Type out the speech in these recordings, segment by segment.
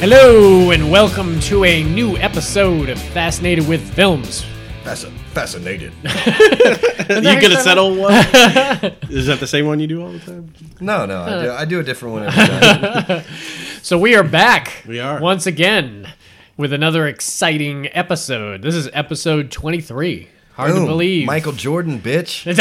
Hello, and welcome to a new episode of Fascinated with Films. Fasc- fascinated. you gonna settle one? Is that the same one you do all the time? No, no, I do, I do a different one every time. So, we are back. We are. Once again with another exciting episode. This is episode 23. Hard to Boom. believe. Michael Jordan, bitch. I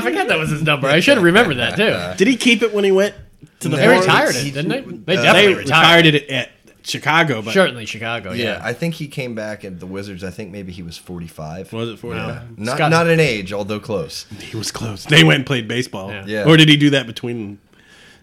forgot that was his number. I should have remembered that, too. Did he keep it when he went to the? They Hornets? retired it, didn't they? They They definitely retired retired it at Chicago, but Certainly Chicago, Yeah, yeah. I think he came back at the Wizards. I think maybe he was 45. was it for? Yeah. Not, Scott- not an age, although close. He was close. They went and played baseball. Yeah. Yeah. Or did he do that between?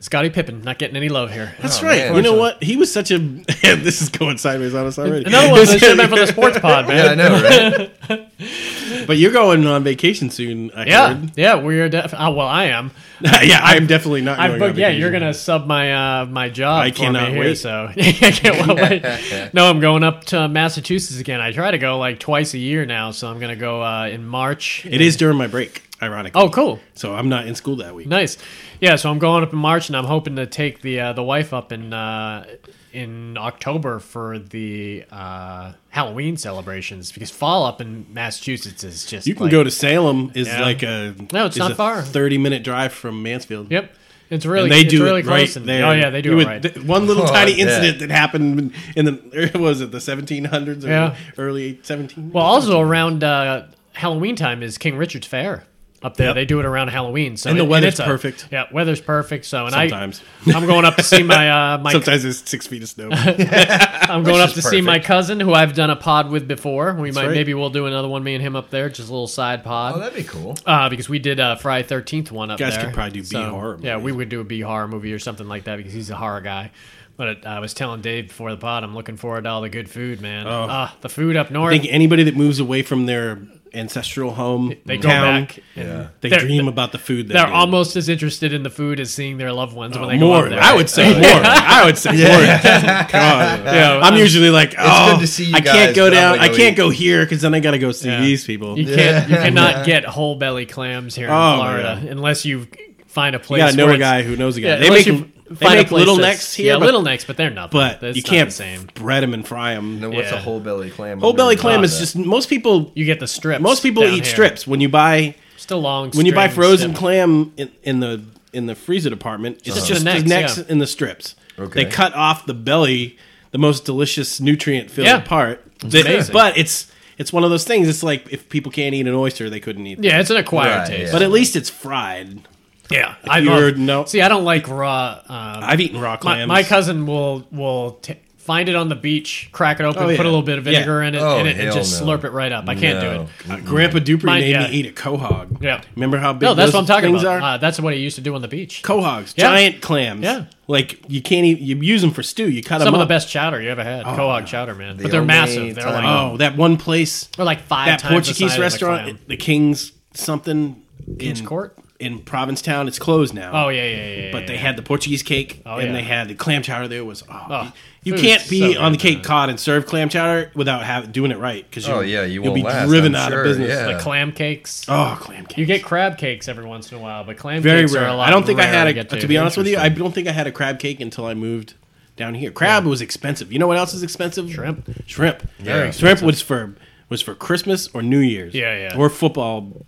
Scottie Pippen, not getting any love here. That's Oh, right. man. You know what? He was such a. this is going sideways on us already. Another one that should have been for the sports pod, Yeah, I man. know, right? but you're going on vacation soon. I Yeah, heard. yeah, we are definitely. Oh, well, I am. yeah. I am definitely not. I going booked, on yeah, vacation. you're gonna sub my uh, my job. I for cannot me here, wait. So I can't well wait. No, I'm going up to Massachusetts again. I try to go like twice a year now, so I'm gonna go uh, in March. It is during my break, ironically. Oh, cool, So I'm not in school that week. nice. Yeah, so I'm going up in March, and I'm hoping to take the uh, the wife up in uh, in October for the uh, Halloween celebrations because fall up in Massachusetts is just You can like- go to Salem. Is like a No, it's is not a far. Thirty minute drive from Mansfield. Yep, it's really and they it's do really it right close. and- there. Oh yeah, they do You it would- right. th- one little Oh, tiny I bet. incident that happened in the was it the 1700s or Yeah. early 1700s. Well, also around uh, Halloween time is King Richard's Fair up there. Yep. They do it around Halloween, so And the it- weather's it's a- perfect. yeah, weather's perfect. So and Sometimes. I, I'm going up to see my uh, my sometimes it's six feet of snow. I'm going up to is see my perfect. cousin who I've done a pod with before. We might right. maybe we'll do another one, me and him up there, just a little side pod. Oh, that'd be cool. uh, because we did uh, Friday Thirteenth one up Guys there. could probably do B horror Yeah, movies. we would do a B horror movie or something like that because he's a horror guy. But it, I was telling Dave before the pod, I'm looking forward to all the good food, man. Ah, the food up north, Oh. I think anybody that moves away from their ancestral home, they go town, back. and Yeah. They They're- dream about the food. That They're they- almost as interested in the food as seeing their loved ones when they go more. up there. I would say more. I would say more. God. Yeah, I'm usually like, oh, good to see you I guys, can't go but I'm oh, down. I gonna go can't eat." go here because then I got to go see Yeah. these people. You You can't. You cannot get whole belly clams here in Oh, Florida yeah. unless you find a place. got to know where a it's- guy who knows a guy. Yeah, they unless make, you they find a make place little that's- necks here, Yeah, but, little necks, but they're nothing. but That's you not can't the same. bread them and fry them. Now, what's Yeah. a whole belly clam? Whole belly under clam the- is just most people. You get the strips. Most people down here. eat strips when you buy Just a long. when you buy string frozen strip. clam in, in the in the freezer department. It's Just just the the necks, necks, yeah. and the strips. Okay. They cut off the belly, the most delicious nutrient filled Yeah. part. amazing. But it's it's one of those things. It's like if people can't eat an oyster, they couldn't eat. Yeah, it's an acquired Right, taste. yeah. But at least it's fried. Yeah, I you're love. no- See, I don't like raw. Um, I've eaten raw my, clams. my cousin will will t- find it on the beach, crack it open, Oh, put a yeah. little bit of vinegar Yeah. in it, Oh, and, it and hell just no. slurp it right up. I can't do No. it. Uh, Grandpa Dupree Mine- made yeah. me eat a quahog. Yeah. Remember how big No, that's those what I'm talking things about. are? Uh, that's what he used to do on the beach. Quahogs, Yeah. giant clams. Yeah. Like you can't even you use them for stew. You cut Some them of up. the best chowder you ever had, Cohog chowder, man. The but they're only massive. They're time- like Oh, that one place, they're like five. that times the size Portuguese of a restaurant, clam. the King's something King's in Court? in Provincetown. It's closed now. Oh yeah, yeah, yeah. yeah, but they yeah. Oh, had the Portuguese cake and yeah. they had the clam chowder. There was oh, Oh, you food's can't be so on the good, Cape man. Cod and serve clam chowder without have, doing it right because Oh, yeah, you will won't be last, driven I'm out sure, of business. yeah. the clam cakes. Oh, clam cake. You get crab cakes every once in a while, but clam very cakes rare. are a lot. I don't think I rarer had to a. get To, be honest with you, I don't think I had a crab cake until I moved down here. Crab was expensive. You know what else is expensive? Shrimp. Shrimp. Very Shrimp was for was for Christmas or New Year's. Yeah, yeah. Or football.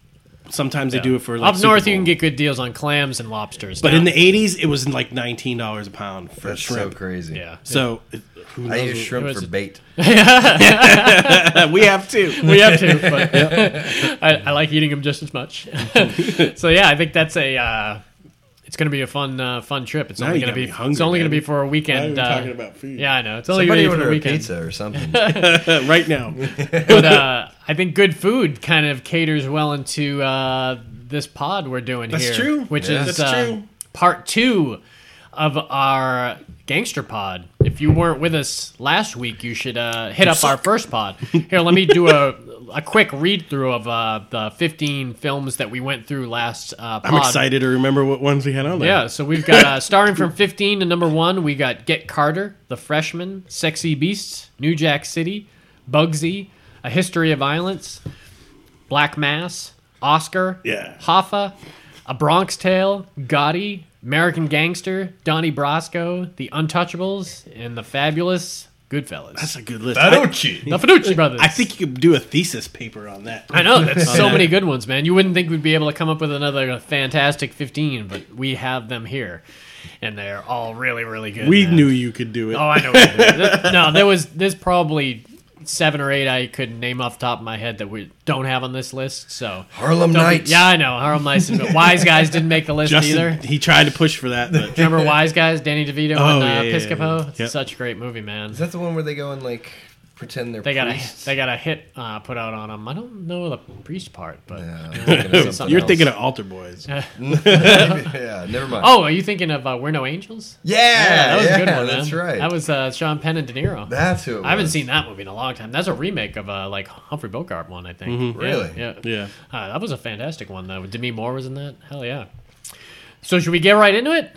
Sometimes they do it for like up Super north, you can Bowl. get good deals on clams and lobsters. But now. in the '80s, it was like nineteen dollars a pound for That's so shrimp. crazy. yeah, So, who I knows use shrimp was for a- bait. what- we have two. we have to. But I, I like eating them just as much. so yeah, I think that's a. Uh, it's going to be a fun, uh, fun trip. It's Now only you going to be. got me hungry, it's only going to man. be for a weekend. Now you're uh, talking about food. Yeah, I know. It's only going Somebody to be for a weekend. order a pizza or something. uh, right now. but uh, I think good food kind of caters well into uh, this pod we're doing That's here. true. Which Yeah. is That's uh, true. part two of our gangster pod. If you weren't with us last week, you should uh, hit up our first pod. Here, let me do a, a quick read through of uh, the 15 films that we went through last uh, pod. I'm excited to remember what ones we had on there. Yeah, so we've got uh, starting from 15 to number one, we got Get Carter, The Freshman, Sexy Beasts, New Jack City, Bugsy, A History of Violence, Black Mass, Oscar, Yeah. Hoffa, A Bronx Tale, Gotti, American Gangster, Donnie Brasco, The Untouchables, and The Fabulous Goodfellas. That's a good list. I, Fadducci. the Fiducci Brothers. I think you could do a thesis paper on that. I know that's so many good ones, man. You wouldn't think we'd be able to come up with another fantastic fifteen, but we have them here, and they're all really, really good. We man. knew you could do it. Oh, I know. we did. There- no, there was there's probably seven or eight I could name off the top of my head that we don't have on this list. So Harlem Don't be- Nights. yeah, I know Harlem Nights, but Wise Guys didn't make the list Justin, either. he tried to push for that, but Remember Wise Guys, Danny DeVito Oh, and uh, yeah, yeah, yeah, Piscopo? yeah. It's Yep. Such a great movie, man. Is that the one where they go and like pretend they're They got a priests? they got a hit uh, put out on them. I don't know the priest part, but Yeah, I'm thinking of something you're else. thinking of Altar Boys. yeah, never mind. oh, are you thinking of uh, We're No Angels? that yeah, was yeah, a good one. That's man. right. That was uh, Sean Penn and De Niro. That's who. It I haven't was. seen that movie in a long time. That's a remake of uh, like Humphrey Bogart one, I think. Yeah, Mm-hmm. Really? Yeah. Yeah. Uh, that was a fantastic one though. Demi Moore was in that. Hell yeah. So should we get right into it?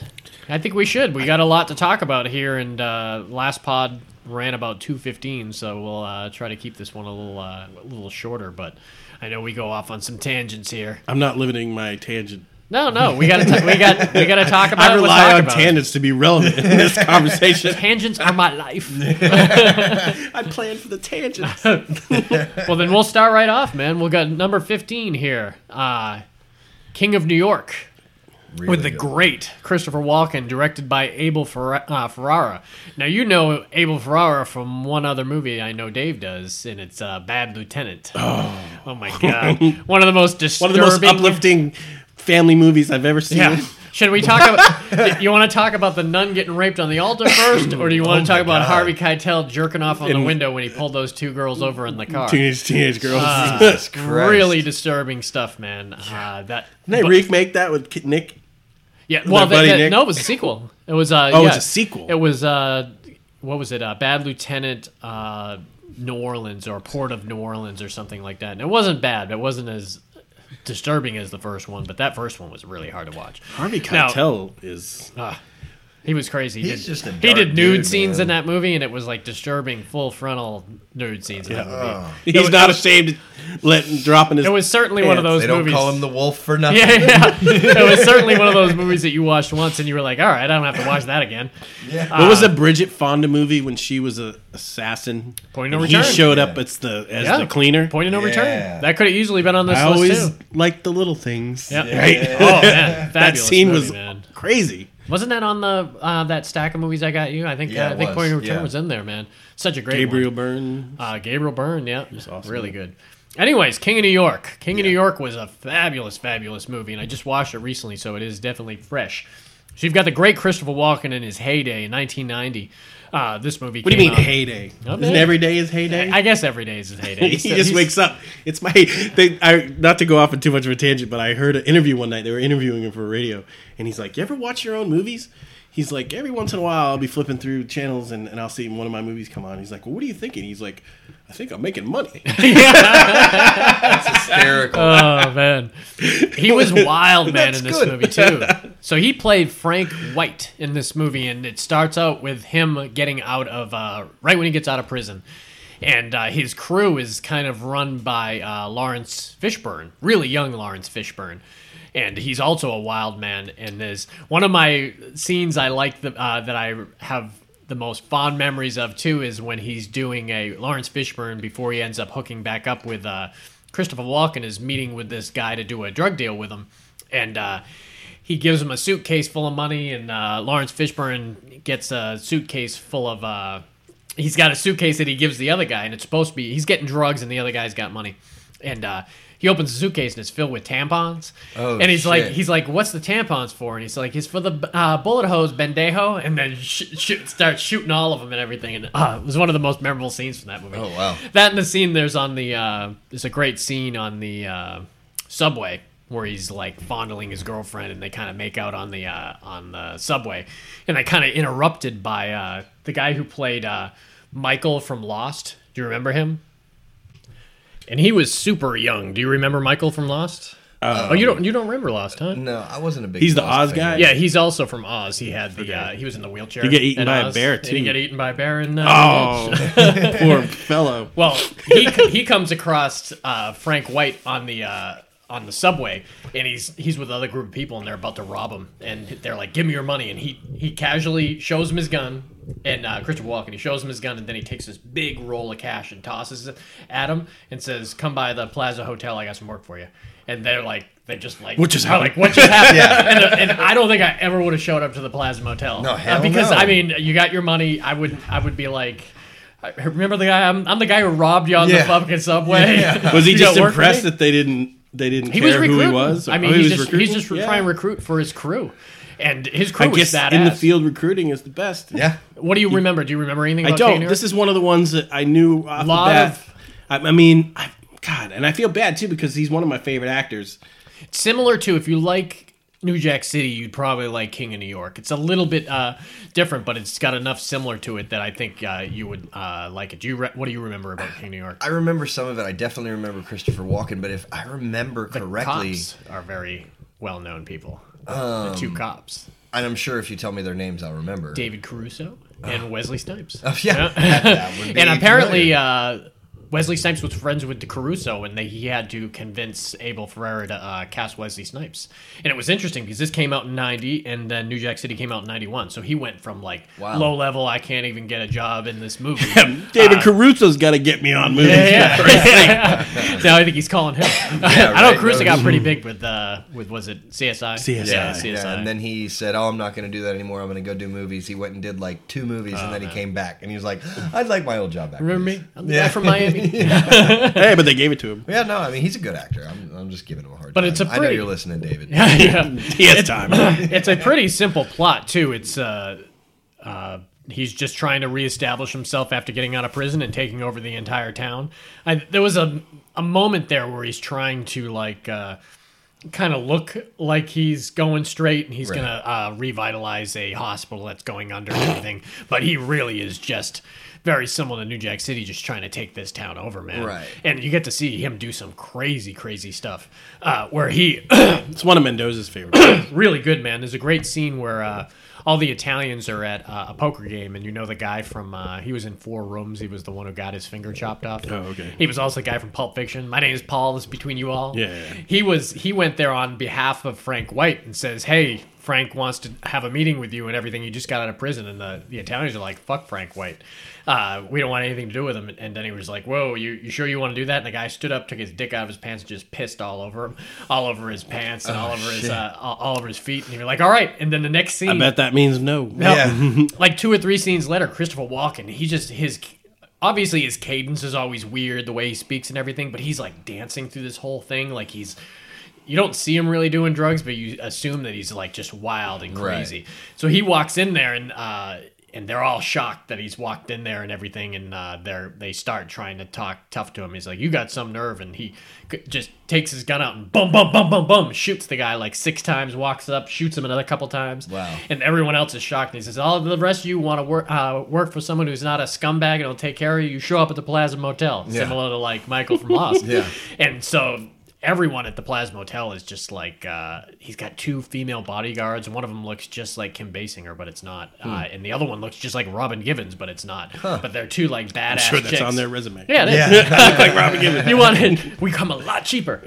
I think we should. We got a lot to talk about here, and uh, last pod ran about two fifteen, so we'll uh, try to keep this one a little uh, a little shorter. But I know we go off on some tangents here. I'm not limiting my tangent. No, no, we got to we got we got to talk about. I it. We'll rely talk on about it. tangents to be relevant in this conversation. Tangents are my life. I plan for the tangents. Well, then we'll start right off, man. We'll got number 15 here uh, King of New York Really with the good. great Christopher Walken, directed by Abel Ferra- uh, Ferrara. Now, you know Abel Ferrara from one other movie I know Dave does, and it's uh, Bad Lieutenant. Oh. my God. One of the most One disturbing. of the most uplifting family movies I've ever seen. Yeah. Should we talk about? you want to talk about the nun getting raped on the altar first, or do you Oh want to talk about Harvey Keitel jerking off on the window when he pulled those two girls over in the car? Teenage teenage girls. Ah. Jesus Christ. really disturbing stuff, man. Uh, that Didn't they but- remake that with Ki- Nick? yeah, well, their that- buddy that- Nick? no, it was a sequel. It was uh, Oh, yeah, it's a sequel. It was uh, what was it? Uh, Bad Lieutenant, uh, New Orleans or Port of New Orleans or something like that. And it wasn't bad. It wasn't as disturbing as the first one, but that first one was really hard to watch. Harvey Now- Keitel is. He was crazy. He He's did, just a he dark did nude dude, scenes man. in that movie, and it was like disturbing full frontal nude scenes in that movie. He's not ashamed of letting dropping his. It was certainly one of Pants. those. They don't movies. call him the wolf for nothing. Yeah, yeah. it was certainly one of those movies that you watched once and you were like, all right, I don't have to watch that again. what uh, was the Bridget Fonda movie when she was a assassin? Point of And Return. He showed up as the as Yeah. the cleaner. Point of no Yeah. return. That could have easily been on this I list always too. liked the little things. Yep. Right? Oh man, that Fabulous scene movie, was man. crazy. Wasn't that on the uh, that stack of movies I got you? I think Yeah, uh, I it think was, Point of Return yeah. was in there, man. Such a great Gabriel one. Byrne. Uh, Gabriel Byrne, yeah, awesome, really good. Anyways, King of New York. King of New York was a fabulous, fabulous movie, and I just watched it recently, so it is definitely fresh. So you've got the great Christopher Walken in his heyday in 1990. Uh, this movie. What do you mean heyday? Not Isn't bad. every day his heyday? I guess every day is his heyday. he He's- just he's- wakes up. It's my they, I not to go off on too much of a tangent, but I heard an interview one night. They were interviewing him for radio, and he's like, "You ever watch your own movies?" He's like, "Every once in a while, I'll be flipping through channels, and, and I'll see one of my movies come on." He's like, "Well, what are you thinking?" He's like, "I think I'm making money." Hysterical. Oh man, he was wild man That's in this good. movie too. So he played Frank White in this movie, and it starts out with him getting out of uh, right when he gets out of prison, and uh, his crew is kind of run by uh, Lawrence Fishburne, really young Lawrence Fishburne. And he's also a wild man. And there's one of my scenes I like the, uh, that I have the most fond memories of too is when he's doing a Lawrence Fishburne before he ends up hooking back up with uh, Christopher Walken is meeting with this guy to do a drug deal with him, and uh, he gives him a suitcase full of money, and uh, Lawrence Fishburne gets a suitcase full of. Uh, he's got a suitcase that he gives the other guy, and it's supposed to be he's getting drugs, and the other guy's got money, and. Uh, he opens the suitcase and it's filled with tampons. Oh, and he's like, shit. he's he's like, "What's the tampons for?" And he's like, "It's for the uh, bullet hose, Bendejo." And then sh- sh- starts shooting all of them and everything. And uh, it was one of the most memorable scenes from that movie. Oh, wow. That and the scene there's on the uh, there's a great scene on the uh, subway where he's like fondling his girlfriend, and they kind of make out on the uh, on the subway, and they kind of interrupted by uh, the guy who played uh, Michael from Lost. Do you remember him? And he was super young. Do you remember Michael from Lost? oh, you don't. You don't remember Lost, huh? no, I wasn't a big. He's the Lost Oz fan. guy? Yeah, he's also from Oz. He had the uh, he was in the wheelchair. You get eaten at by a Oz. bear, And too. you get eaten by a bear in. Uh, oh, poor fellow. Well, he he comes across uh, Frank White on the uh, on the subway, and he's he's with other group of people, and they're about to rob him, and they're like, "Give me your money," and he he casually shows him his gun, and uh, Christopher Walken he shows him his gun, and then he takes this big roll of cash and tosses it at him, and says, "Come by the Plaza Hotel, I got some work for you," and they're like. They just like What just they're Like happened? what just happened? Yeah. and, uh, and I don't think I ever would have showed up to the Plaza Motel. Uh, No, hell because no. I mean, you got your money. I would I would be like, I- remember the guy? I'm, I'm the guy who robbed you on Yeah. the fucking subway. Yeah. Was he You just got work for impressed me? that they didn't they didn't he was care who recruiting. he was? I mean, Oh, he's was just recruiting? he's just Yeah. trying to recruit for his crew, and his crew I was guess that in the ass. field recruiting is the best. Yeah. What do you remember? Do you remember anything? I About don't. January? This is one of the ones that I knew off Lot the bat. of- I, I mean, I, God, and I feel bad too because he's one of my favorite actors. similar to if you like New Jack City, you'd probably like King of New York. It's a little bit uh, different, but it's got enough similar to it that I think uh, you would uh, like it. Do you re- what do you remember about King of New York? I remember some of it. I definitely remember Christopher Walken, but if I remember correctly, cops are very well known people. the Um, two cops, and I'm sure if you tell me their names, I'll remember. David Caruso uh, and Wesley Snipes. yeah, that- that would be and apparently, familiar. uh, Wesley Snipes was friends with the Caruso, and they, he had to convince Abel Ferrara to uh, cast Wesley Snipes. And it was interesting because this came out in '90, and then New Jack City came out in '91. So he went from like Wow. low level, I can't even get a job in this movie. David Caruso's got to get me on movies. Uh, yeah, yeah. now I think he's calling him. I know right, Caruso no, got pretty big with uh, with was it CSI? CSI. yeah, yeah, CSI. and then he said, "Oh, I'm not going to do that anymore. I'm going to go do movies." He went and did like two movies, and then he came back, and he was like, "I'd like my old job back." Oh, Remember please." me? I'm the Yeah. guy from Miami. hey, but they gave it to him. Yeah, no, I mean he's a good actor. I'm, I'm just giving him a hard But time. it's a I know pretty- you're listening, David. yeah. He has time. it's a pretty simple plot too. It's uh, uh, he's just trying to reestablish himself after getting out of prison and taking over the entire town. I, there was a a moment there where he's trying to like. Uh, kind of look like he's going straight and he's Right. gonna uh, revitalize a hospital that's going under and everything but he really is just very similar to new jack city just trying to take this town over man Right. and you get to see him do some crazy crazy stuff uh, where he It's one of Mendoza's favorites. really good, man. There's a great scene where uh, all the Italians are at uh, a poker game, and you know the guy from uh, he was in Four Rooms. He was the one who got his finger chopped off. Oh, okay. He was also the guy from Pulp Fiction. My name is Paul. This is between you all. Yeah, yeah, yeah. He was he went there on behalf of Frank White and says, "Hey." Frank wants to have a meeting with you and everything. You just got out of prison, and the, the Italians are like, "Fuck Frank White, uh, we don't want anything to do with him." And then he was like, "Whoa, you, you sure you want to do that?" And the guy stood up, took his dick out of his pants, and just pissed all over him, all over his pants, and all over his shit. uh, all all over his feet, and you're like, all right. And then the next I scene, bet that means no. no, Yeah. Mm-hmm. like two or three scenes later, Christopher Walken, he just his obviously his cadence is always weird, the way he speaks and everything, but he's like dancing through this whole thing, like he's. You don't see him really doing drugs, but you assume that he's like just wild and Right. crazy. So he walks in there and uh, and they're all shocked that he's walked in there and everything, and uh, they're they start trying to talk tough to him. He's like, "You got some nerve," and he c- just takes his gun out and bum bum bum bum bum shoots the guy like six times, walks up, shoots him another couple times. Wow. And everyone else is shocked. And he says, "All the rest of you want to work uh, work for someone who's not a scumbag and will take care of you. You show up at the Plaza Motel, Yeah. similar to like Michael from Lost." Yeah. And so everyone at the Plasma Hotel is just like uh, he's got two female bodyguards. One of them looks just like Kim Basinger, but it's not. Uh, Hmm. and the other one looks just like Robin Givens, but it's not. But they're two like badass. I'm sure that's chicks. on their resume. Yeah, it is. Yeah. Like Robin Gibbons. You want it? We come a lot cheaper.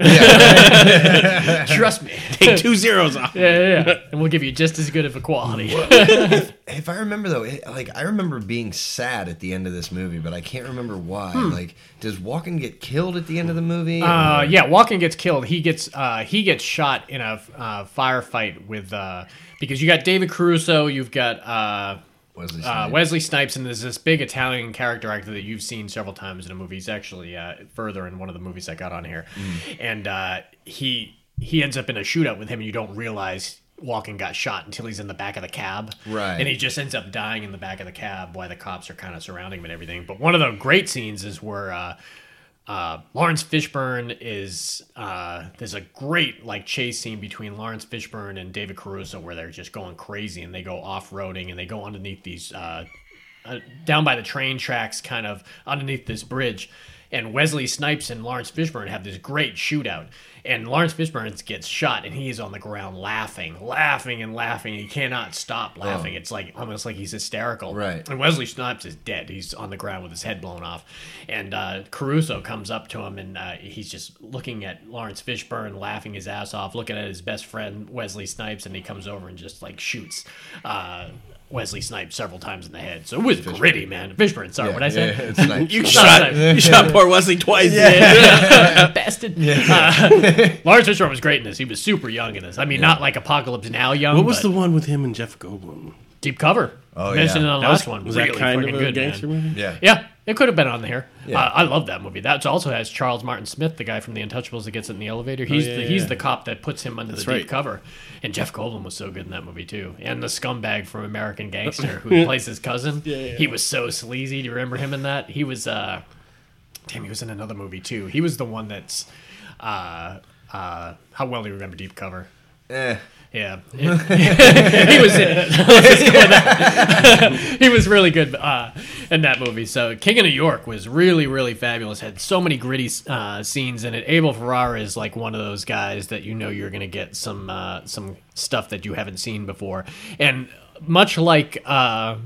Trust me. Take two zeros off. Yeah, yeah, yeah. And we'll give you just as good of a quality. if I remember though, it, like I remember being sad at the end of this movie, but I can't remember why. Like, does Walken get killed at the end of the movie? Hmm. Uh, yeah, Walken gets killed. He gets uh, he gets shot in a uh, firefight with uh, because you got David Caruso, you've got uh, Wesley uh, Snipes? Wesley Snipes, and there's this big Italian character actor that you've seen several times in a movie. He's actually uh, further in one of the movies I got on here, and uh, he he ends up in a shootout with him, and you don't realize. Walken got shot until he's in the back of the cab. Right. And he just ends up dying in the back of the cab while the cops are kind of surrounding him and everything. But one of the great scenes is where uh, uh, Lawrence Fishburne is uh, there's a great like chase scene between Lawrence Fishburne and David Caruso where they're just going crazy and they go off roading and they go underneath these uh, uh, down by the train tracks, kind of underneath this bridge. and Wesley Snipes and Lawrence Fishburne have this great shootout, and Lawrence Fishburne gets shot, and he is on the ground laughing, laughing, and laughing. He cannot stop laughing. It's like almost like he's hysterical. Right. And Wesley Snipes is dead. He's on the ground with his head blown off, and uh, Caruso comes up to him, and uh, he's just looking at Lawrence Fishburne, laughing his ass off, looking at his best friend Wesley Snipes, and he comes over and just like shoots. Uh, Wesley Snipes several times in the head, so it was gritty, man. Fishburne, sorry, what I said. Yeah, it's nice. You It's not shot, safe. you shot poor Wesley twice. Bastard. Uh, Lawrence Fishburne was great in this. He was super young in this. I mean, not like Apocalypse Now young. What was but the one with him and Jeff Goldblum? deep cover? Oh, Mentioned yeah. in the That last was, one. was really that kind freaking of a good, gangster man. movie? yeah. Yeah, it could have been on here. Yeah. Uh, I love that movie. That also has Charles Martin Smith, the guy from The Untouchables that gets it in the elevator. He's Oh, yeah, the, yeah, he's yeah. the cop that puts him under the right. deep cover. And Jeff Goldblum was so good in that movie too. And the scumbag from American Gangster who plays his cousin. yeah. He was so sleazy. Do you remember him in that? He was uh damn, he was in another movie too. He was the one that's uh uh how well do you remember Deep Cover? Eh. Yeah, he was in it. Let's just go with that. he was really good uh, in that movie. So King of New York was really, really fabulous. Had so many gritty uh, scenes in it. Abel Ferrara is like one of those guys that you know you're going to get some uh, some stuff that you haven't seen before, and much like. Uh,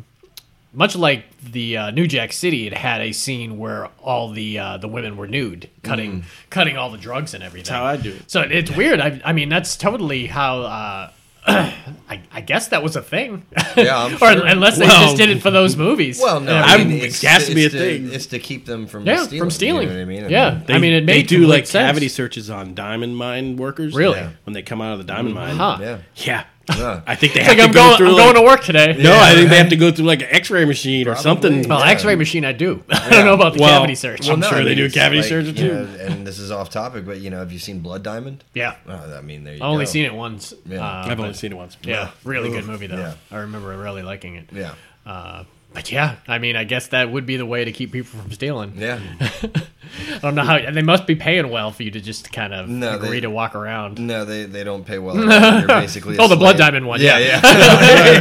much like the uh, New Jack City, it had a scene where all the uh, the women were nude, cutting cutting all the drugs and everything. Mm-hmm. how I do it. So it's weird. I, I mean, that's totally how. Uh, I, I guess that was a thing. Yeah, I'm or sure. unless they Well- just did it for those movies. Well, no, Yeah, I mean, I'm- it's, it has to be it's a thing. It's to keep them from yeah, stealing, from stealing. You know what I mean? And Yeah, I mean, it made they do complete like sense. cavity searches on diamond mine workers. Really? Yeah. When they come out of the diamond mine. Huh. Yeah. Yeah. Yeah. I think they It's have like to I'm go going, through. I'm like- going to work today. No, I think they have to go through like an X-ray machine or Probably. something. Well, Yeah. X-ray machine, I do. I don't know about the Well, cavity search. I'm sure they do it's cavity surgery you too. know, and this is off topic, but you know, have you seen Blood Diamond? yeah, Well, I mean, there you I've only go. seen it once. Yeah. Uh, I've only seen it once. yeah, really good Oof. movie though. Yeah. I remember really liking it. Yeah, Uh, but yeah, I mean, I guess that would be the way to keep people from stealing. yeah. I don't know how, and they must be paying well for you to just kind of No, agree they- to walk around. No, they they don't pay well. at all. You're basically a Oh, the Blood slave. Diamond one, Yeah, yeah. yeah.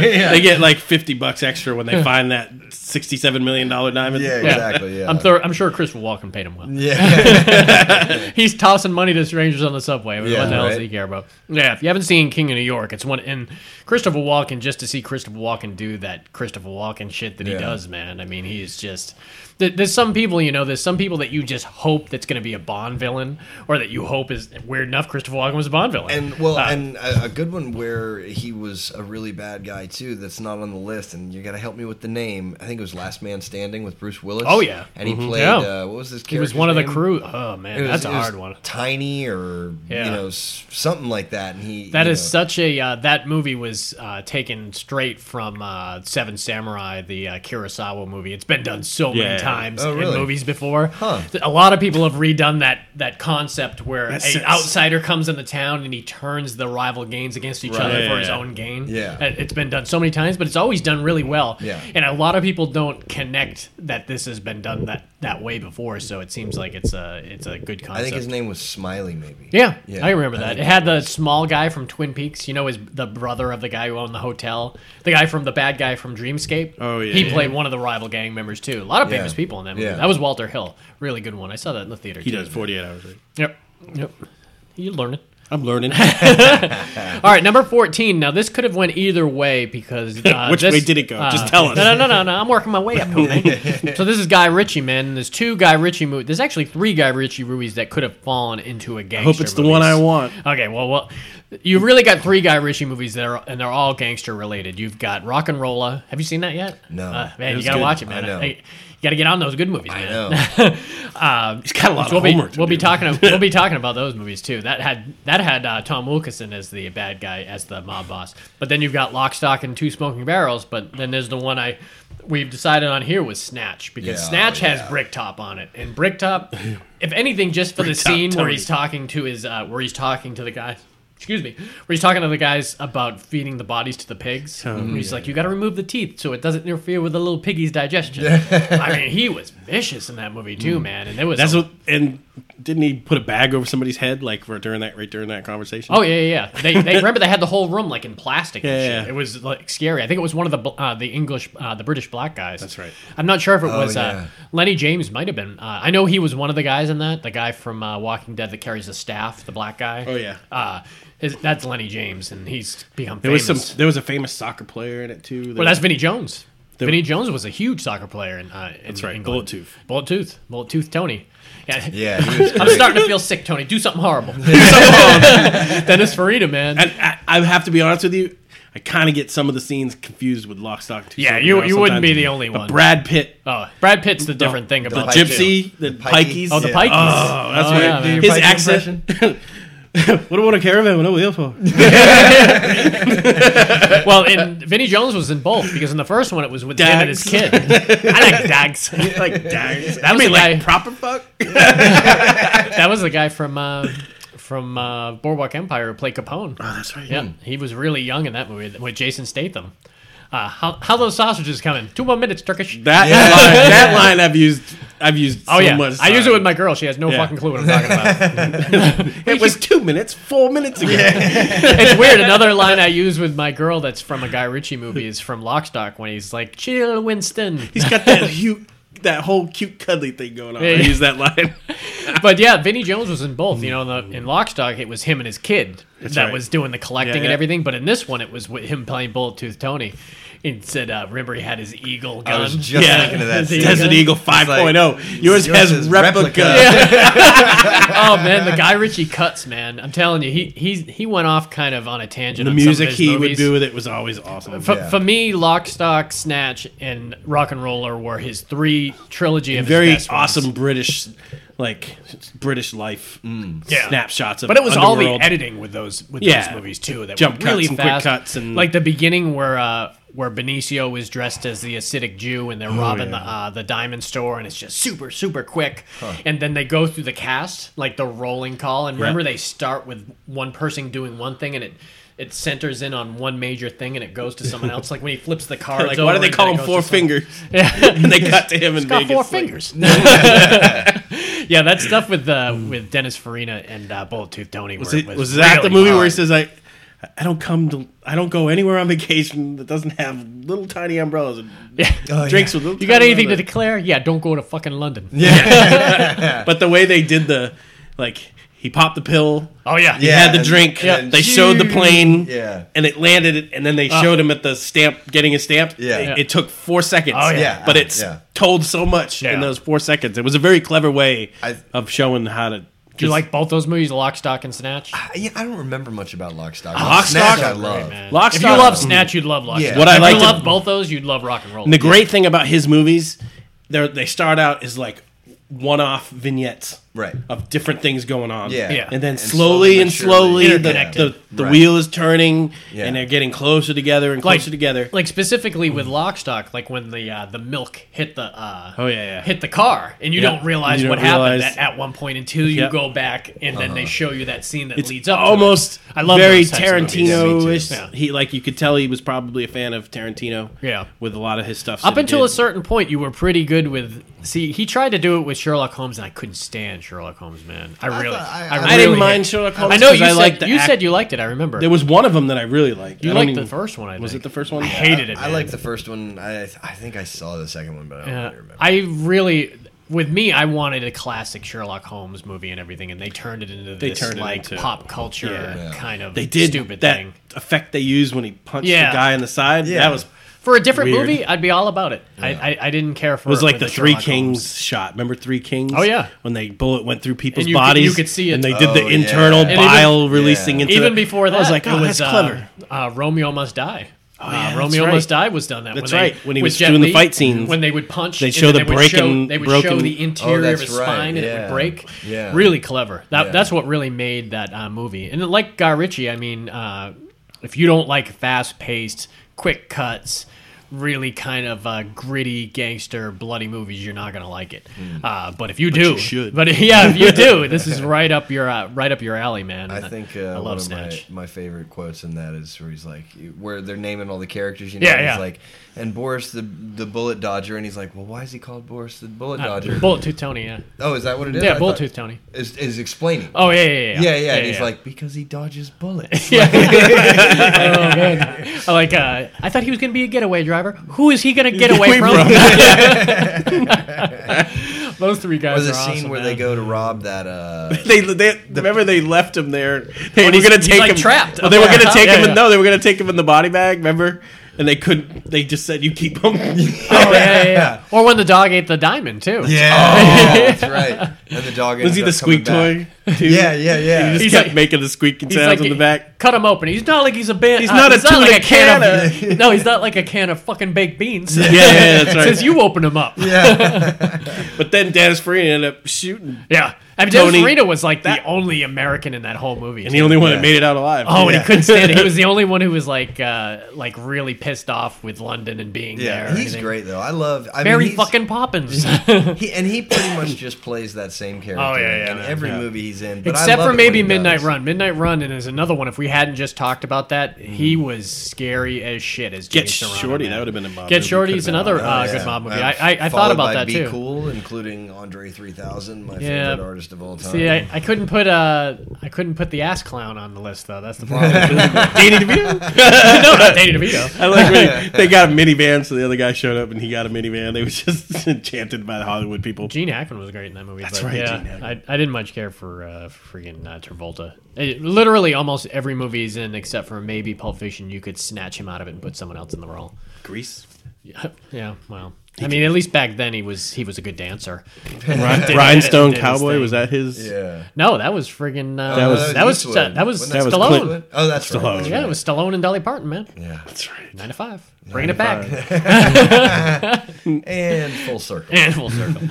yeah. They get like fifty bucks extra when they find that sixty-seven million dollar diamond. Yeah, exactly. Yeah, I'm, thor- I'm sure Chris Walken paid him well. yeah, He's tossing money to strangers on the subway. I mean, Yeah, what the hell does right. he care about? Yeah, if you haven't seen King of New York, it's one. And Christopher Walken, just to see Christopher Walken do that Christopher Walken shit that he Yeah. does, man. I mean, he's just. th- There's some people, you know, there's some people that you just hope that's going to be a Bond villain, or that you hope is weird enough. Christopher Walken was a Bond villain. and well, Uh, and a, a good one where he was a really bad guy too. That's not on the list, and you got to help me with the name. I think it was Last Man Standing with Bruce Willis. Oh, yeah. and he played Yeah. uh, what was this? he was one of the crew. Oh man, that's a it was hard one. Tiny or Yeah. you know s- something like that, and he That you is know, such a uh, that movie was uh, taken straight from uh, Seven Samurai, the uh, Kurosawa movie. It's been done so Yeah. many times Oh, really? in movies before. Huh. Th- A lot of people have redone that that concept where That an sucks. outsider comes into town and he turns the rival gains against each other Right. for his Yeah. own gain. Yeah. Uh, it's been done so many times, but it's always done really well. Yeah. and a lot of people don't connect that this has been done that that way before. So it seems like it's a it's a good concept. I think his name was Smiley, maybe. Yeah, Yeah, I remember I that. think It had the small guy from Twin Peaks. You know, is the brother of the guy who owned the hotel, the guy from the bad guy from Dreamscape. Oh, yeah, he yeah. played one of the rival gang members too. A lot of Yeah. famous people in that movie. Yeah. That was Walter Hill. Really good one. I saw that in the theater. He too. does forty-eight hours. Right? Yep. Yep. You learn it. I'm learning. All right, number fourteen. Now this could have went either way because uh, Which this- way did it go? Just tell us. No, no, no, no, no. I'm working my way up. Jose. so this is Guy Ritchie, man. and There's two Guy Ritchie movies. There's actually three Guy Ritchie movies that could have fallen into a gangster. Hope it's the one I movies. want. Okay, well, well, you really got three Guy Ritchie movies that are, and they're all gangster related. You've got Rock and Rolla. Have you seen that yet? No. Uh, man, you was gotta good. watch it, man. I know. Hey, you gotta get on those good movies, man. I know. He's got a lot We'll of be, homework. to we'll be do. talking. We'll be talking about those movies too. That had that had uh, Tom Wilkinson as the bad guy, as the mob boss. But then you've got Lock, Stock, and Two Smoking Barrels. But then there's the one I we've decided on here was Snatch because Yeah, Snatch has yeah. Bricktop on it, and Bricktop, if anything, just for the Bricktop, scene where Tony. he's talking to his uh, where he's talking to the guy. Excuse me. Where he's talking to the guys about feeding the bodies to the Oh, pigs. Where he's like, "You got to remove the teeth so it doesn't interfere with the little piggy's digestion." I mean, he was vicious in that movie too, man. And it was Hmm. That's what. And didn't he put a bag over somebody's head like for during that right during that conversation? Oh yeah, yeah. yeah. They, they remember they had the whole room like in plastic. and Yeah, shit. yeah. it was like scary. I think it was one of the bl- uh, the English, uh, the British black guys. That's right. Oh, I'm not sure if it was yeah. uh, Lenny James. Might have been. Uh, I know he was one of the guys in that. The guy from uh, Walking Dead that carries the staff, the black guy. Oh, yeah. Uh, his, that's Lenny James, and he's become There famous. was some. There was a famous soccer player in it too. that- well, that's Vinny Jones. There- Vinny Jones was a huge soccer player in, uh, in That's right, England. Bullet Tooth. Bullet Tooth, Bullet Tooth Tony. Yeah. Yeah, he was I'm great. starting to feel sick, Tony. Do something horrible. Dennis Farina, man. And I, I have to be honest with you, I kind of get some of the scenes confused with Lock, Stock, and Two Yeah, Smoking you- Barrels you wouldn't sometimes. be the only But one. Brad Pitt, Oh, Brad Pitt's the different thing the about Pike gypsy, the Pikey. pikeys. Oh, the Yeah. Pikeys. Oh, that's Oh, right. yeah, man. Your His Pike accent. what about a caravan with no wheel for? well, and Vinny Jones was in both because in the first one it was with him and his kid. I like dogs. like, dags. That was the guy. proper fuck? that was the guy from uh, from uh, Boardwalk Empire who played Capone. Oh, that's right. Yeah, he was really young in that movie with Jason Statham. Uh, how how those sausages coming? Two more minutes, Turkish. That line, that line I've used. I've used. oh so yeah, much I use it time. with my girl. She has no Yeah. fucking clue what I'm talking about. It was two minutes, four minutes ago. it's weird. Another line I use with my girl that's from a Guy Ritchie movie is from Lockstock when he's like, "Chill, Winston." He's got that cute, that whole cute cuddly thing going on. I Yeah. use that line. but yeah, Vinny Jones was in both. You know, in, the, in Lockstock, it was him and his kid that Mm-hmm. right. was doing the collecting Yeah, yeah. and everything. But in this one, it was with him playing Bullet Tooth Tony. And said, uh, remember he had his eagle gun. I was just yeah. thinking of that His scene. Desert gun. Eagle 5.0. yours yours, has is replica. replica. Oh man, the Guy Ritchie cuts, man. I'm telling you, he he he went off kind of on a tangent. The on some of music his he would movies. do with it was always awesome. For, Yeah. for me, Lock, Stock, Snatch, and Rock and Roller were his three trilogy of his Very best ones. awesome British, like British life mm, Yeah. snapshots of. But it was all underworld. the editing with those with Yeah. those movies too. That Jump were really cuts and quick fast. cuts and- like the beginning where uh, where Benicio was dressed as the acidic Jew and they're Oh, robbing the uh, the diamond store and it's just super super quick. And then they go through the cast like the rolling call and remember they start with one person doing one thing and it. It centers in on one major thing and it goes to someone else. Like when he flips the car, Like, why do they call him Four Fingers? and they cut to him in He's got Vegas. four like, fingers. yeah, that stuff with uh, with Dennis Farina and uh, Bullet Tooth Tony. Was, it, was, that the movie where he says, "I, I don't come to, I don't go anywhere on vacation that doesn't have little tiny umbrellas and Oh, drinks yeah. with little." You got tiny anything to umbrellas. declare? Yeah, don't go to fucking London. But the way they did the, like he popped the pill, Oh yeah, he Yeah. had the and- drink, and- they showed the plane, Yeah. and it landed, it, and then Ah. they showed him at the stamp getting his stamp. Yeah. it, it took four seconds. Oh, yeah. but it's Yeah. told so much Yeah. in those four seconds. It was a very clever way I- of showing how to. Do you just- like both those movies, Lock, Stock, and Snatch? Oh. I, yeah, I don't remember much about Lockstock. Uh, Lock, Snatch Stock? I love. Man. Lock, if Stock- you love Snatch, you'd love Lock. Yeah. Stock. What I if liked- you love both those, you'd love Rock and Roll. And the great thing about his movies, they're, they start out as like one-off vignettes, Right. of different things going on. Yeah. Yeah. and then And slowly slowly and but surely. slowly, the, the, Interconnected. the Right. wheel is turning, Yeah. and they're getting closer together and closer Like- together. like specifically with Lock, Stock, like when the uh, the milk hit the uh, Hmm. Oh, yeah, yeah. hit the car, and you Yeah. don't realize You don't what realize- happened at, at one point until you Yep. Uh-huh. go back, and then they show you that scene that It's leads up. to it. almost I love very those types of movies. Tarantino-ish. Yeah, me too. He like you could tell he was probably a fan of Tarantino. Yeah. with a lot of his stuff. Up that he until did. a certain point, you were pretty good with. See, he tried to do it with Sherlock Holmes, and I couldn't stand Sherlock Holmes, man. I really, thought- I- I, I- I really I didn't hate- mind Sherlock Holmes. I know 'cause you said liked the you act- said you liked it. I remember. there was one of them that I really liked. you I don't liked even- the first one. I think. Was it the first one? I hated it. I man. like the first one. I I think I saw the second one, but I don't Uh, really remember. I really, with me, I wanted a classic Sherlock Holmes movie and everything, and they turned it into They this turned it like into- pop culture Yeah. kind of they did stupid that thing. effect they used when he punched Yeah. the guy in the side. Yeah. That was For a different Weird. movie, I'd be all about it. I, I I didn't care for it was like with the Three Sherlock Kings Holmes. shot. Remember Three Kings? Oh, yeah. when they bullet went through people's And you could- bodies, you could see it. And they did the Oh, yeah. internal And even- bile releasing Yeah. into Even it. before that, I was like, oh, it was that's clever. Uh, Oh, uh, Romeo Must Die. Uh, yeah, that's Romeo right. Must Die was done that. That's when they- right, when he with was Jet doing the Li, fight scenes. When they would punch, They and show then they the would breaking- show, they would show broken- the interior of Oh, that's his right, spine, and it yeah. would break. Yeah. really clever. That Yeah. that's what really made that uh, movie. And like Guy Ritchie, I mean, uh, if you don't like fast paced, quick cuts. really kind of uh, gritty gangster bloody movies, you're not gonna like it. Hmm. Uh, but if you do, you should. But yeah, if you do, this is right up your uh, right up your alley, man. I And think uh, I one love of Snatch. my my favorite quotes in that is where he's like, where they're naming all the characters, you know, Yeah, and he's yeah. like, and Boris the the bullet dodger, and he's like, well, why is he called Boris the bullet Uh, dodger? Bullet Tooth Tony, yeah, oh, is that what it is? yeah, I Bullet thought- Tooth Tony. is is explaining. Oh yeah, yeah, yeah, yeah, yeah, and he's yeah. like, because he dodges bullets. Oh, I like, uh, I thought he was gonna be a getaway driver. Who is he gonna get away away from? Those three guys There's are a scene awesome, where man. they go to rob that. Uh, They, they remember they left him there. They When were he's- gonna he's, take like, him trapped Well, they were up there. gonna take Yeah, him. yeah. In, no, they were gonna take him in the body bag. Remember, and they couldn't. They just said, "You keep him." Oh yeah, yeah, yeah. Or when the dog ate the diamond too. Oh, yeah, that's right. And the dog. Was ended he up the squeak coming toy? back. too? Yeah, yeah, yeah. He just He's kept like- making the squeaking He's sounds like, in the back. Cut him open. He's not like he's a bit. He's not a he's not like tuna a can of, No, he's not like a can of fucking baked beans. Yeah, yeah, that's right. Since you open him up. Yeah. But then Dennis Farina ended up shooting, I mean, Tony, Tony- Farina was like the only American in that whole movie. and the only one Yeah. that made it out alive. Oh, and Yeah. he couldn't stand it. He was the only one who was like, uh, like really pissed off with London and being there. Yeah, or he's anything. great though. I love. I Mary mean, he's- fucking Poppins. He, and he pretty much just plays that same character Oh, yeah, yeah, in yeah, every yeah. movie he's in. But I Except love for it maybe when he Midnight does. Run. Midnight Run is another one. If we hadn't just talked about that, Mm-hmm. he was scary as shit as Get Jimmy Serrano, Shorty. man. That would have been a mob. Get movie. Shorty's Could've been another a uh, mob. good Yeah. mob movie. Uh, I, I, I thought followed about by that Be too. Cool, including Andre 3000, my Yeah. favorite artist of all time. See, I, I couldn't put uh I couldn't put the ass clown on the list though. That's the problem. no, Danny DeVito. not Danny DeVito. I like when they got a minivan, so the other guy showed up and he got a minivan. They were just enchanted by the Hollywood people. Gene Hackman was great in that movie. That's but right, Yeah, Gene Hackman. I, I didn't much care for uh, freaking uh, Travolta. It- literally, almost every movie he's in, except for maybe Pulp Fiction, you could snatch him out of it and put someone else in the role. Grease. Yeah, yeah well, I mean, at least back then he was he was a good dancer. Did- Rhinestone did his Cowboy thing. was that his? yeah. No, that was friggin' uh, That was- that was Eastwood. that, was Wasn't that was Stallone. Clint. Oh, that's right. Stallone. Yeah, it was Stallone and Dolly Parton, man. Yeah. That's right. Nine to five, bringing it back. And full circle. And full circle.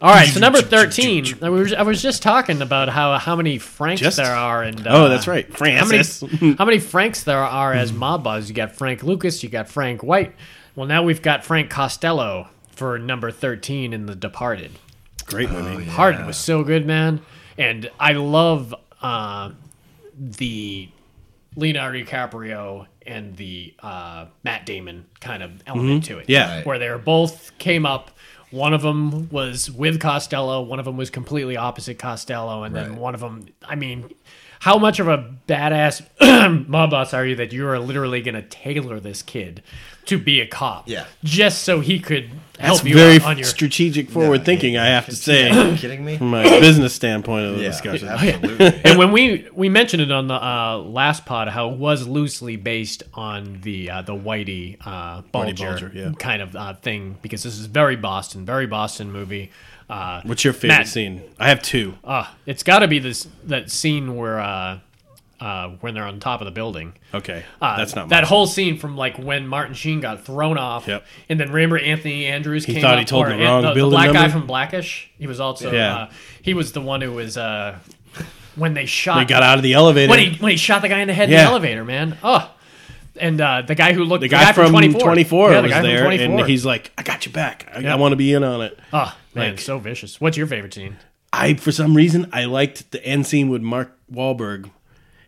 All right, so number thirteen. I was, I was just talking about how how many Franks Just? there are, and uh, Oh, that's right. How many, Francis. how many Franks there are as mob bosses? You got Frank Lucas, you got Frank White. Well, now we've got Frank Costello for number thirteen in The Departed. Great Oh, movie. Harden was so good, man, and I love uh, the Leonardo DiCaprio and the uh, Matt Damon kind of element to it. Mm-hmm. Yeah. Right. where they were both came up. One of them was with Costello. One of them was completely opposite Costello, and then Right. one of them. I mean, how much of a badass mob boss are you that you are literally going to tailor this kid to be a cop? Yeah. just so he could help That's you very out on your strategic, forward thinking. I have to Are say, you kidding me? Hmm. from my business standpoint of the Yeah, discussion. Oh, absolutely. and when we we mentioned it on the uh, last pod, how it was loosely based on the uh, the Whitey uh, Bulger, Bulger, yeah. kind of uh, thing, because this is very Boston, very Boston movie. Uh, What's your favorite Matt. scene? I have two. uh, it's got to be this that scene where uh, uh, when they're on top of the building. Okay, Uh, that's not that mine. whole scene from like when Martin Sheen got thrown off, Yep. and then remember Anthony Andrews. He came thought up, he told or- the and wrong the, building black guy number? from Blackish. He was also Yeah. uh, he was the one who was uh, when they shot. They got out of the elevator. when he when he shot the guy in the head in Yeah. the elevator, man. Oh, and uh, the guy who looked the guy, from 24, yeah, the was guy from there, 24. and he's like, "I got your back. I, Yeah. I want to be in on it." oh man, like- so vicious. What's your favorite scene? I, for some reason, I liked the end scene with Mark Wahlberg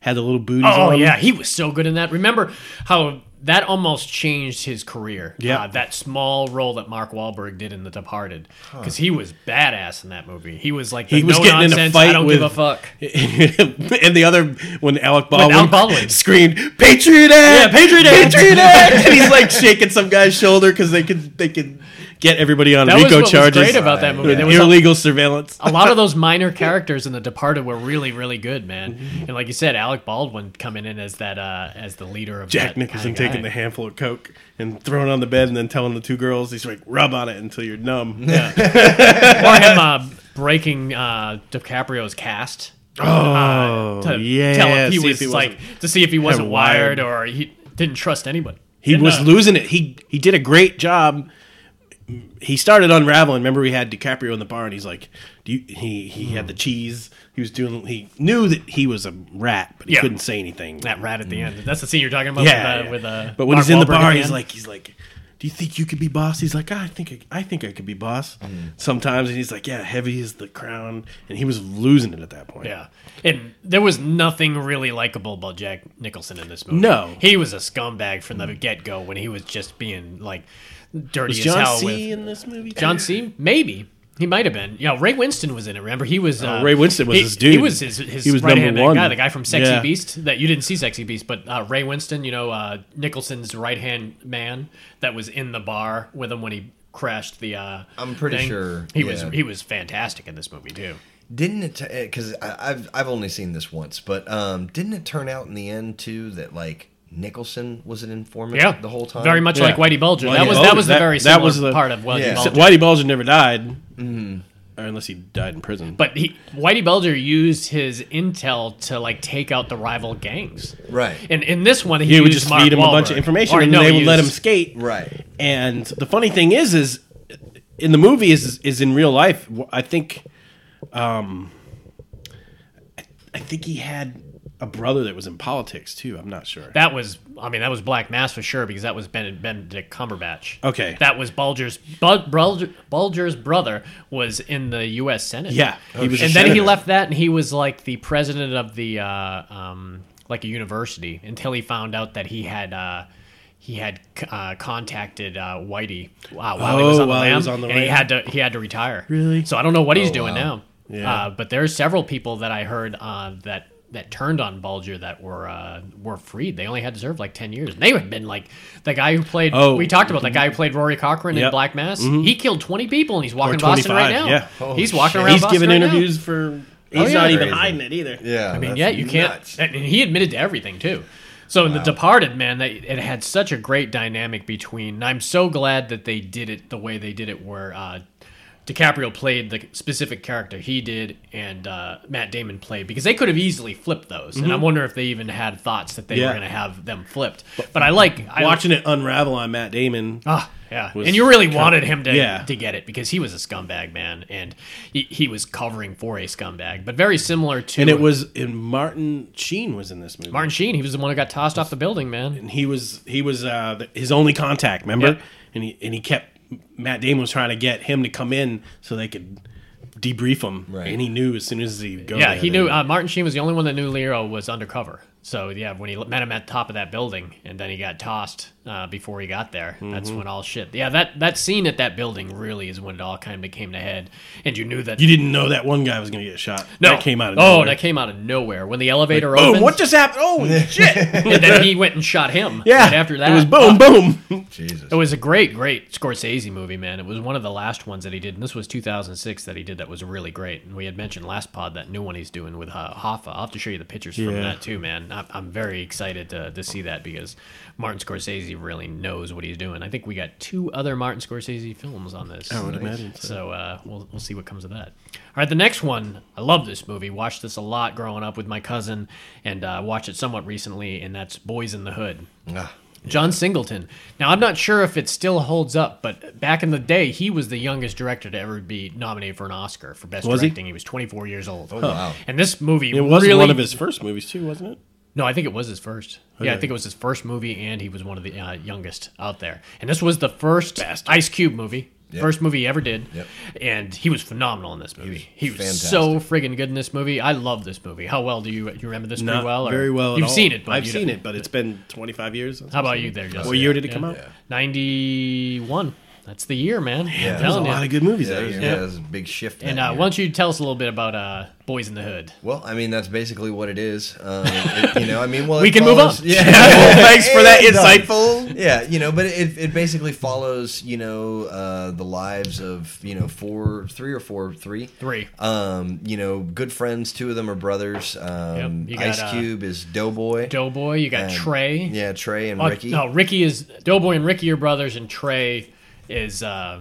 had the little booties. Oh on him. yeah, he was so good in that. Remember how that almost changed his career? Yeah. Uh, that small role that Mark Wahlberg did in The Departed, because he was badass in that movie. He was like the He was no getting in a nonsense, fight I don't give a with- fuck. and the other when Alec Baldwin, Alec Baldwin. screamed "Patriot Act!" Yeah, Patriot Act! Patriot Act! and he's like shaking some guy's shoulder because they could they could get everybody on That was RICO what was charges. great about that movie. with There was a- Oh, illegal surveillance. a lot of those minor characters in The Departed were really, really good, man. Mm-hmm. And like you said, Alec Baldwin coming in as that uh, as the leader of Jack that Nicholson kinda guy. taking the handful of coke and throwing it on the bed, and then telling the two girls, he's like, "Rub on it until you're numb." Yeah. or him uh, breaking uh, DiCaprio's cast. Oh, to yeah. tell if he See was if he wasn't- like to see if he wasn't wired wired. or he didn't trust anybody. he Didn't, was uh, losing it. He he did a great job. He started unraveling. Remember, we had DiCaprio in the bar, and he's like, "Do you, he he had the cheese. He was doing. He knew that he was a rat, but he Yeah. couldn't say anything. that rat at the end. That's the scene you're talking about. yeah, with, uh, yeah. with uh, but when Mark he's in the Wahlberg at bar, he's end? like, he's like, "Do you think you could be boss?" He's like, "Ah, "I think I, I think I could be boss." Sometimes, and he's like, "Yeah, heavy is the crown," and he was losing it at that point. Yeah, it, there was nothing really likable about Jack Nicholson in this movie. No. he was a scumbag from the get go when he was just being like dirty was as John hell C with in this movie? John C. Maybe he might have been. Yeah, Ray Winston was in it. Remember, he was uh, Oh, Ray Winston was he- his dude. He was his his He was right number hand one. guy, the guy from Sexy Yeah. Beast that you didn't see Sexy Beast, but uh, Ray Winston, you know, uh, Nicholson's right hand man that was in the bar with him when he crashed the. Uh, I'm pretty thing. sure, he was yeah. he was fantastic in this movie too. Didn't it? Because I've I've only seen this once, but um, didn't it turn out in the end too that like Nicholson was an informant Yeah, the whole time? very much Yeah. like Whitey Bulger. Whitey that was that Bulger. was the That- very that similar was the- Mm. part of Whitey Yeah. Bulger. Except Whitey Bulger never died, or unless he died in prison. but he Whitey Bulger used his intel to like take out the rival gangs. Right. And in this one, he, he would used just Mark feed him a bunch Wahlberg. of information, Or and no, they he would let him used- skate. Right. And the funny thing is, is in the movie is is in real life. I think, um, I, I think he had a brother that was in politics too. I'm not sure. That was, I mean, that was Black Mass for sure because that was ben, Benedict Cumberbatch. Okay. that was Bulger's Bul- Bulger, Bulger's brother was in the U.S. Senate. Yeah, he was a and then he senator. left that, and he was like the president of the uh, um, like a university until he found out that he had. Uh, he had uh, contacted uh, Whitey uh, while he was on Oh, the while he lam, was on the and he lam. had to he had to retire. Really? So I don't know what he's Oh, doing wow. now. Yeah. Uh, but there are several people that I heard uh, that that turned on Bulger that were uh, were freed. They only had to serve like ten years. They had been like the guy who played. Oh. we talked about the guy who played Rory Cochrane in Yep. Black Mass. He killed twenty people and he's walking Boston right 25, now. yeah. he's Holy walking shit. around. He's Boston giving right now. interviews for. He's Oh, yeah. not even Crazy. hiding it either. Yeah. I mean, that's yeah, you nuts. can't. And he admitted to everything too. So in the Departed, man, they, it had such a great dynamic between. And I'm so glad that they did it the way they did it, where uh, DiCaprio played the specific character he did, and uh, Matt Damon played because they could have easily flipped those. And I wonder if they even had thoughts that they Mm-hmm. Yeah. were going to have them flipped. But I like I, Watching it unravel on Matt Damon. Ah, yeah. was And you really kind wanted him to yeah. to get it because he was a scumbag, man, and he, he was covering for a scumbag. But very similar to and it was and Martin Sheen was in this movie. Martin Sheen. He was the one who got tossed off the building, man. and he was he was uh, th- his only contact. Remember, Yeah. and he and he kept Matt Damon was trying to get him to come in so they could debrief him. Right. And he knew as soon as he go. Yeah, there, he they- knew uh, Martin Sheen was the only one that knew Lero was undercover. So yeah, when he met him at the top of that building, and then he got tossed uh, before he got there. That's Mm-hmm. when all shit. Yeah, that that scene at that building really is when it all kind of came to head, and you knew that. you didn't know that one guy was going to get shot. no, that came out of oh, nowhere. that came out of nowhere when the elevator boom! opened. What just happened? Oh shit! and then he went and shot him. yeah. right after that, it was boom, boom. Jesus. It was a great, great Scorsese movie, man. It was one of the last ones that he did, and this was 2006 that he did that was really great. And we had mentioned last pod that new one he's doing with uh, Hoffa. I'll have to show you the pictures from Yeah. that too, man. I'm, I'm very excited to, to see that because Martin Scorsese really knows what he's doing. I think we got two other Martin Scorsese films on this. I Oh, would imagine so. So uh, we'll, we'll see what comes of that. All right, the next one. I love this movie. Watched this a lot growing up with my cousin, and uh, watched it somewhat recently, and that's Boys in the Hood. Ah. John Singleton. Now, I'm not sure if it still holds up, but back in the day, he was the youngest director to ever be nominated for an Oscar for Best Was he? Directing. He? was 24 years old. Oh, wow. And this movie It was really. one of his first movies too, wasn't it? No, I think it was his first. Yeah, I Okay. think it was his first movie, and he was one of the uh, youngest out there. And this was the first Ice Cube movie. First movie he ever did, Yep. and he was phenomenal in this movie. He was, fantastic. so friggin' good in this movie. I love this movie. How well do you you remember this Not pretty well? or- very well. at You've all. seen it, but I've you seen don't- it, but it's been 25 years. since How I've about seen you there, Justin? What year did it come out? Yeah. 91. That's the year, man. I'm There's a telling you. lot of good movies. Yeah, there. yeah, that was a big shift. And that uh, year. why don't you tell us a little bit about uh, Boys in the Hood? well, I mean, that's basically what it is. Um, it- you know, I mean, well, We it can move on. follows- Yeah, Thanks for that And, um, insightful. yeah, you know, but it, it basically follows, you know, uh, the lives of you know four, three or four, three, Three. Um, you know, good friends. Two of them are brothers. Yep, Um, you got, Ice uh, Cube is Doughboy. Doughboy, you got and- Trey. Yeah, Trey and Oh, Ricky. No, Ricky is Doughboy and Ricky are brothers, and Trey is uh,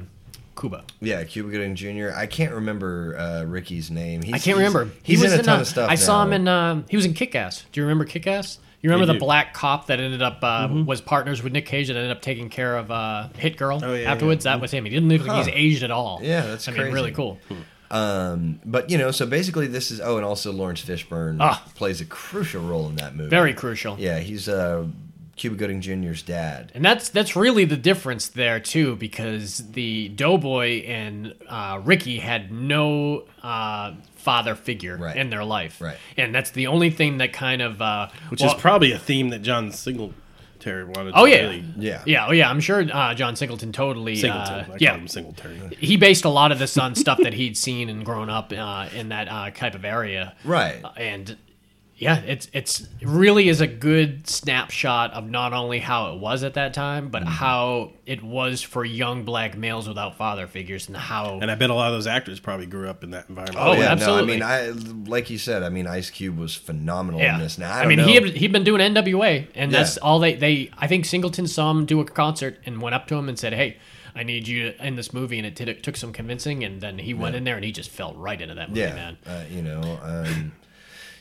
Cuba. Yeah, Cuba Gooding Jr. I can't remember uh, Ricky's name. He's, I can't he's- remember. He's he was in a ton uh, of stuff. I saw now. him in. Um, he was in Kick Ass. Do you remember Kick Ass? You remember I the do. Mm-hmm. black cop that ended up uh, was partners with Nick Cage that ended up taking care of uh, Hit Girl Oh, yeah, afterwards? That was him. He didn't look like he's Huh. aged at all. Yeah, that's I mean, crazy. really cool. Hmm. Um, but you know, so basically, this is oh, and also Lawrence Fishburne Ah. plays a crucial role in that movie. Very crucial. Yeah, he's uh, Cuba Gooding Jr.'s dad. And that's that's really the difference there too, because the Doughboy and uh, Ricky had no uh, father figure Right. in their life, Right. And that's the only thing that kind of uh, which well- is probably a theme that John Singletary wanted. oh to yeah, really, Yeah. yeah, oh yeah. I'm sure uh, John Singleton totally, uh, Singleton. I call yeah, him Singletary. he based a lot of this on stuff that he'd seen and grown up uh, in that uh, type of area, Right. and Uh, yeah, it's it's it really is a good snapshot of not only how it was at that time, Mm-hmm. but how it was for young black males without father figures, and how And I bet a lot of those actors probably grew up in that environment. Oh, yeah. absolutely. No, I mean, I like you said. I mean, Ice Cube was phenomenal yeah. in this. Now I, I, don't mean, know. he had, he'd been doing NWA, and Yeah. that's all they they. I think Singleton saw him do a concert and went up to him and said, "Hey." I need you in this movie, and it, did, it took some convincing, and then he went in there and he just fell right into that movie, yeah, man. uh, you know, um,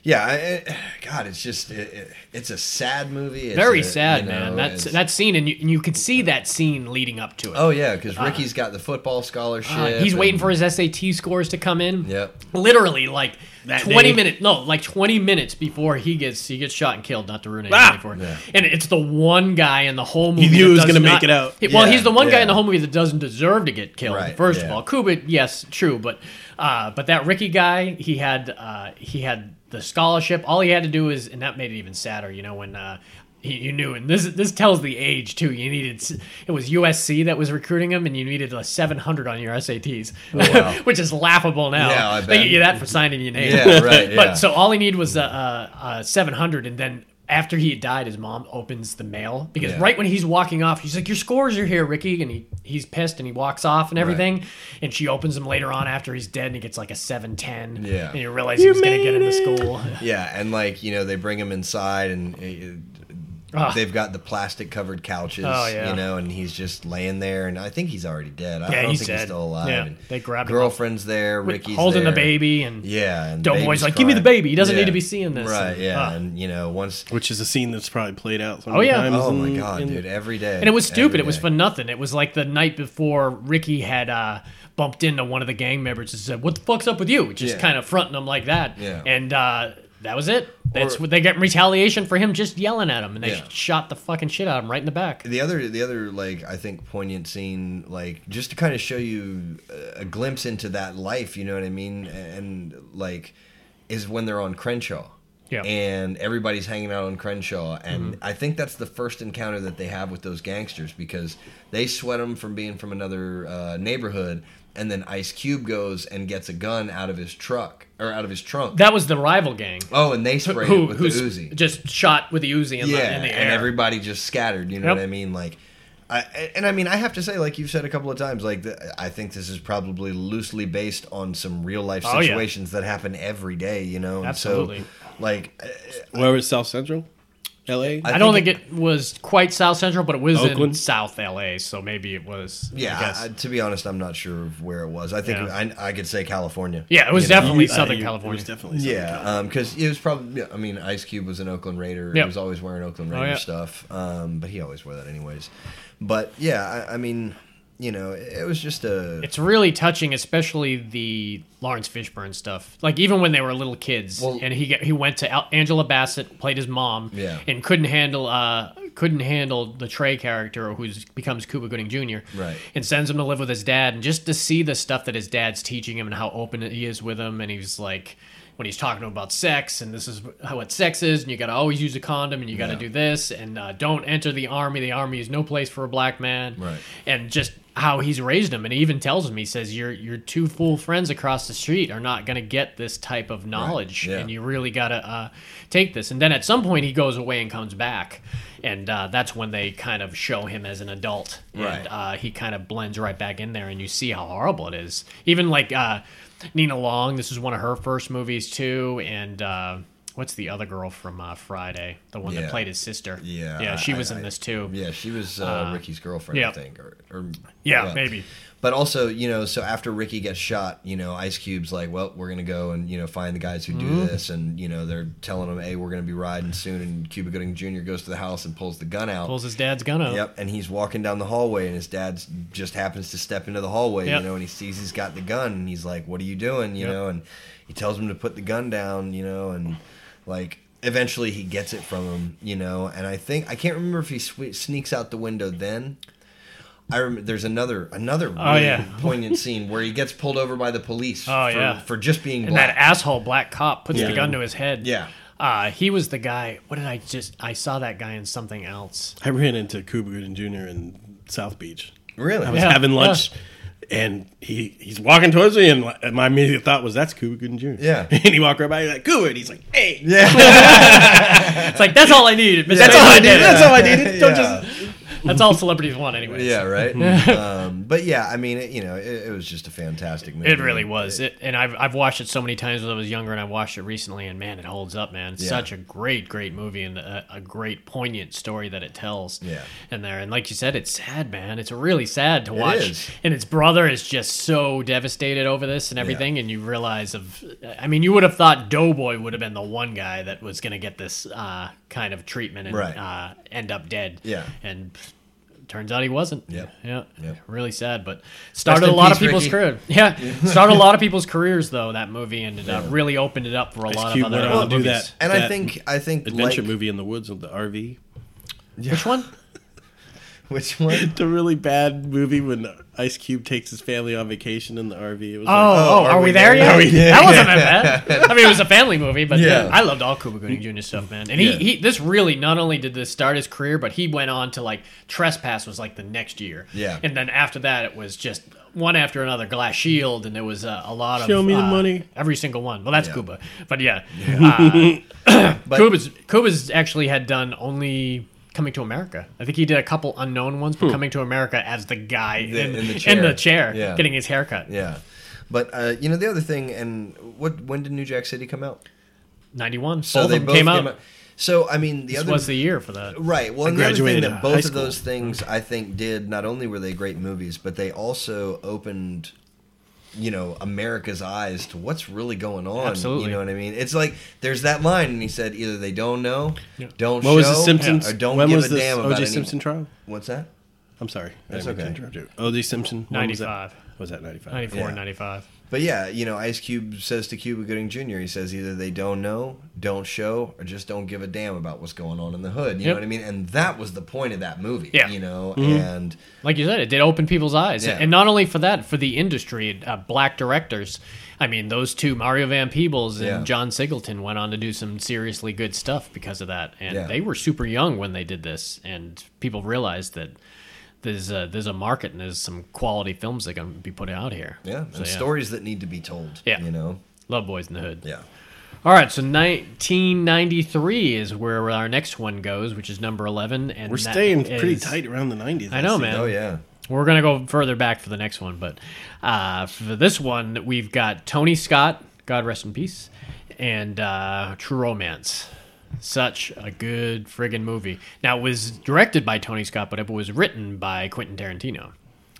yeah. I, I- God, it's just it, it, it's a sad movie. It's Very a, sad, you man. know, That's it's- that scene, and you, and you can see that scene leading up to it. Oh yeah, because Ricky's got the football scholarship. Uh, he's and- waiting for his SAT scores to come in. Yep. Literally, like That twenty day. minutes. No, like twenty minutes before he gets he gets shot and killed. Not to ruin anything Ah! for him. And it's the one guy in the whole movie. knew that he was does gonna not- make it out. He- well, Yeah, he's the one guy yeah. in the whole movie that doesn't deserve to get killed. Right, first of yeah. all, Kubit, yes, true, but uh, but that Ricky guy, he had uh, he had the scholarship. All he had to do is, and that made it even sadder. You know when. Uh, he- you knew, and this this tells the age too. You needed s- it was USC that was recruiting him, and you needed a 700 on your SATs, Oh, wow. which is laughable now. Yeah, I They bet. get you that for signing your name. Yeah, right. Yeah. But so all he needed was uh, a, a, a 700, and then after he had died, his mom opens the mail because Yeah. right when he's walking off, she's like, "Your scores are here, Ricky," and he he's pissed and he walks off and everything, and she opens them later on after he's dead, and he gets like a 710. Yeah. and you realize he was gonna get into school. yeah, and like you know, they bring him inside, and uh, Ah. they've got the plastic covered couches. Oh, yeah. you know, and he's just laying there, and I think he's already dead. I Yeah, don't he's think dead. he's still alive. Yeah, and they grabbed him up. girlfriend's there. Ricky's holding the there. baby and Yeah, and the Doughboy's baby's like, "Give me the crying." baby. He doesn't need to be seeing this. Right? Yeah, Ah. and you know, once Which is a scene that's probably played out. So Oh, many yeah. times oh in- my god, in- dude, every day, And it was stupid. Every It was day. for nothing. It was like the night before Ricky had uh, bumped into one of the gang members and said, "What the fuck's up with you?" Just Yeah. kind of fronting them like that. Yeah. And uh, that was it. That's Or- what they got in retaliation for him just yelling at him, and they Yeah. shot the fucking shit out of him right in the back. the other the other like i think poignant scene like just to kind of show you uh, a glimpse into that life you know what i mean and like is when they're on crenshaw Yeah. Mm-hmm. and everybody's hanging out on crenshaw and i think that's the first encounter that they have with those gangsters because they sweat them from being from another uh, neighborhood and then ice cube goes and gets a gun out of his truck or out of his trunk That was the rival gang oh and they spray who it with the who's uzi just shot with the Uzi in, the, in the air. and everybody just scattered. You know Yep. what I mean? Like, I and I mean I have to say, like you've said a couple of times, like the, I think this is probably loosely based on some real life Oh, yeah. situations that happen every day. You know, and so, Absolutely. like, uh, Where is South Central, L.A. I don't think think it, was quite South Central, but it was in Oakland? South LA, so maybe it was. I yeah. guess. I- to be honest, I'm not sure of where it was. I think Yeah. I, I could say California. yeah, it was you know? definitely Uh, Southern you- California. It was definitely Southern California. Yeah, because it was probably. yeah, I mean, Ice Cube was an Oakland Raider. Yep. He was always wearing Oakland Raider Oh, yeah. stuff. Um, but he always wore that anyways. But yeah, I, I mean, you know, it, it was just a. It's really touching, especially the Lawrence Fishburne stuff. Like even when they were little kids, Well- and he got, he went to Al- Angela Bassett, played his mom, Yeah. and couldn't handle uh couldn't handle the Trey character, who's becomes Cuba Gooding Jr. Right. and sends him to live with his dad, and just to see the stuff that his dad's teaching him and how open he is with him, and he's like. When he's talking to him about sex, and this is how what sex is, and you got to always use a condom, and you got to Yeah. do this, and uh, don't enter the army. The army is no place for a black man Right. and just how he's raised him and he even tells him he says your your two fool friends across the street are not going to get this type of knowledge yeah. and you really got to uh, take this and then at some point he goes away and comes back and uh, that's when they kind of show him as an adult Right. and uh, he kind of blends right back in there and you see how horrible it is even like uh, nina long this is one of her first movies too and uh, what's the other girl from uh, friday the one that Yeah. played his sister Yeah, yeah I- she I- was in I- this too Yeah, she was uh, Ricky's girlfriend, yeah. I think. Or, or Yeah, maybe. But also, you know, so after Ricky gets shot, you know, Ice Cube's like, well, we're gonna go and you know find the guys who Mm-hmm. do this, and you know they're telling him, hey, we're gonna be riding soon, and Cuba Gooding Jr. goes to the house and pulls the gun out. pulls his dad's gun out Yep, and he's walking down the hallway, and his dad just happens to step into the hallway, Yep. you know, and he sees he's got the gun, and he's like, "What are you doing?" You Yep. know, and he tells him to put the gun down, you know, and like eventually he gets it from him, you know. And I think I can't remember if he swe sneaks out the window then. I remember there's another another really Oh, yeah. poignant scene where he gets pulled over by the police. Oh, for, yeah. for just being And that black. asshole black cop puts Yeah. the gun to his head. Yeah. Uh, he was the guy. What did I just? I saw that guy in something else. I ran into Kubergen Jr. in South Beach. really, I was Yeah, having lunch, and he he's walking towards me, and, li- and my immediate thought was, "That's Cuba Gooden Jr." Yeah. and he walked right by, he's like Cuba, and he's like, "Hey, It's like that's all I needed. Mr. that's all I President. needed. That's all I needed. Don't Yeah. just." That's all celebrities want, anyway. yeah, right. um, but yeah, I mean, it, you know, it, it was just a fantastic movie. It really was. It, and I've, I've watched it so many times when I was younger, and I watched it recently, and man, it holds up, man. It's Yeah. such a great, great movie and a, a great, poignant story that it tells Yeah. in there. And like you said, it's sad, man. It's really sad to watch. is. And its brother is just so devastated over this and everything. And you realize, of, I mean, you would have thought Doughboy would have been the one guy that was going to get this uh, kind of treatment and Right. uh, end up dead. Yeah. And. pff, Turns out he wasn't. Yeah, Yep. Yeah. Yep. Really sad, but started in a lot peace, of people's Ricky. careers good. Yeah, started a lot of people's careers though. That movie and uh, really opened it up for a lot Cube of other uh, went on to do movies. that And I that think I think adventure like, movie in the woods with the RV. Which one? Which one? It's a really bad movie when Ice Cube takes his family on vacation in the RV. It was Oh, like, oh, are are, we we there there? yet? Are we there? That wasn't that bad. I mean, it was a family movie, but Yeah. yeah. I loved all Cuba Gooding Jr. stuff, man. And he, Yeah. he, this really not only did this start his career, but he went on to like Trespass was like the next year. Yeah. and then after that, it was just one after another. Glass Shield, and there was uh, a lot of Show me the uh, money. Every single one. Well, that's Yeah. Cuba, but yeah, Uh, But Cuba's Cuba's actually had done only Coming to America. I think he did a couple unknown ones, but Coming to America as the guy in, in in Hmm. the the chair. chair, Yeah. getting his haircut. yeah, but uh, you know the other thing, and what when did New Jack City come out? Ninety one. both of them came, out. So I mean, the This other was the year for that. Right. Well, and the other thing graduated that high both of school. those things I think did not only were they great movies, but they also opened, you know, America's eyes to what's really going on. Absolutely. You know what I mean? It's like there's that line, and he said either they don't know, don't What was the show, Simpsons? or don't when give was a this damn about O.J. any- Simpson trial? What's that? I'm sorry, that's okay. O.J. Simpson, when was that? 95. Was that 95? 94 Yeah. and 95. But yeah, you know, Ice Cube says to Cuba Gooding Jr., he says either they don't know, don't show, or just don't give a damn about what's going on in the hood. You know Yep. what I mean? And that was the point of that movie. Yeah. You know, Mm-hmm. and Like you said, it did open people's eyes. Yeah. And not only for that, for the industry, uh, black directors. I mean, those two, Mario Van Peebles and Yeah. John Singleton, went on to do some seriously good stuff because of that. And Yeah. they were super young when they did this. And people realized that there's a, there's a market and there's some quality films that can be put out here. yeah, and So, stories that need to be told. Yeah. You know? Love Boys in the Hood. Yeah. All right, so 1993 is where our next one goes, which is number 11. And We're that staying pretty is- tight around the 90s. I know, see. man. Oh yeah. We're gonna go further back for the next one, but uh, for this one, we've got Tony Scott, God rest in peace, and uh, True Romance. Such a good friggin' movie. Now it was directed by Tony Scott, but it was written by Quentin Tarantino,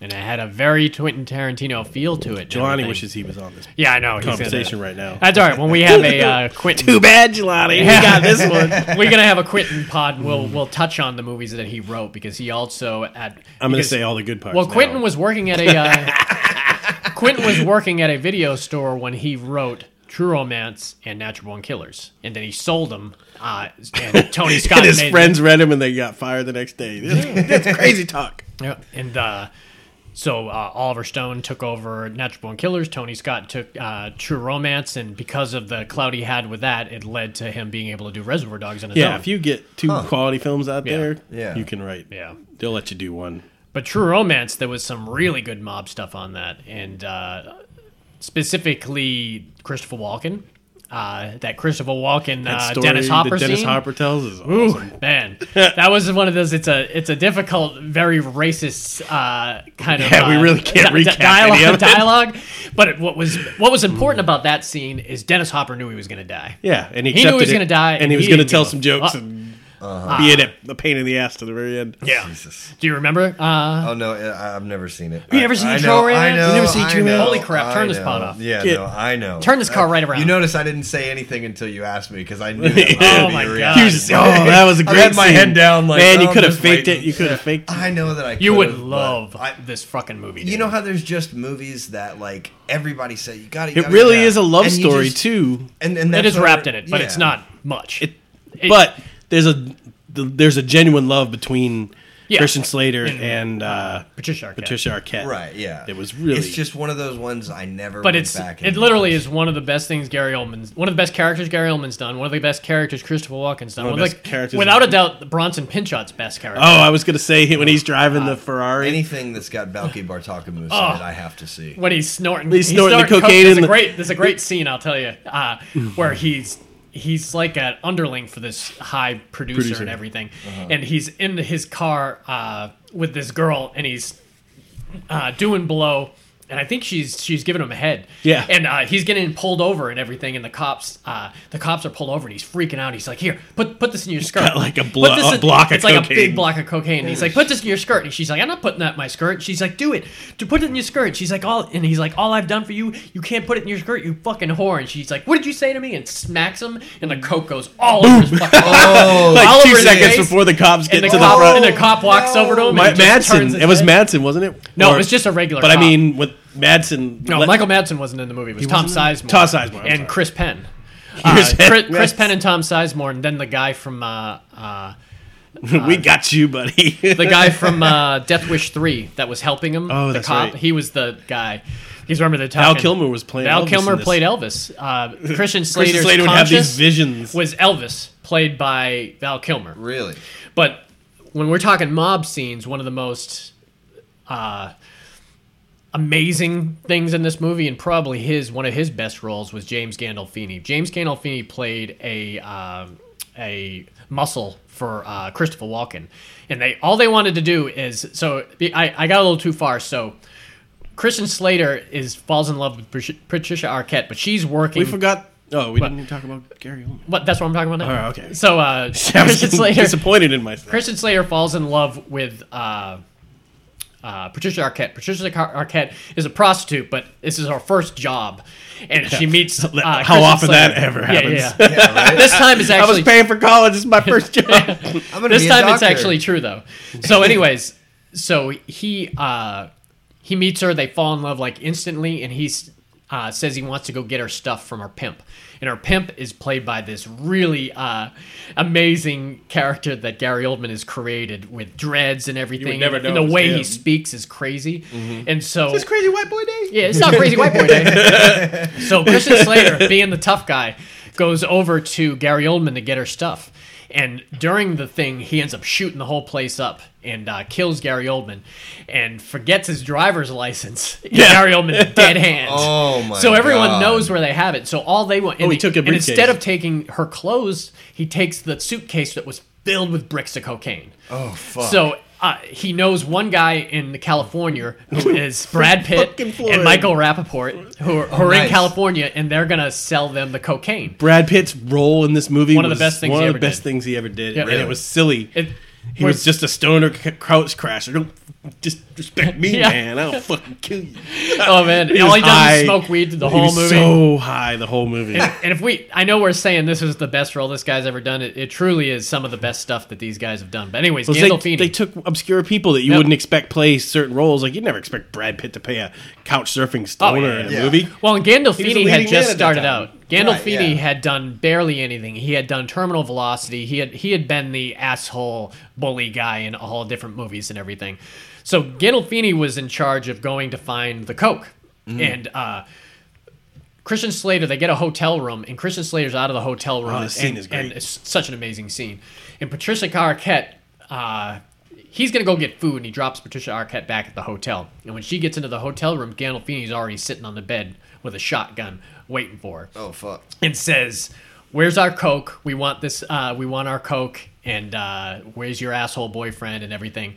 and it had a very Quentin Tarantino feel to it. and Jelani everything. wishes he was on this Yeah, I know. he's gonna- conversation right now. That's all right. When we have a uh, Quentin, Too bad, Jelani. We got this one. we're gonna have a Quentin pod. And we'll we'll touch on the movies that he wrote because he also at. I'm going to because- say all the good parts. Well, now. Quentin was working at a uh, Quentin was working at a video store when he wrote True Romance and Natural Born Killers, and then he sold them. Uh, and Tony Scott And his made- friends read him and they got fired the next day. That's crazy talk. Yeah, and uh, so uh, Oliver Stone took over Natural Born Killers. Tony Scott took uh, True Romance, and because of the clout he had with that, it led to him being able to do Reservoir Dogs on his Yeah, own. if you get two quality films out Yeah. there, Yeah. you can write. Yeah. They'll let you do one. But True Romance, there was some really good mob stuff on that, and uh, specifically Christopher Walken. Uh, that Christopher Walken, That uh, story Dennis that Hopper Dennis scene. Hopper tells is Ooh, awesome. man, that was one of those. It's a it's a difficult, very racist uh, kind of. Yeah, we uh, really can't di- di- recap any of dialogue, it. Mm. dialogue. But it, what was what was important about that scene is Dennis Hopper knew he was going to die. Yeah, and he, He knew he accepted was it, gonna die, and and he was he going to didn't tell give some a jokes fuck. and Uh-huh. be in it a pain in the ass to the very end. Yeah. Do you remember? Uh, Oh no, I, I've never seen it. You never I- seen I True know, I Romance? know, You never seen I True know, Romance? Holy crap, turn I this know. pod off. Yeah, Get- no, I know. Turn this car Uh, right around. You notice I didn't say anything until you asked me because I knew. That Oh, would my be God. a reaction. He was just- oh, that was a great. had my scene. head down, like, man, you oh, could have just faked waiting. it. You could have faked it. I know that I. you would could've, but love I, this fucking movie. you dude. know how there's just movies that like everybody said you got to. It really is a love story too. and and it that's is what- wrapped in it, but it's yeah. not much. It It- but there's a there's a genuine love between Yeah. Christian Slater and uh, Patricia Arquette. Patricia Arquette. Right, yeah. It was really- It's just one of those ones I never. But went it's back and it literally watched. is one of the best things Gary Oldman's one of the best characters Gary Oldman's done one of the best characters Christopher Walken's done One of one the of best the- characters- without a doubt Bronson Pinchot's best character. Oh, I was gonna say he- when he's driving Uh, the Ferrari. anything that's got Valky Bartakamus Oh. in it. I have to see. when he's snorting, He's snorting the cocaine There's in a the- great, there's a great scene I'll tell you, uh, where he's he's like an underling for this high producer, Producer. Uh-huh. and everything, and he's in his car uh, with this girl, and he's uh, doing blow. And I think she's she's giving him a head. Yeah. And uh, he's getting pulled over and everything, and the cops uh, the cops are pulled over, and he's freaking out. He's like, "Here, put put this in your skirt." got like a Put blo- this a block of It's like a cocaine. big block of cocaine. And he's like, "Put this in your skirt." And she's like, "I'm not putting that in my skirt." She's like, "Do it. To put it in your skirt." She's like, "All." And he's like, "All I've done for you, you can't put it in your skirt, you fucking whore." And she's like, "What did you say to me?" And smacks him, and the coke goes all over his fucking. Oh, all like over two his seconds face, before the cops get and the, to cop, the front. and the cop walks No. over to him. Ma- and he just turns Madsen. his It was head. Madsen, wasn't it? No, Or- it was just a regular. But I cop. mean, with Madsen, No, let- Michael Madsen wasn't in the movie. It was Tom wasn't in- Sizemore. Tom Sizemore, I'm sorry. and Chris Penn. Uh, Chris Penn, Chris, Chris yes. Penn and Tom Sizemore, and then the guy from uh, uh, we got you, buddy. the guy from uh, Death Wish Three that was helping him. Oh, the that's cop. right. He was the guy. He's remember the Val Kilmer was playing Val Elvis Kilmer in this. played Elvis. Uh, Christian Slater's Christian Slater would have these conscious visions. was Elvis played by Val Kilmer. really? But when we're talking mob scenes, one of the most uh, amazing things in this movie, and probably his one of his best roles, was James Gandolfini. James Gandolfini played a um a muscle for uh, Christopher Walken, and they all they wanted to do is so I, I got a little too far so. Christian Slater is falls in love with Patricia- Patricia Arquette, but she's working. we forgot. Oh, we didn't even talk about Gary Oldman. What that's what I'm talking about now. Oh, okay. So uh, I was Christian Slater disappointed in myself. Kristen Slater falls in love with uh, uh, Patricia Arquette. Patricia Ar- Arquette is a prostitute, but this is her first job, and she meets uh, How Kristen often that Slater. ever Yeah, happens. Yeah, yeah. this time it's I was actually paying for college. This is my first job. I'm gonna this be a time it's doctor. actually true though. So, anyways, so he uh, he meets her. They fall in love like instantly, and he uh, says he wants to go get her stuff from her pimp. And her pimp is played by this really uh, amazing character that Gary Oldman has created with dreads and everything. never and, know and the it was way him. Mm-hmm. he speaks is crazy. And so It's crazy white boy day. yeah, it's not crazy white boy day. so Christian Slater, being the tough guy, goes over to Gary Oldman to get her stuff. And during the thing, he ends up shooting the whole place up and uh, kills Gary Oldman and forgets his driver's license. in Gary Oldman's dead hand. Oh, my So everyone God. Oh, knows where they have it. So all they want. and he took a and briefcase. instead of taking her clothes, he takes the suitcase that was filled with bricks of cocaine. Oh fuck. So uh, he knows one guy in California who is Brad Pitt Fucking Florida. and Michael Rappaport, Oh, who are, who are in nice. California, and they're gonna sell them the cocaine. Brad Pitt's role in this movie One of was the best things one he of ever the best did. things he ever did, Yeah. and Really. it was silly. It- he was just a stoner c- couch crasher. Don't just respect me, Yeah. man. I'll fucking kill you. Oh man, He all was he does high. is smoke weed the he whole was movie. So high the whole movie. and if we, I know we're saying this is the best role this guy's ever done. It, it truly is some of the best stuff that these guys have done. But anyways, It was They, Gandolfini. they took obscure people that you Yep. wouldn't expect play certain roles. Like you'd never expect Brad Pitt to play a couch surfing stoner Oh, yeah, in a yeah. movie. Well, and He was a Gandolfini leading had man at just that started time. out. Gandolfini Right, yeah. had done barely anything. He had done Terminal Velocity. He had he had been the asshole bully guy in all different movies and everything. So Gandolfini was in charge of going to find the coke, Mm-hmm. and uh, Christian Slater. They get a hotel room, and Christian Slater's out of the hotel room. Oh, this scene and, is great. and it's such an amazing scene. And Patricia Arquette. Uh, He's gonna go get food, and he drops Patricia Arquette back at the hotel. And when she gets into the hotel room, Gandolfini's already sitting on the bed with a shotgun, waiting for her oh fuck. and says, "Where's our coke? We want this. Uh, we want our coke. And uh, where's your asshole boyfriend and everything?"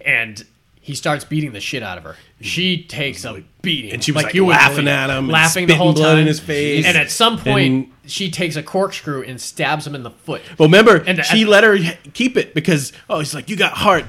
And he starts beating the shit out of her. She takes a beating, and she was, like, you would laughing believe, at him and laughing the spitting whole blood time in his face. And at some point, And- she takes a corkscrew and stabs him in the foot. Well, remember, And- she and- let her keep it because oh, he's like, you got heart.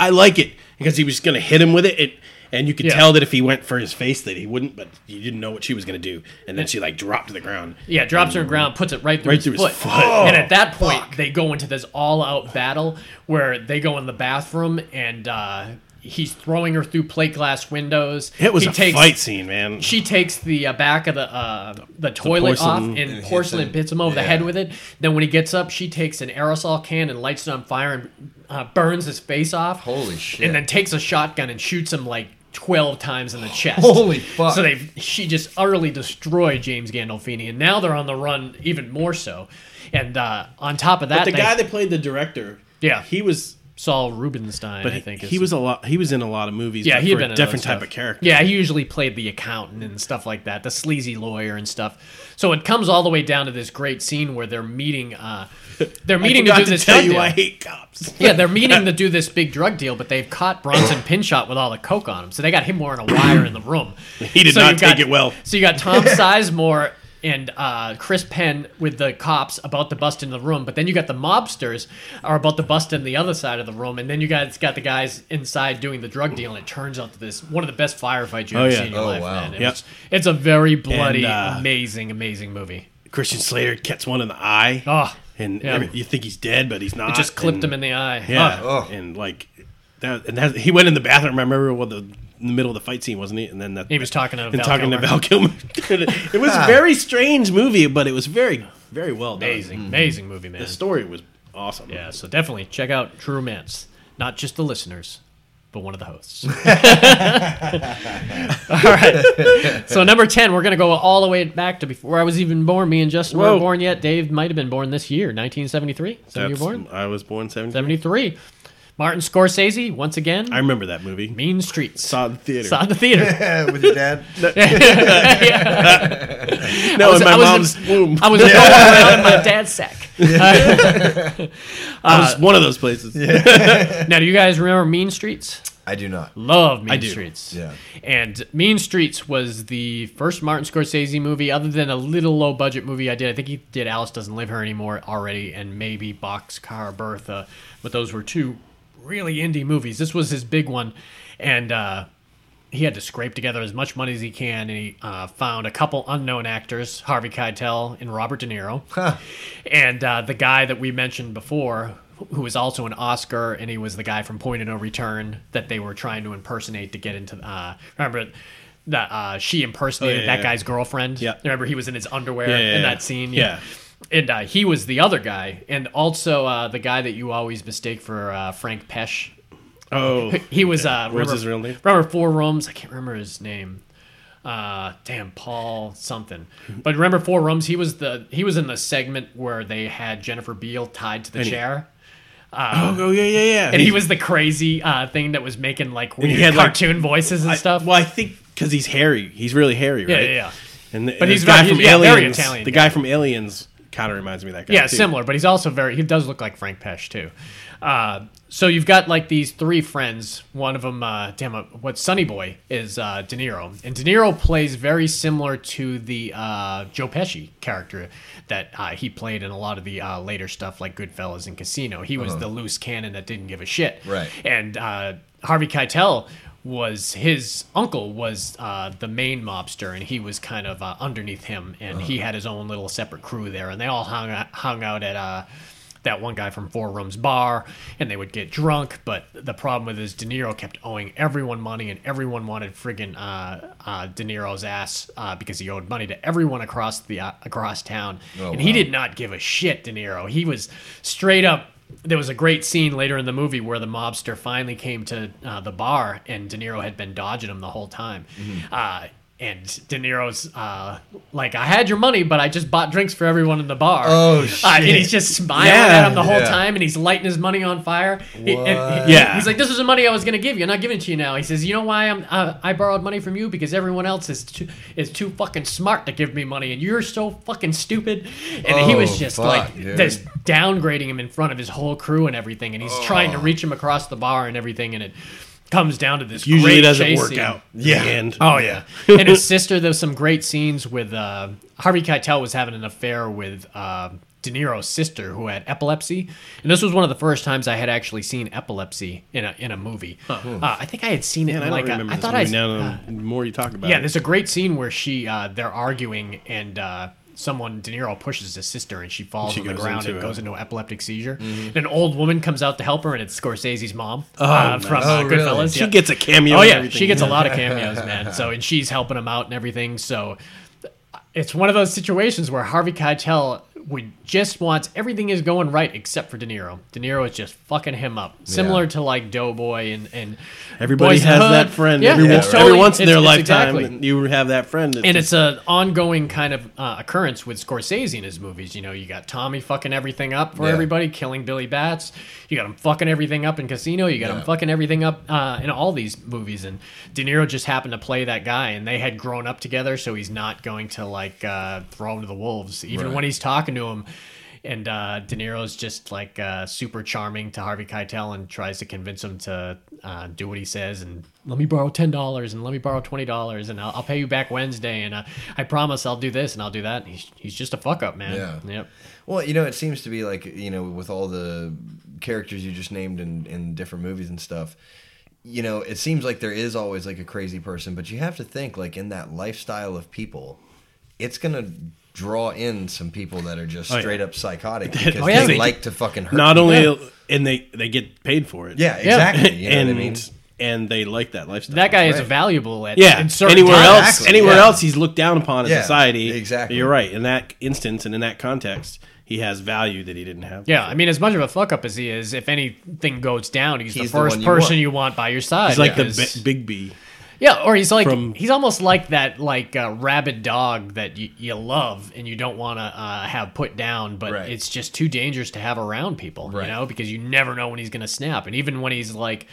I like it because he was going to hit him with it. it and you could Yeah. tell that if he went for his face, that he wouldn't. But you didn't know what she was going to do. And then she like dropped to the ground. Yeah, drops her on the ground, puts it right through, Right his, through his foot. foot. Oh, and at that point, they go into this all-out battle where they go in the bathroom and uh, he's throwing her through plate glass windows. It was he a fight scene, man. She takes the uh, back of the uh, the toilet off porcelain- and, hits porcelain him. hits him over the Yeah. head with it. Then when he gets up, she takes an aerosol can and lights it on fire and uh, burns his face off. Holy shit. And then takes a shotgun and shoots him like twelve times in the chest. Holy fuck. So they she just utterly destroyed James Gandolfini, and now they're on the run even more so. And uh, on top of that, But the they guy that played the director, Yeah. he was. Saul Rubenstein, But I he, think he is- was a lot. He was in a lot of movies. yeah, but he had for been a in different other type stuff. of character. Yeah, he usually played the accountant and stuff like that, the sleazy lawyer and stuff. So it comes all the way down to this great scene where they're meeting. Uh, they're meeting to forgot do this tell drug you deal. I hate cops. yeah, they're meeting to do this big drug deal, but they've caught Bronson Pinchot with all the coke on him, so they got him wearing a wire in the room. He did So not you've take got- it well. So you got Tom Sizemore and uh, Chris Penn with the cops about to bust in the room, but then you got the mobsters are about to bust in the other side of the room, and then you guys got the guys inside doing the drug deal, and it turns out to this one of the best firefights you've Oh, ever yeah. seen in your Oh, life. wow. Man. It Yep. was- it's a very bloody, And, uh, amazing, amazing movie. Christian Slater gets one in the eye, Oh, and yeah. every- you think he's dead, but he's not. It just clipped and- him in the eye. Yeah, Oh. Ugh. and like that, and that, he went in the bathroom. I remember what the in the middle of the fight scene wasn't he? And then that He was talking to and Val talking Kilmer. to Val Kilmer. it was a very strange movie, but it was very very well done. amazing, amazing movie, man. The story was awesome. Yeah, so definitely check out True Romance. Not just the listeners, but one of the hosts. all right. So number ten, we're gonna go all the way back to before I was even born. Me and Justin Whoa. weren't born yet. Dave might have been born this year, 1973. So you were That's- born I was born seventy. 73. Martin Scorsese once again. I remember that movie. mean Streets. Saw it in the theater. Saw it in the theater. with your dad. no, Oh, in my I was mom's womb. I was rolling around in my dad's sack. I uh, was one of those places. Now, do you guys remember Mean Streets? I do not. Love Mean do. Streets. Yeah. And Mean Streets was the first Martin Scorsese movie, other than a little low budget movie I did. I think he did Alice Doesn't Live Here Anymore already, and maybe Boxcar Bertha, but those were two really indie movies. This was his big one, and uh, he had to scrape together as much money as he can. And he uh, found a couple unknown actors, Harvey Keitel and Robert De Niro, and uh, the guy that we mentioned before, who was also an Oscar, and he was the guy from Point of No Return that they were trying to impersonate to get into. Uh, remember that uh, she impersonated Oh, yeah, that yeah. guy's girlfriend. Yeah. remember he was in his underwear Yeah, yeah, in yeah. that scene. Yeah. And uh, he was the other guy, and also uh, the guy that you always mistake for uh, Frank Pesh Oh, he was uh What was remember- his real name? Remember Four Rooms? I can't remember his name. Uh damn Paul something. But remember Four Rooms, he was the he was in the segment where they had Jennifer Beal tied to the he- chair. oh, yeah, yeah, yeah. And he was the crazy uh thing that was making like weird he had, like- cartoon voices and I- stuff. Well, I think because he's hairy, he's really hairy, right? Yeah, yeah, yeah. And the, But and he's the guy very- from he's- yeah, very Aliens. Italian the guy. guy from Aliens kind of reminds me of that guy. Yeah, too. similar, but he's also very. He does look like Frank Pesh too. Uh, so you've got like these three friends. One of them, uh, damn, uh, what Sonny Boy is uh, De Niro, and De Niro plays very similar to the uh, Joe Pesci character that uh, he played in a lot of the uh, later stuff, like Goodfellas and Casino. He was the loose cannon that didn't give a shit. Right. And uh, Harvey Keitel was his uncle was uh, the main mobster, and he was kind of uh, underneath him, and he had his own little separate crew there, and they all hung out, hung out at. Uh, that one guy from Four Rooms Bar, and they would get drunk. But the problem with is De Niro kept owing everyone money, and everyone wanted friggin' uh, uh, De Niro's ass uh, because he owed money to everyone across the uh, across town, Oh, and he wow. did not give a shit. De Niro, he was straight up there was a great scene later in the movie where the mobster finally came to uh, the bar and De Niro had been dodging him the whole time. Mm-hmm. Uh, and De Niro's uh, like, I had your money, but I just bought drinks for everyone in the bar. Oh, Uh, and shit. he's just smiling Yeah. at him the whole Yeah. time and he's lighting his money on fire. He- and he- Yeah. He's like, This was the money I was going to give you. I'm not giving it to you now. He says, You know why I'm, uh, I borrowed money from you? Because everyone else is too, is too fucking smart to give me money and you're so fucking stupid. And he Oh, was just fuck, like, dude. this downgrading him in front of his whole crew and everything, and he's trying Oh. to reach him across the bar and everything, and it comes down to this. Usually great doesn't chase work scene. out. Yeah. And Oh yeah, and his sister. There's some great scenes with uh, Harvey Keitel was having an affair with uh, De Niro's sister who had epilepsy, and this was one of the first times I had actually seen epilepsy in a in a movie. Uh, I think I had seen it. Man, in I don't like a- remember I this thought movie I now. the more you talk about yeah, it. there's a great scene where she uh, they're arguing and uh, someone De Niro pushes his sister and she falls She on the goes ground into and a- Mm-hmm. goes into an epileptic seizure. An old woman comes out to help her, and it's Scorsese's mom nice. from Oh, uh, really? Goodfellas. She Yeah. gets a cameo. Oh and yeah, everything. she gets a lot of cameos, man. So and she's helping him out and everything. So it's one of those situations where Harvey Keitel would just wants everything is going right except for De Niro. De Niro is just fucking him up, similar Yeah. to like Doughboy and and Everybody Boys in the has Hood. that friend Yeah, every, yeah, once, totally. every once It's- in their it's lifetime. exactly. that You have that friend. that And just- it's an ongoing kind of uh, occurrence with Scorsese in his movies. You know, you got Tommy fucking everything up for Yeah. everybody, killing Billy Bats. You got him fucking everything up in Casino. You got Yeah. him fucking everything up uh, in all these movies. And De Niro just happened to play that guy, and they had grown up together, so he's not going to like uh, throw him to the wolves, even Right. when he's talking to him. And uh, De Niro's just like uh, super charming to Harvey Keitel and tries to convince him to uh, do what he says and let me borrow ten dollars and let me borrow twenty dollars and I'll, I'll pay you back Wednesday and uh, I promise I'll do this and I'll do that. And he's he's just a fuck up man. Yeah. Yep. Well, you know, it seems to be like you know, with all the characters you just named in in different movies and stuff. You know, it seems like there is always like a crazy person, but you have to think like in that lifestyle of people, it's gonna draw in some people that are just yeah. straight up psychotic because yeah. they They- like to fucking hurt. not people. only Yeah. and they they get paid for it. yeah, exactly. You know and what I mean? and they like that lifestyle. That guy is Right. valuable at yeah. in certain Anywhere times. else, Exactly, anywhere yeah. else, he's looked down upon in Yeah, society. exactly. You're right. In that instance and in that context, he has value that he didn't have. Yeah, I mean, as much of a fuck up as he is, if anything goes down, he's, He's the the first one you person want. you want by your side. He's like because- the B- Big B. Yeah, or he's like From- he's almost like that like uh, rabid dog that you, you love and you don't want to uh, have put down, but Right. it's just too dangerous to have around people, Right. you know, because you never know when he's gonna snap, and even when he's like.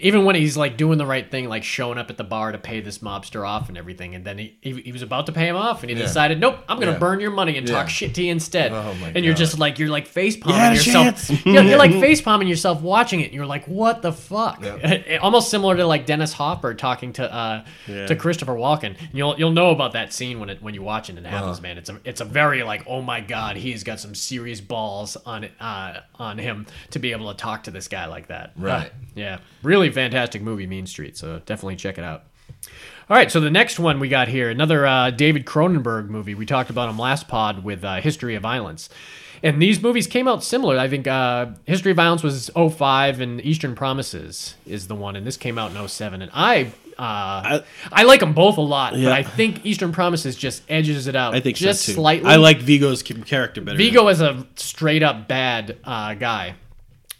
Even when he's like doing the right thing, like showing up at the bar to pay this mobster off and everything, and then he, he, he was about to pay him off, and he Yeah. decided, nope, I'm gonna Yeah. burn your money and talk Yeah. shit to you instead. Oh my and you're God. just like you're like face had palming a yourself. chance. You're, you're like face palming yourself watching it. And you're like, what the fuck? Yeah. Almost similar to like Dennis Hopper talking to uh, Yeah. to Christopher Walken. And you'll you'll know about that scene when it when you watch it and it happens, man. It's a it's a very like oh my god, he's got some serious balls on uh, on him to be able to talk to this guy like that. Right. Uh, yeah, really fantastic movie, Mean Street. So definitely check it out. All right, so the next one we got here, another uh, David Cronenberg movie. We talked about him last pod with uh, History of Violence. And these movies came out similar. I think uh, History of Violence was 05 and Eastern Promises is the one, and this came out in 07. And I. Uh, I, like them both a lot, Yeah. but I think Eastern Promises just edges it out I think just so too. slightly. I like Vigo's character better. Vigo is a straight up bad uh, guy.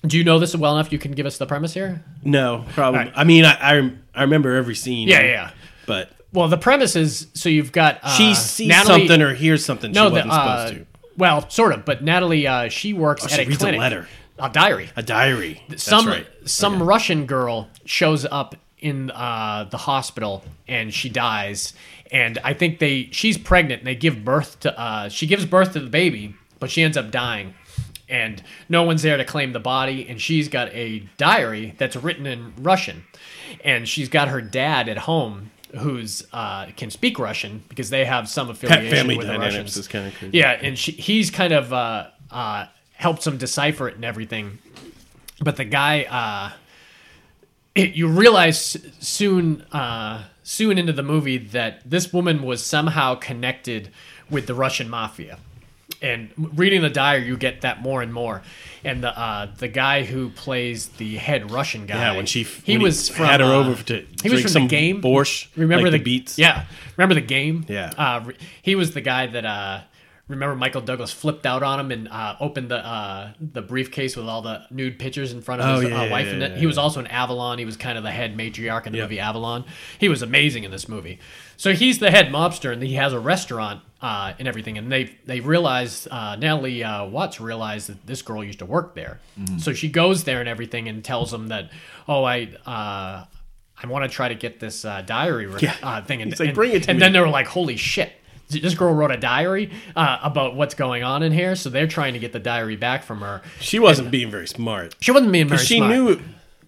Do you know this well enough? You can give us the premise here. No, probably. All right. I mean, I, I I remember every scene. Yeah, yeah. But Well, the premise is so you've got uh, she sees Natalie- something or hears something she no, the, wasn't uh, supposed to. Oh, well, sort of. But Natalie, uh, she works at she a reads a clinic. letter. a diary. A diary. some That's right. some Russian girl shows up in uh, the hospital and she dies. And I think they she's pregnant and they give birth to uh, she gives birth to the baby, but she ends up dying. And no one's there to claim the body, and she's got a diary that's written in Russian, and she's got her dad at home who's uh, can speak Russian because they have some affiliation family with dynamics the Russians. is kinda crazy. Yeah, and she, he's kind of uh, uh, helps him decipher it and everything. But the guy, uh, it, you realize s- soon, uh, soon into the movie that this woman was somehow connected with the Russian mafia. And reading the diary, you get that more and more. And the uh, the guy who plays the head Russian guy, Yeah, when she he when he was from, had her uh, over he to drink was from some the game borscht, Remember like the, the beets? Yeah, remember the game? Yeah. Uh, re- he was the guy that uh, remember Michael Douglas flipped out on him and uh, opened the uh, the briefcase with all the nude pictures in front of Oh, his yeah, uh, yeah, wife. yeah, and yeah, he was also in Avalon. He was kind of the head matriarch in the Yeah. movie Avalon. He was amazing in this movie. So he's the head mobster, and he has a restaurant uh, and everything. And they they realize uh, Natalie uh, Watts realized that this girl used to work there. Mm-hmm. So she goes there and everything, and tells him that, oh, I. Uh, I want to try to get this uh, diary re- Yeah. uh, thing, and, He's like, and- "Bring it to and me." then they were like, "Holy shit!" This girl wrote a diary uh, about what's going on in here, so they're trying to get the diary back from her. She wasn't being very smart. She wasn't being very She smart. knew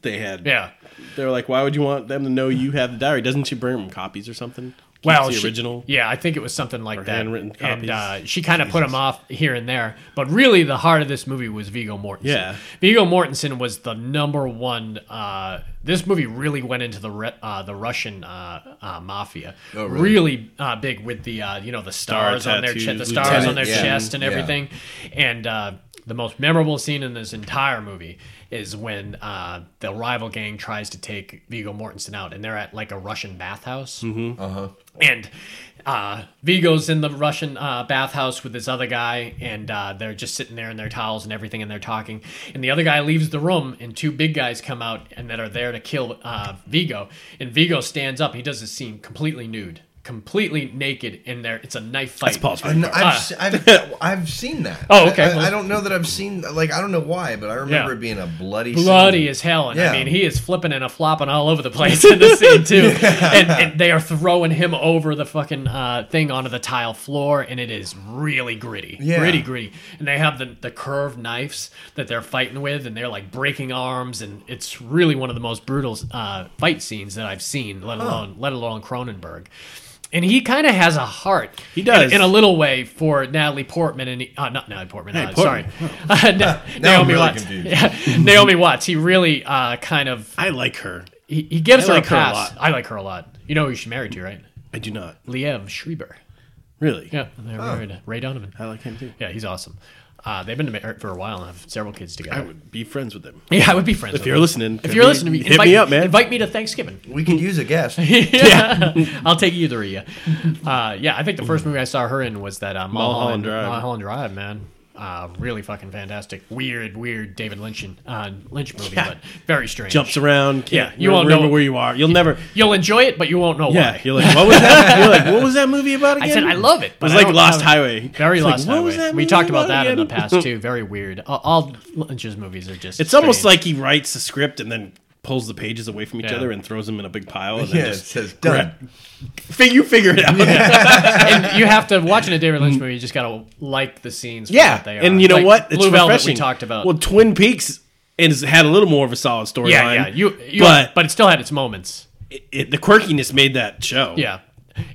they had. Yeah. They were like, why would you want them to know you have the diary? Doesn't she bring them copies or something? keep well, the she- original. yeah, I think it was something like that. handwritten and copies. uh, she kind of put him off here and there, but really the heart of this movie was Vigo Mortensen. Yeah. Vigo Mortensen was the number one. Uh, this movie really went into the Ru- uh, the Russian uh, uh, mafia, Oh, really, really? uh, big with the uh, you know the Star stars on their chest, the tattoos, stars on Lieutenant, their yeah. chest and Yeah. everything, and. Uh, the most memorable scene in this entire movie is when uh, the rival gang tries to take Vigo Mortensen out, and they're at like a Russian Mm-hmm. bathhouse, and uh, Vigo's in the Russian uh, bathhouse with this other guy, and uh, they're just sitting there in their towels and everything, and they're talking. And the other guy leaves the room, and two big guys come out and that are there to kill uh, Vigo. And Vigo stands up. He does this scene completely nude, completely naked in there. It's a knife fight. That's Paul's And I've, Ah. se- I've, I've seen that. Oh, okay. I, I, I don't know that I've seen, like, I don't know why, but I remember Yeah. it being a bloody bloody scene. as hell. And I Yeah. mean, he is flipping and a flopping all over the place in the scene too. and, and they are throwing him over the fucking uh, thing onto the tile floor, and it is really gritty, Yeah. gritty, gritty. And they have the the curved knives that they're fighting with, and they're like breaking arms, and it's really one of the most brutal uh, fight scenes that I've seen, let alone let alone Cronenberg. And he kind of has a heart. He does. in, in a little way for Natalie Portman and uh, not Natalie Portman. uh, Portman. Sorry, uh, Na- now I'm Naomi really Watts. confused. Yeah, Naomi Watts. He really uh, kind of I like her. he, he gives her I like a her a pass. lot. I like her a lot. You know who she's married to, right? I do not Liev Schreiber. really. Yeah, they're married. Ray Donovan. I like him too. Yeah, he's awesome. Uh, they've been married for a while and have several kids I together. would be friends with them. yeah, I would be friends. If you're listening, if you're listening, to me, hit invite, me up, man. Invite me to Thanksgiving. We could use a guest. yeah, I'll take either of you. Uh, yeah, I think the first movie I saw her in was that uh, Mulholland Mulholland Drive. Mulholland Drive, man. Uh, really fucking fantastic. Weird, weird David Lynch uh, Lynch movie, Yeah. but very strange. jumps around. Yeah, Yeah, you you won't won't remember know- where you are. You'll never. You'll enjoy it, but you won't know Yeah, why. you're like, what was that? You're like, what was that movie about I again? said I love it. It but was I like don't Lost have- Highway. Very It's Lost like, what Highway. was that we movie talked about that in the again? past too. Very weird. All, all Lynch's movies are just. It's almost strange. like he writes the script and then pulls the pages away from each Yeah. other and throws them in a big pile. And Yeah, then it just, says done. Fi- you figure it out. Yeah, and you have to watching a David Lynch movie. You just gotta like the scenes. for what they are. Mm. and you know Like what? It's Blue Velvet refreshing. we talked about. Well, Twin Peaks has had a little more of a solid storyline. yeah, yeah. You, you but but it still had its moments. it, it, the quirkiness made that show. Yeah,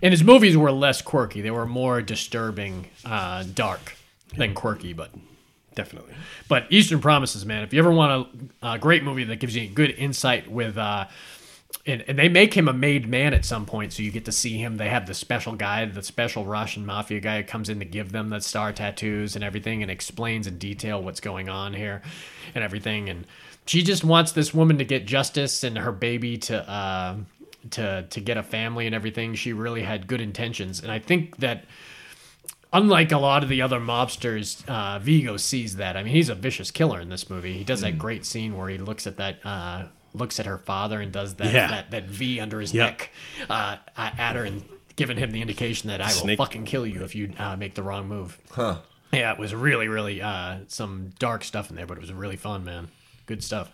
and his movies were less quirky. They were more disturbing, uh, dark than quirky. But definitely. but Eastern Promises, man. If you ever want a, a great movie that gives you good insight with, uh, and, and they make him a made man at some point, so you get to see him. They have the special guy, the special Russian mafia guy, who comes in to give them the star tattoos and everything, and explains in detail what's going on here, and everything. And she just wants this woman to get justice and her baby to. Uh, to to get a family and everything she really had good intentions and i think that unlike a lot of the other mobsters, uh, Vigo sees that. I mean, he's a vicious killer in this movie. He does Mm. that great scene where he looks at that. Uh, Looks at her father and does that Yeah. that, that V under his Yeah. neck uh, at her and giving him the indication that I will Snake. fucking kill you if you uh, make the wrong move. Huh. Yeah, it was really, really uh, some dark stuff in there, but it was really fun, man. Good stuff.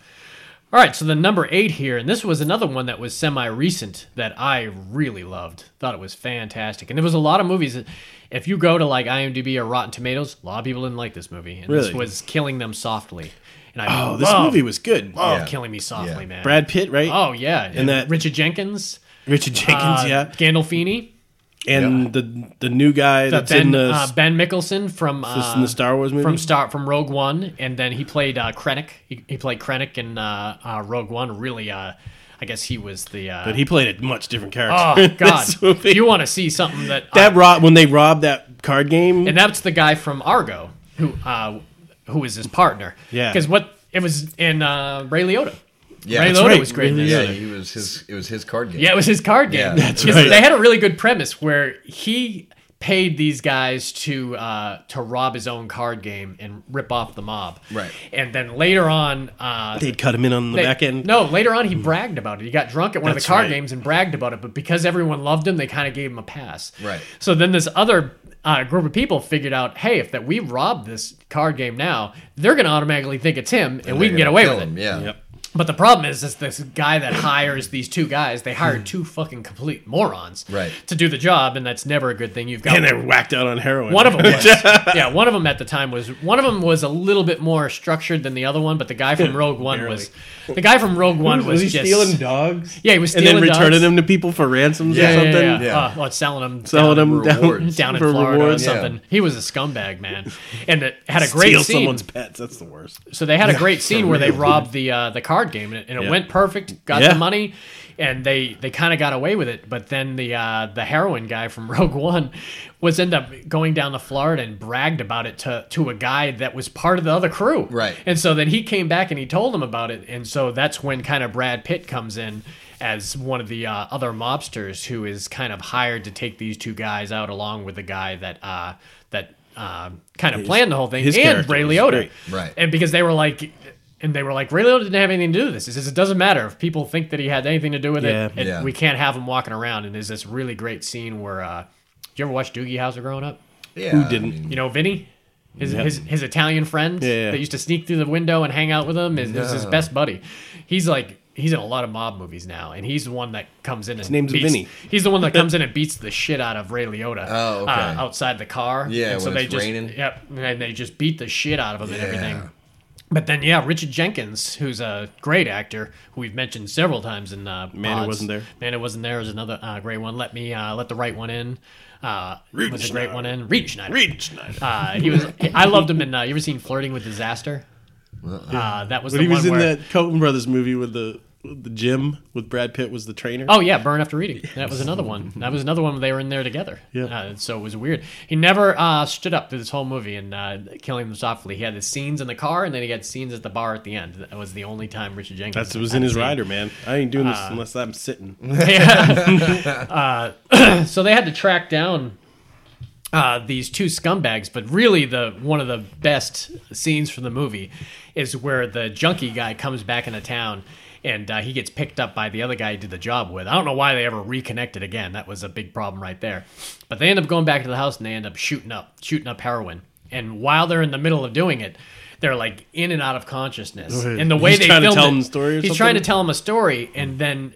All right, so the number eight here, and this was another one that was semi-recent that I really loved. Thought it was fantastic, and there was a lot of movies. That, if you go to like IMDb or Rotten Tomatoes, a lot of people didn't like this movie, and this Really? was killing them softly. And I Oh, this love, movie was good. love Yeah. killing me softly, Yeah. man. Brad Pitt, right? oh yeah, and that- Richard Jenkins, Richard Jenkins, uh, yeah, Gandolfini, and the the new guy uh, that's Ben in the uh, Ben Mickelson from that's uh, in the Star Wars movie. from Star from Rogue One, and then he played uh, Krennic. He, he played Krennic in uh, uh, Rogue One. Really, uh, I guess he was the. Uh, but he played a much different character. oh in God! this movie. You want to see something that that rob when they robbed that card game. and that's the guy from Argo who uh, who is his partner. Yeah. because what it was in uh, Ray Liotta. Yeah, Ray that's Liotta right, was great. in Ray this. Yeah, he was his, it was his card game. Yeah, it was his card game. Yeah, that's 'Cause right. They had a really good premise where he paid these guys to uh, to rob his own card game and rip off the mob. Right. And then later on, uh, They'd cut him in on the They- back end. No, later on he bragged about it. He got drunk at one of That's the card right. games and bragged about it, but because everyone loved him, they kind of gave him a pass. Right. So then this other uh, group of people figured out, hey, if that we rob this card game now, they're going to automatically think it's him, and, we They're can get gonna away kill with him, it. Yeah. Yep. But the problem is, is this guy that hires these two guys, they hired two fucking complete morons Hmm. Right. to do the job, and that's never a good thing. You've got And they're whacked out on heroin. one of them was. yeah, one of them at the time was one of them was a little bit more structured than the other one, but the guy from Rogue One Barely. was the guy from Rogue One was, was he just stealing dogs? yeah, he was and stealing then returning dogs. them to people for ransoms Yeah, or yeah, something. yeah, yeah. Yeah. Uh, well, selling them, Selling down, them down, rewards. down in for Florida rewards. or Yeah. something. He was a scumbag, man, and it had a great Steal scene. someone's pets. That's the worst. So they had a great scene where they robbed the uh, the card game and it, and it Yeah. went perfect, got Yeah. the money, and they, they kind of got away with it. But then the uh, the heroin guy from Rogue One was end up going down to Florida and bragged about it to to a guy that was part of the other crew, Right. And so then he came back and he told him about it, and so that's when kind of Brad Pitt comes in as one of the uh, other mobsters who is kind of hired to take these two guys out along with the guy that uh, that. Uh, kind of planned the whole thing, his and character Ray was Liotta, great. Right. And because they were like, and they were like, Ray Liotta didn't have anything to do with this. It says it doesn't matter if people think that he had anything to do with Yeah. it. it Yeah. We can't have him walking around. And there's this really great scene where, uh, did you ever watch Doogie Howser growing up? Yeah, Who I didn't? mean, You know, Vinny? His, Yeah. his, his Italian friend Yeah, yeah. that used to sneak through the window and hang out with him is, is his No. best buddy. He's like, he's in a lot of mob movies now, and he's the one that comes in and his name's beats, Vinny. He's the one that comes in and beats the shit out of Ray Liotta Oh, okay. uh, outside the car. Yeah, and so when they it's just raining. yep, and they just beat the shit out of him Yeah. and everything. But then, yeah, Richard Jenkins, who's a great actor, who we've mentioned several times in uh, Man Who pods. Wasn't There. Man Who Wasn't There is another uh, great one. Let me uh, let the right one in. Uh, was a great one in. Reed Schneider. Reed Schneider. Uh, he was. I loved him in. Uh, you ever seen Flirting with Disaster? Uh, that was But the he was one in where. that Coen Brothers movie with the with the gym with Brad Pitt was the trainer. Oh yeah, Burn After Reading. That was another one. That was another one where they were in there together. Yeah. Uh, so it was weird. He never uh, stood up through this whole movie and uh, killing them softly. He had the scenes in the car and then he had scenes at the bar at the end. That was the only time Richard Jenkins. That's it had was in his seen. rider, man. I ain't doing this Ah. unless I'm sitting. Uh, so they had to track down uh, these two scumbags. But really, the one of the best scenes from the movie is where the junkie guy comes back into town. And uh, he gets picked up by the other guy he did the job with. I don't know why they ever reconnected again. That was a big problem right there. But they end up going back to the house and they end up shooting up, shooting up heroin. And while they're in the middle of doing it, they're like in and out of consciousness. Okay. And the way Oh, He's they trying to filmed tell it- them a story or he's something? trying to tell him a story, and then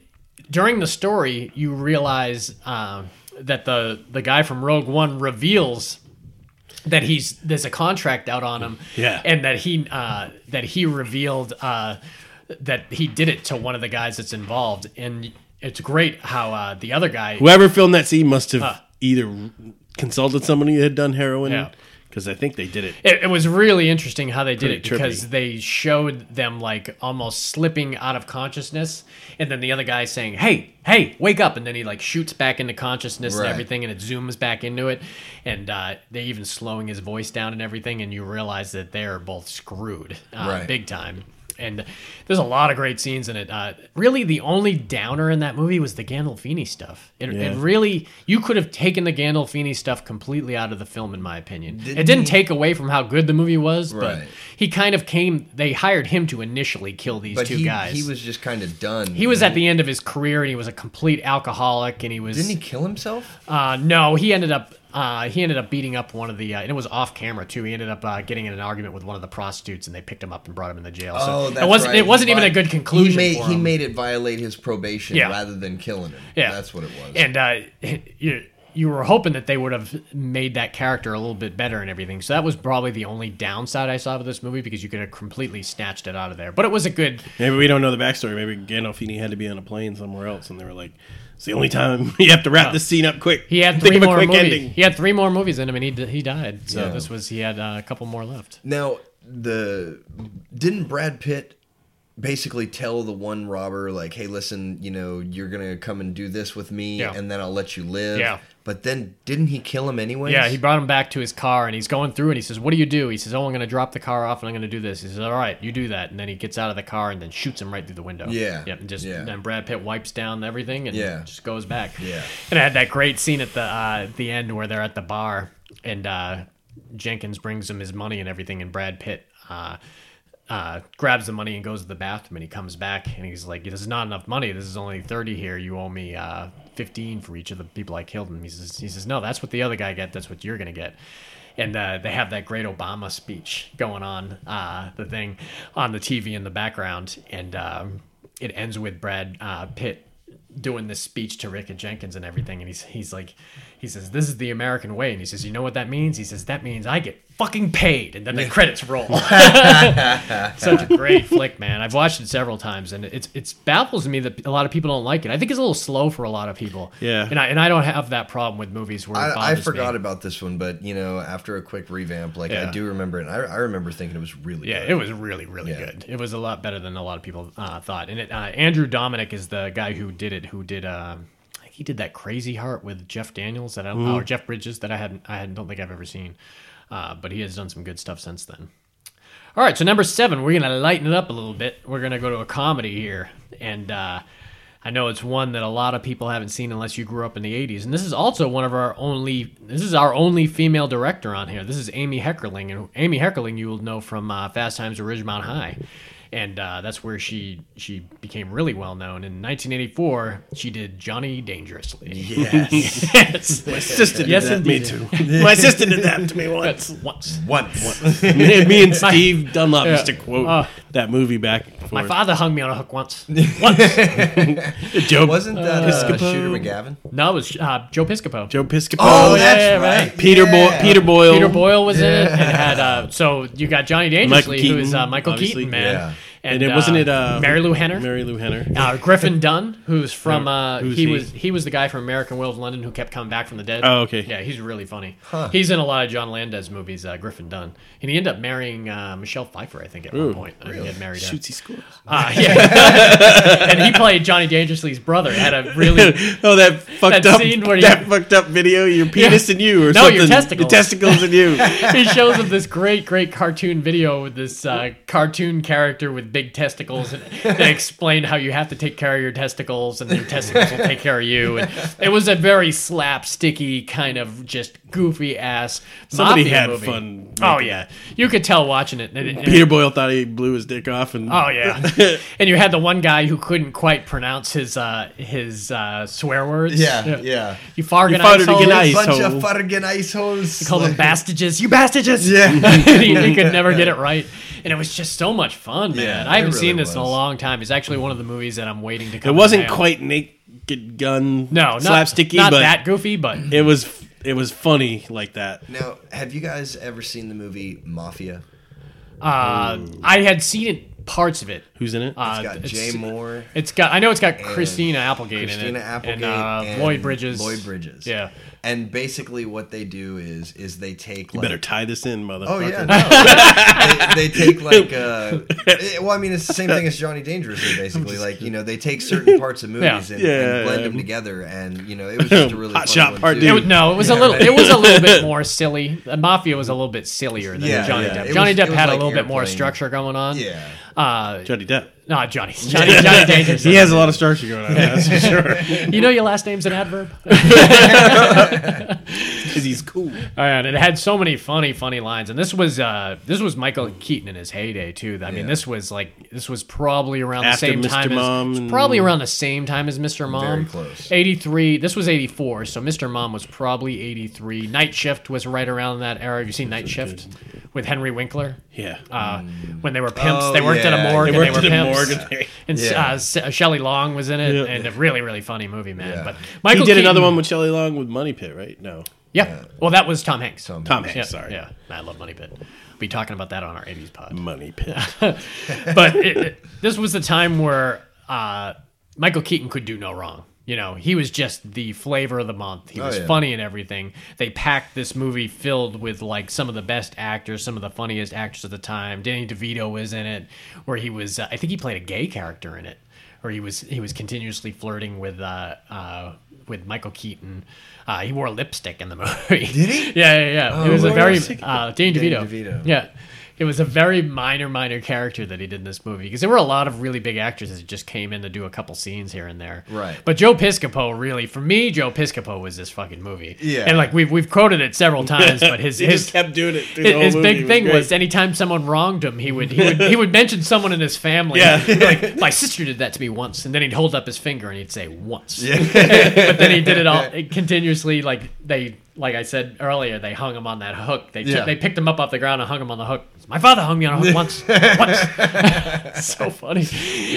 during the story, you realize um, that the the guy from Rogue One reveals that he's there's a contract out on him, Yeah. and that he uh, that he revealed uh, that he did it to one of the guys that's involved, and it's great how uh, the other guy Whoever filmed that scene must have either consulted somebody that had done heroin Ah. Yeah. because I think they did it. It, it was really interesting how they did Pretty it because trippy. they showed them like almost slipping out of consciousness, and then the other guy saying, "Hey, hey, wake up!" and then he like shoots back into consciousness Right. and everything, and it zooms back into it, and uh, they even slowing his voice down and everything, and you realize that they are both screwed, uh, Right. big time. And there's a lot of great scenes in it. Uh, really, the only downer in that movie was the Gandolfini stuff. It, Yeah. it really, you could have taken the Gandolfini stuff completely out of the film, in my opinion. it Didn't didn't he- take away from how good the movie was, but Right. he kind of came. They hired him to initially kill these But two he, guys. he was just kind of done. He was at the end of his career, and he was a complete alcoholic, and he was. Didn't he kill himself? Uh, no, he ended up. Uh, he ended up beating up one of the, uh, and it was off camera too. He ended up uh, getting in an argument with one of the prostitutes, and they picked him up and brought him into jail. So it Oh, wasn't. It Oh, right. wasn't even Vi- a good conclusion. He made, for he him. made it violate his probation Yeah. rather than killing him. Yeah. that's what it was. and uh, you you were hoping that they would have made that character a little bit better and everything. So that was probably the only downside I saw of this movie because you could have completely snatched it out of there. But it was a good. Maybe we don't know the backstory. Maybe Gandolfini had to be on a plane somewhere else, and they were like, "It's the only time you have to wrap this scene up quick." Ah. He had Think three of a more quick movies. ending. He had three more movies in him, and he d- he died. So Yeah. this was he had uh, a couple more left. now the didn't Brad Pitt basically tell the one robber like, "Hey, listen, you know, you're gonna come and do this with me, Yeah. and then I'll let you live." Yeah. But then didn't he kill him anyways? Yeah, he brought him back to his car, and he's going through, and he says, "What do you do?" He says, "Oh, I'm going to drop the car off, and I'm going to do this." He says, "All right, you do that," and then he gets out of the car and then shoots him right through the window. Yeah. yep, and just Yeah. then Brad Pitt wipes down everything and Yeah. just goes back. Yeah. and I had that great scene at the uh, at the end where they're at the bar, and uh, Jenkins brings him his money and everything, and Brad Pitt. Uh, uh, grabs the money and goes to the bathroom and he comes back and he's like this is not enough money this is only 30 here you owe me uh, 15 for each of the people i killed and he says, he says no that's what the other guy got that's what you're gonna get and uh, they have that great Obama speech going on uh, the thing on the TV in the background, and um, it ends with Brad uh, Pitt doing this speech to Rick and Jenkins and everything, and he's he's like, he says, "This is the American way," and he says, "You know what that means?" He says, "That means I get fucking paid," and then the credits roll. Such a great flick, man. I've watched it several times, and it's it's baffles me that a lot of people don't like it. I think it's a little slow for a lot of people. Yeah. and I and I don't have that problem with movies where it I, I bothers forgot me. about this one, but you know, after a quick revamp, like Yeah. I do remember it. and I, I remember thinking it was really Yeah, good. it was really, really Yeah. good. It was a lot better than a lot of people uh, thought. And it, uh, Andrew Dominic is the guy who did it. Who did? Uh, I think he did that Crazy Heart with Jeff Daniels that I don't, or Jeff Bridges that I hadn't. I hadn't- don't think I've ever seen. Uh, but he has done some good stuff since then. All right, so number seven, we're gonna lighten it up a little bit. We're gonna go to a comedy here, and uh, I know it's one that a lot of people haven't seen unless you grew up in the '80s. And this is also one of our only. This is our only female director on here. This is Amy Heckerling, and Amy Heckerling you will know from uh, Fast Times at Ridgemont High, and uh, that's where she she became really well known. In 1984, she did Johnny Dangerously. Yes. Yes, My sister did Yes, that to me too. My sister did that to me once. once. Once. me me and Steve Dunlop used to Yeah. quote Uh, that movie back. And My forth. father hung me on a hook once. once. Joe Wasn't that uh, Piscopo. Shooter McGavin? No, it was uh, Joe Piscopo. Joe Piscopo. Oh, yeah, that's yeah, right. right. Peter yeah. Boy Peter Boyle. Peter Boyle was in it. And had uh, so you got Johnny Dangerously, Michael who is uh, Keaton, Michael obviously. Keaton, man. Yeah. And it wasn't it uh, Mary Lou Henner, Mary Lou Henner. uh, Griffin Dunn, who's from uh, Who's he, he? was he was the guy from American Will of London who kept coming back from the dead. Oh, okay. yeah, he's really funny. He's in a lot of John Landis movies. Uh, Griffin Dunn, and he ended up marrying uh, Michelle Pfeiffer, I think, at one point. Really? He had married her. Shoots he scores. Uh, yeah, and he played Johnny Dangerously's brother. Had a really oh, that fucked That up scene where you- that fucked up video. Your penis and you, or No, something. your testicles. The testicles and you. he shows him this great, great cartoon video with this uh, cartoon character with big testicles, and they explain how you have to take care of your testicles, and your testicles will take care of you. And it was a very slapsticky kind of just goofy ass. Somebody mafia had movie. fun Oh yeah, you could tell watching it. and it- and it- Peter Boyle thought he blew his dick off, and Oh yeah, and you had the one guy who couldn't quite pronounce his uh, his uh, swear words. Yeah, yeah. You farted You farted again, ice. ice. Bunch So- of fucking ice holes. called them bastages. You bastages! Yeah. he, he could never get it right. And it was just so much fun, man. Yeah, I haven't it seen really this in a was. long time. It's actually one of the movies that I'm waiting to it come. wasn't down. quite naked gun. no, not, slapsticky, not but that goofy, but it was it was funny like that. Now, have you guys ever seen the movie Mafia? uh, I had seen it parts of it. Who's in it? Uh, It's got Jay Moore. It's got. I know it's got Christina Applegate in Christina it, Applegate and, uh, and Lloyd Bridges. Lloyd Bridges. Yeah. And basically, what they do is is they take like Better tie this in, motherfucker. Oh yeah, no. they, they take like uh, it- well, I mean, it's the same thing as Johnny Dangerously, basically. Like you know, they take certain parts of movies Yeah. and, Yeah. and blend them together, and you know, it was just a really Hot fun shot one, part too. two. It was, no, it was a little. It was a little bit more silly. The Mafia was a little bit sillier than Yeah, Johnny yeah. It Depp. was- Johnny it Depp was had a like little bit more Airplane. structure going on. Yeah, Uh, Johnny Depp. no, Johnny. Johnny. Johnny Dangerous. He has a lot of structure going on. That's for sure. You know your last name's an adverb. Because he's cool. Oh, And it had so many funny, funny lines. And this was uh, this was Michael Keaton in his heyday too. I mean, Yeah. this was like this was probably around After the same Mr. time as Mom it's and- probably around the same time as Mr. Mom. close. Eighty three. This was eighty four. So Mr. Mom was probably eighty three. Night Shift was right around that era. Have you seen Night Shift with Henry Winkler? Yeah. Uh, Mm. when they were pimps, they Oh, worked at a yeah. morgue. They and worked they were at a pimps. morgue and Ah, they- And Yeah. uh, Se- Shelley Long was in it, Yeah. and a really, really funny movie, man. Yeah. But He Michael did another Keaton- one with Shelley Long with Money Pit, right? No. yeah. Well, that was Tom Hanks. Tom Tom Hanks, yeah, sorry. Yeah. I love Money Pit. Be talking about that on our 80s pod. Money Pit. But it, it- this was the time where uh, Michael Keaton could do no wrong. You know, he was just the flavor of the month. He Oh, was yeah. funny and everything. They packed this movie filled with like some of the best actors, some of the funniest actors of the time. Danny DeVito was in it, where he was. Uh, I think he played a gay character in it, where he was he was continuously flirting with uh, uh, with Michael Keaton. Uh, he wore lipstick in the movie. Did he? Oh, yeah, yeah, yeah. it was a wore very lipstick? uh, Danny Danny DeVito. DeVito. Yeah. It was a very minor, minor character that he did in this movie because there were a lot of really big actors that just came in to do a couple scenes here and there. Right. But Joe Piscopo really, for me, Joe Piscopo was this fucking movie. Yeah. And like we've we've quoted it several times, but his he his just kept doing it. Through the his, whole his movie. big It thing great. was, anytime someone wronged him, he would he would he would mention someone in his family. Yeah. like my sister did that to me once, and then he'd hold up his finger and he'd say once. but then he did it all it continuously. Like they like I said earlier, they hung him on that hook. They took- Yeah. they picked him up off the ground and hung him on the hook. My father hung me on a hook once. once. so funny.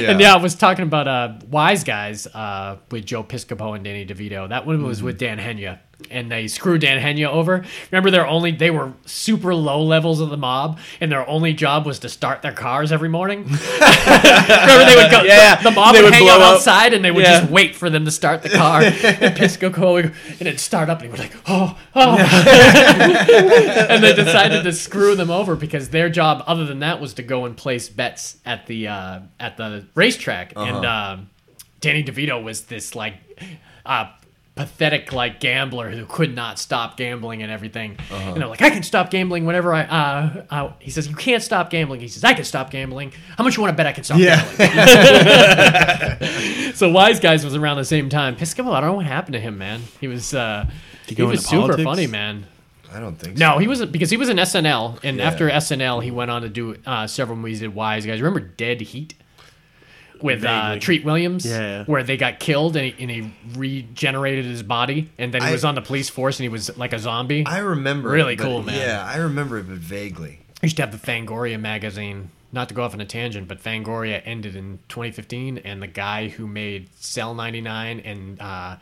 And yeah, I was talking about uh, Wise Guys uh, with Joe Piscopo and Danny DeVito. That one Mm-hmm. was with Dan Henya, and they screwed Dan Henya over. Remember, their only they were super low levels of the mob, and their only job was to start their cars every morning. Remember, they would go. Yeah, the, the mob they would, would hang blow out up. outside, and they would Yeah. just wait for them to start the car. and Piscopo would, and it'd start up, and he was like, "Oh, oh." and they decided to screw them over because their job, other than that, was to go and place bets at the uh, at the racetrack. And um, Danny DeVito was this like uh, pathetic like gambler who could not stop gambling and everything. And they're like, I can stop gambling whenever I. Uh, uh, he says, you can't stop gambling. He says, I can stop gambling. How much you want to bet I can stop? Yeah. gambling? So Wise Guys was around the same time. Piscopo, I don't know what happened to him, man. He was uh, he, go was into super politics? funny, man. I don't think so. No, he wasn't because he was in SNL, and Yeah. after SNL, he went on to do uh, several movies. Did Wise Guys? Remember Dead Heat with uh, Vaguely. Treat Williams, Yeah. where they got killed and he, and he regenerated his body, and then he I- was on the police force and he was like a zombie. I remember. Really it, but- cool, man. Yeah, I remember it, but vaguely. I used to have the Fangoria magazine. Not to go off on a tangent, but Fangoria ended in 2015, and the guy who made Cell 99 and uh,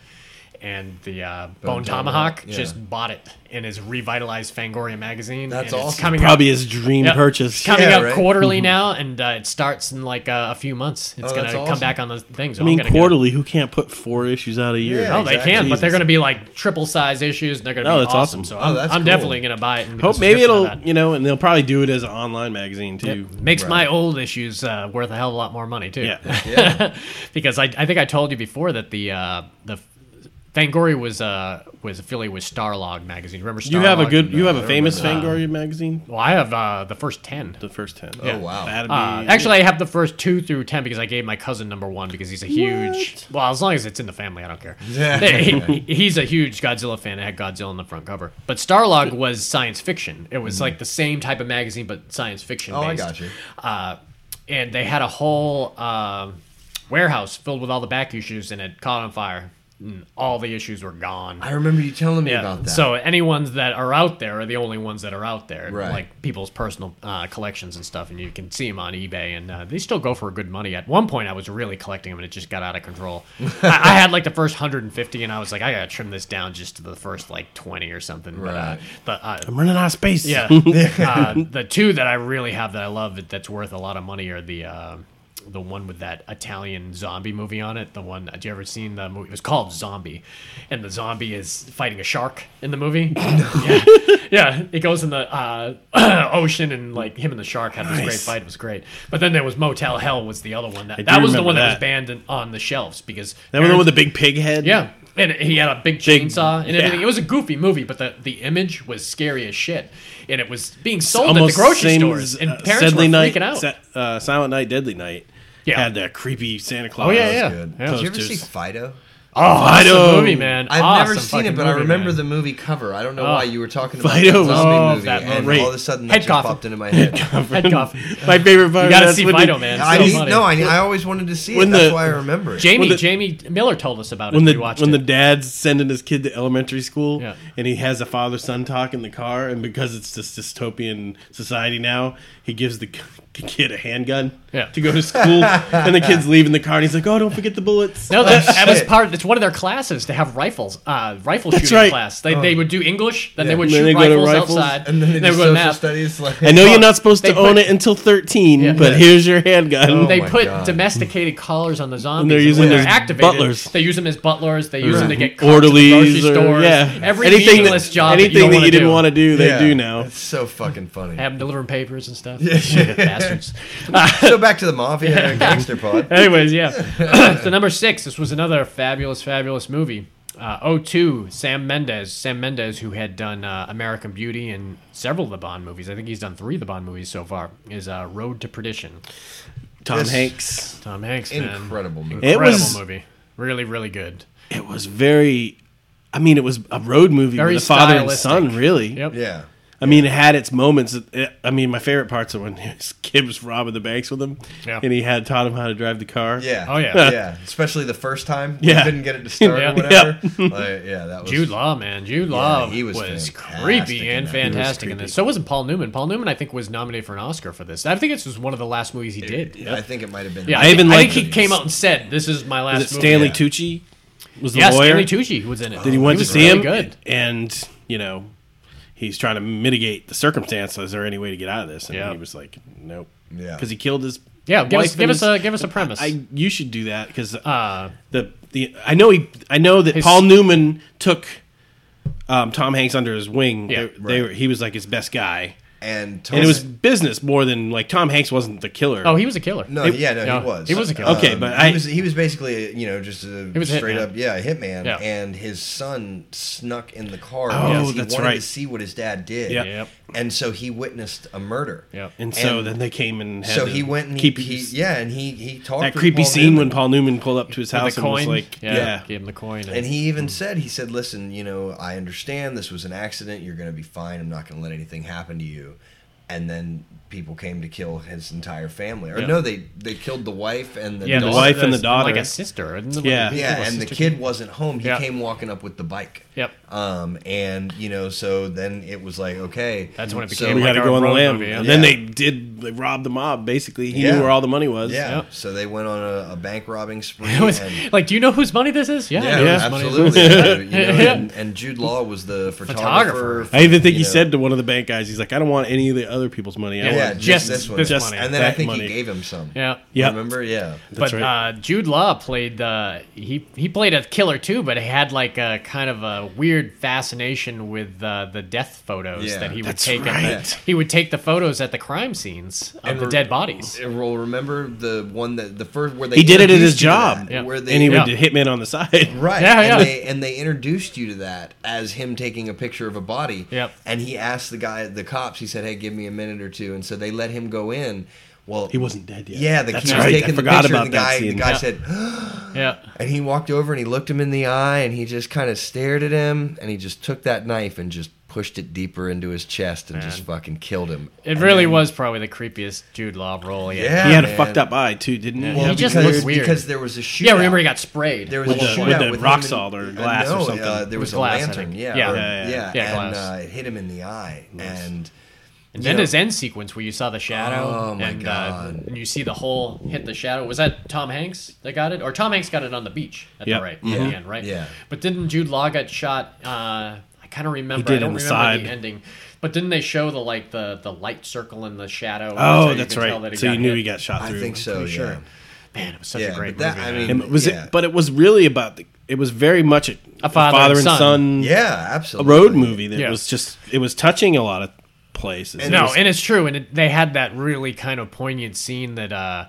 and the uh, Bone, Tomahawk, Tomahawk, yeah. just bought it and has revitalized Fangoria magazine. That's and it's awesome. coming out- Probably Mm-hmm. his dream Yep. It's purchase. coming Yeah, out right? quarterly now, and uh, it starts in like uh, a few months. It's Oh, gonna that's come awesome. back on the things. I mean, quarterly. Who can't put four issues out a year? Yeah. Oh, they Exactly. can, but they're Jesus. gonna be like triple size issues, and they're gonna Oh, be that's awesome. awesome. So Oh, I'm, that's I'm cool. definitely gonna buy it. And get a Hope maybe subscription it'll to that. you know, and they'll probably do it as an online magazine too. It makes my Right. old issues uh, worth a hell of a lot more money too. Yeah. Yeah. because I, I think I told you before that the uh, the Fangoria was uh, was affiliated with Starlog magazine. Remember? Starlog? You have a good. You have a I famous remember Fangoria magazine. Well, I have uh, the first ten. The first ten. Oh, wow. That'd be, Uh, actually, I have the first two through ten because I gave my cousin number one because he's a huge. Well, as long as it's in the family, I don't care. Yeah. He- he's a huge Godzilla fan. It had Godzilla on the front cover, but Starlog was science fiction. It was like the same type of magazine, but science fiction. Mm-hmm. Oh, I based. got you. Uh, and they had a whole uh, warehouse filled with all the back issues, and it caught on fire. And all the issues were gone. I remember you telling me Yeah. about that. So any ones that are out there are the only ones that are out there, Right. like people's personal uh, collections and stuff, and you can see them on eBay, and uh, they still go for a good money. At one point, I was really collecting them, and it just got out of control. I, I had like the first 150, and I was like, I gotta trim this down just to the first like 20 or something. Right. But, uh, the, uh, I'm running out of space. yeah, uh, the two that I really have that I love that- that's worth a lot of money are the. Uh, the one with that Italian zombie movie on it. The one, have you ever seen the movie? It was called Zombie, and the zombie is fighting a shark in the movie. Yeah, yeah, it goes in the uh, ocean, and like him and the shark had this great Nice. fight. It was great. But then there was Motel Hell was the other one. That, do that was the remember one that, was that. banned in, on the shelves because That one Aaron- with the big pig head. yeah, and he had a big Big- chainsaw and yeah. everything. It was a goofy movie, but the, the image was scary as shit, and it was being sold at the Almost grocery same stores, as, and uh, parents Deadly were Night, freaking out. Sa- uh, Silent Night, Deadly Night. Yeah. Had that creepy Santa Claus. yeah, That was yeah. good. Yeah. Did you ever see Posters. Fido? oh, awesome Fido. movie, man! I've Awesome never seen it, fucking but I movie, remember man. the movie cover. I don't know why you were talking about Fido that was- zombie Oh, movie, that and movie. all of a sudden that Head just coffin. popped into my head. Head cough. My favorite part. You of gotta that's see when Fido, he- man. I So need- funny. no, I, I always wanted to see it. When That's the- why I remember it. Jamie When the- Jamie Miller told us about it. When we the watched when it. the dad's sending his kid to elementary school, Yeah. and he has a father son talk in the car, and because it's this dystopian society now, he gives the, the kid a handgun Yeah. to go to school, and the kid's leaving the car, and he's like, "Oh, don't forget the bullets." No, that, that was shit. part. It's one of their classes to have rifles, uh, rifle shooting right. class. They, they would do English, then they Yeah. would And then shoot they go to rifles, rifles, outside, Oh. and then they they would go did social math. studies. Like, I know you're not supposed They to put- own it until 13, Yeah. Oh, but here's your handgun. they my put God. domesticated collars on the zombies. they're and using when them they're as activated, butlers. They use them as butlers. They use them to get Orderlies orderlies grocery or- stores. yeah. every Anything that- meaningless job. Anything that you, don't want to do, they Yeah. do now. It's so fucking funny. Have them delivering papers and stuff. Yeah, bastards. so back to the mafia and gangster pod. Anyways, yeah. so number six, this was another fabulous, fabulous movie. Uh, 02, Sam Mendes. Sam Mendes, who had done uh, American Beauty and several of the Bond movies. I think he's done three of the Bond movies so far. Is uh, Road to Perdition. Tom This- Hanks. Tom Hanks, man. Incredible movie. It Incredible was- movie. Really, really good. It was very. I mean, it was a road movie Very with a father stylistic. and son, really. Yep. Yeah. I mean, it had its moments. It- I mean, my favorite parts are when his kid was robbing the banks with him, Yeah. and he had taught him how to drive the car. Yeah. Oh, yeah. Yeah. Especially the first time. Yeah. Yeah. Couldn't get it to start Yeah. or whatever. Like, yeah. That was. Jude Law, man, Jude Law he was, was creepy and fantastic in that. He was fantastic in this. So wasn't Paul Newman. Paul Newman, I think, was nominated for an Oscar for this. I think this was one of the last movies he did. Yeah, I think it might have been. Yeah, I I, even even I liked think he it. came out and said, "This is my Is last." it Stanley Yeah. Tucci? Was the Yeah, lawyer? Stanley Tucci was in it. Did he went to was see really him? Good. And you know, he's trying to mitigate the circumstance. Is there any way to get out of this? And Yeah. he was like, nope. Yeah. Because he killed his. Yeah, give wife us, and give us his- a give us a premise. I you should do that because uh, the the I know he I know that His- Paul Newman took um, Tom Hanks under his wing. Yeah, they, they were, he was like his best guy, And, Tom, and it was business more than like Tom Hanks wasn't the killer. oh, he was a killer. No, yeah, no, he was. He was a killer. Okay, but I- he was, he was basically, you know, just a was a straight hitman. up, yeah, hitman. Yeah. And his son snuck in the car Oh, because he that's wanted right. to see what his dad did. Yeah. Yep. And so he witnessed a murder. Yep. and so and- then they came and had So to uh, he went and keep he, his- he, yeah, and he he talked that with creepy Paul scene Newman. when Paul Newman pulled up to his With house the and was coin. like, yeah, yeah, gave him the coin. And he even Mm. said, he said, listen, you know, I understand this was an accident. You're going to be fine. I'm not going to let anything happen to you. And then people came to kill his entire family. Or Yeah. no, they they killed the wife and the yeah, daughter. wife and the like daughter. a sister. isn't it? Yeah. Like, Yeah, and the sister- kid wasn't home. He Yeah. came walking up with the bike. Yep. Um, and you know, so then it was like, okay, That's when it so- became we like got to our go on the road lamb. movie, yeah. And then Yeah. they did they robbed the mob. Basically, he Yeah. knew where all the money was. yeah. Yep. So they went on a, a bank robbing spree. It was and, like, do you know whose money this is? Yeah, I yeah, know whose money this is. absolutely. you know, Yeah. and, and Jude Law was the Photographer. photographer. I even think he you know. said to one of the bank guys, he's like, I don't want any of the other people's money. I yeah, want Just just, this one. this Just money. and then I that think money. he gave him some. Yeah. Yeah. Remember? Yeah. That's but right. uh, Jude Law played uh, he he played a killer too, but he had like a kind of a weird fascination with uh, the death photos Yeah. that he would That's take. at the- right. he would take the photos at the crime scenes of And the re- dead bodies. Well, remember the one that the first where they He did it at his introduced you to job. that, Yeah. where they and he would Yeah. hit men on the side. Right. Yeah, and yeah. They, and they introduced you to that as him taking a picture of a body. Yep. And he asked the guy, the cops, he said, hey, give me a minute or two. And so they let him go in. Well, He wasn't dead yet. Yeah, the That's he was right. I taking the forgot picture. about and the that guy, the scene. guy Yeah. said, Yeah, and he walked over and he looked him in the eye and he just kind of stared at him and he just took that knife and just pushed it deeper into his chest and just fucking killed him. it really was probably the creepiest Jude Law role. he had. Yeah, He had a man. fucked up eye too, didn't he? Well, He just because, looked weird. because there was a shootout. yeah. Remember he got sprayed. There was With a the- shootout with the him rock and- salt or glass or no, something. Uh, there It was, was a glass, I lantern, think. yeah, Yeah. or- Yeah, yeah, yeah, yeah. and glass. uh, it hit him in the eye, and and you then know- his end sequence where you saw the shadow. Oh, my and, Uh, God. and you see the hole hit the shadow. Was that Tom Hanks that got it, or Tom Hanks got it on the beach at Yep. Mm-hmm. the right Yeah. at the end, right? Yeah. But didn't Jude Law get shot? Uh, I kind of remember. did I don't in the remember side. the ending. But didn't they show the like the the light circle and the shadow? Oh, you that's could tell that right. So you knew he got shot I through. think so. Yeah. pretty sure. Man, it was such Yeah, a great but that- movie. I man. mean, And was Yeah. it? But it was really about the. It was very much a, a father and and son. son, yeah, a absolutely. road movie that Yeah. was just. It was touching a lot of places. It no, was- and it's true. And it, they had that really kind of poignant scene that uh,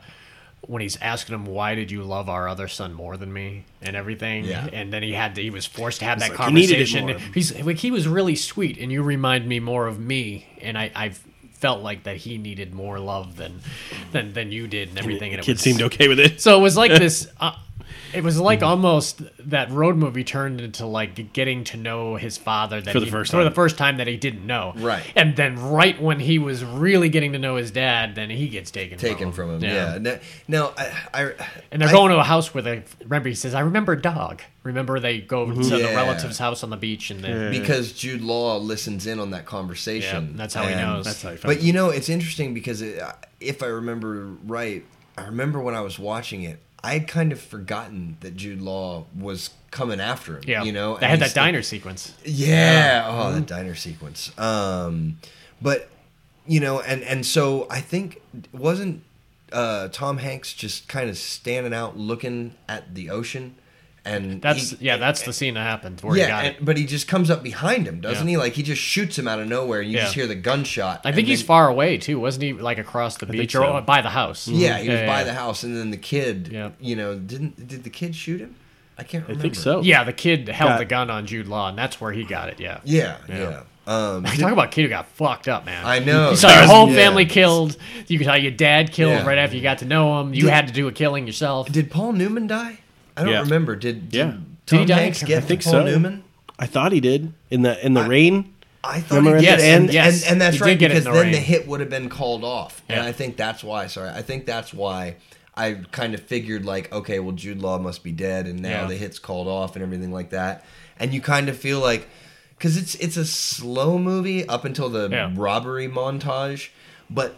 when he's asking him, "Why did you love our other son more than me?" and everything. Yeah. And then he had to, he was forced to have that like, "You needed it conversation. more." He's like, he was really sweet, and you remind me more of me, and I, I felt like that he needed more love than than than you did, and everything. And, the it kid was- seemed okay with it. so it was like this. Uh, it was like almost that road movie turned into like getting to know his father that For the he- first for the time. first time that he didn't know. Right. And then right when he was really getting to know his dad, then he gets taken Taken from him. Yeah. No, no, I, I, And they're I- going to a house where they remember he says, "I remember a dog." Remember they go to the Yeah. relative's house on the beach and then because Jude Law listens in on that yeah, conversation. that's how he and- knows. That's how he found But you know, it's interesting because it, if I remember right, I remember when I was watching it, I had kind of forgotten that Jude Law was coming after him. yeah, you know, they had and he's that the- diner Mm-hmm. sequence. Yeah. Oh, that diner sequence. Um, but you know, and and so I think wasn't uh, Tom Hanks just kind of standing out looking at the ocean, and That's he- yeah, that's the scene that happened where he yeah, got and- it. but he just comes up behind him, doesn't Yeah. he? Like he just shoots him out of nowhere, and you Yeah. just hear the gunshot. I and think he's then- far away too, wasn't he? Like across the beach so. or by the house. Yeah, he was by yeah. the house, and then the kid. Yeah. You know, didn't did the kid shoot him? I can't I remember. think so. Yeah, the kid held Got- the gun on Jude Law, and that's where he got it. Yeah. Yeah, yeah. Um, Talk about kid who got fucked up, man. I know. You saw your whole Yeah. family killed. You saw your dad killed Yeah. right after you got to know him. You Did- had to do a killing yourself. Did Paul Newman die? I don't Yeah. remember. Did, did Yeah. Tom Did he die? Hanks I get think Paul so. Newman? I thought he did in the in the rain. I thought Remember he at did, the and, end? Yes. and, and that's He did right get it in because the then the rain. hit would have been called off, and Yeah. I think that's why. Sorry, I think that's why I kind of figured like, okay, well Jude Law must be dead, and now Yeah. the hit's called off and everything like that, and you kind of feel like because it's it's a slow movie up until the Yeah. robbery montage, but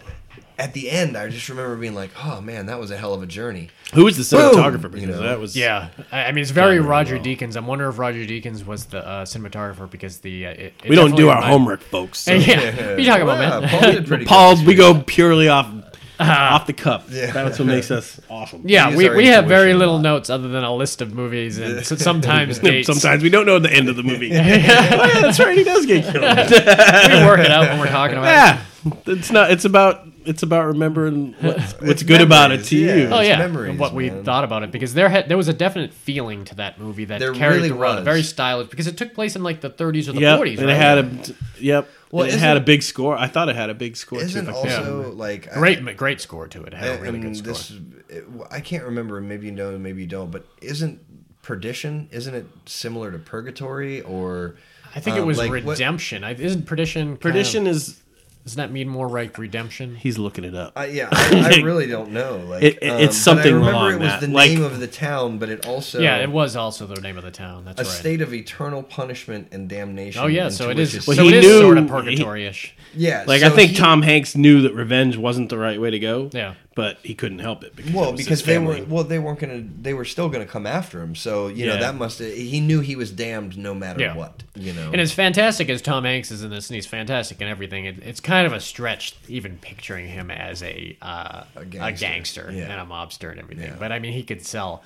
at the end, I just remember being like, oh man, that was a hell of a journey. Who was the cinematographer? Boom! Because You know. that was Yeah, I I mean it's very Done really Roger well. Deakins. I wonder if Roger Deakins was the uh, cinematographer because the uh, it, it We don't do definitely our remi- homework, folks. so- yeah, what you talking about, Yeah, man? Paul did pretty good Paul, this we year. go purely off off the cuff. Yeah. That's what makes us awesome. Uh-huh. Yeah, use we, our we have very intuition a little lot. notes other than a list of movies and s- sometimes dates. Sometimes we don't know the end of the movie. Oh, yeah, that's right. He does get killed. we work it out when we're talking about. it. yeah, it's not. It's about. It's about remembering what's, what's good about it memories, to yeah. you. Oh It's yeah, memories, and what we man. thought about it because there had there was a definite feeling to that movie that There carried really throughout, was. very stylish because it took place in like the 30s or the Yep, 40s. and right? it had a. Yep. Well, Well, it had a isn't- big score. I thought it had a big score Isn't too. if I can't- also like I- great great score to it. It had a really and good score. this- it- I can't remember. Maybe you know, maybe you don't. But isn't perdition? Isn't it similar to purgatory? Or I think uh, it was like, what- redemption. I, isn't perdition kind of- Perdition is. doesn't that mean more like redemption? He's looking it up. I, yeah, I, I really don't know. Like um, It- it- it's but something I remember along it was that, the like- name of the town, but it also yeah, it was also the name of the town. That's a right. state of eternal punishment and damnation. oh yeah, into so it which is. Well, so he it is knew- sort of he- purgatory-ish. yeah. Like so I think he- Tom Hanks knew that revenge wasn't the right way to go. Yeah. But he couldn't help it because it Well, was because his they family. were well, they weren't gonna. They were still gonna come after him. So you know Yeah. that must. He knew he was damned no matter Yeah. what. You know. And as fantastic as Tom Hanks is in this, and he's fantastic in everything, it, it's kind of a stretch even picturing him as a uh, a gangster, gangster. Yeah. and a mobster and everything. Yeah. But I mean, he could sell,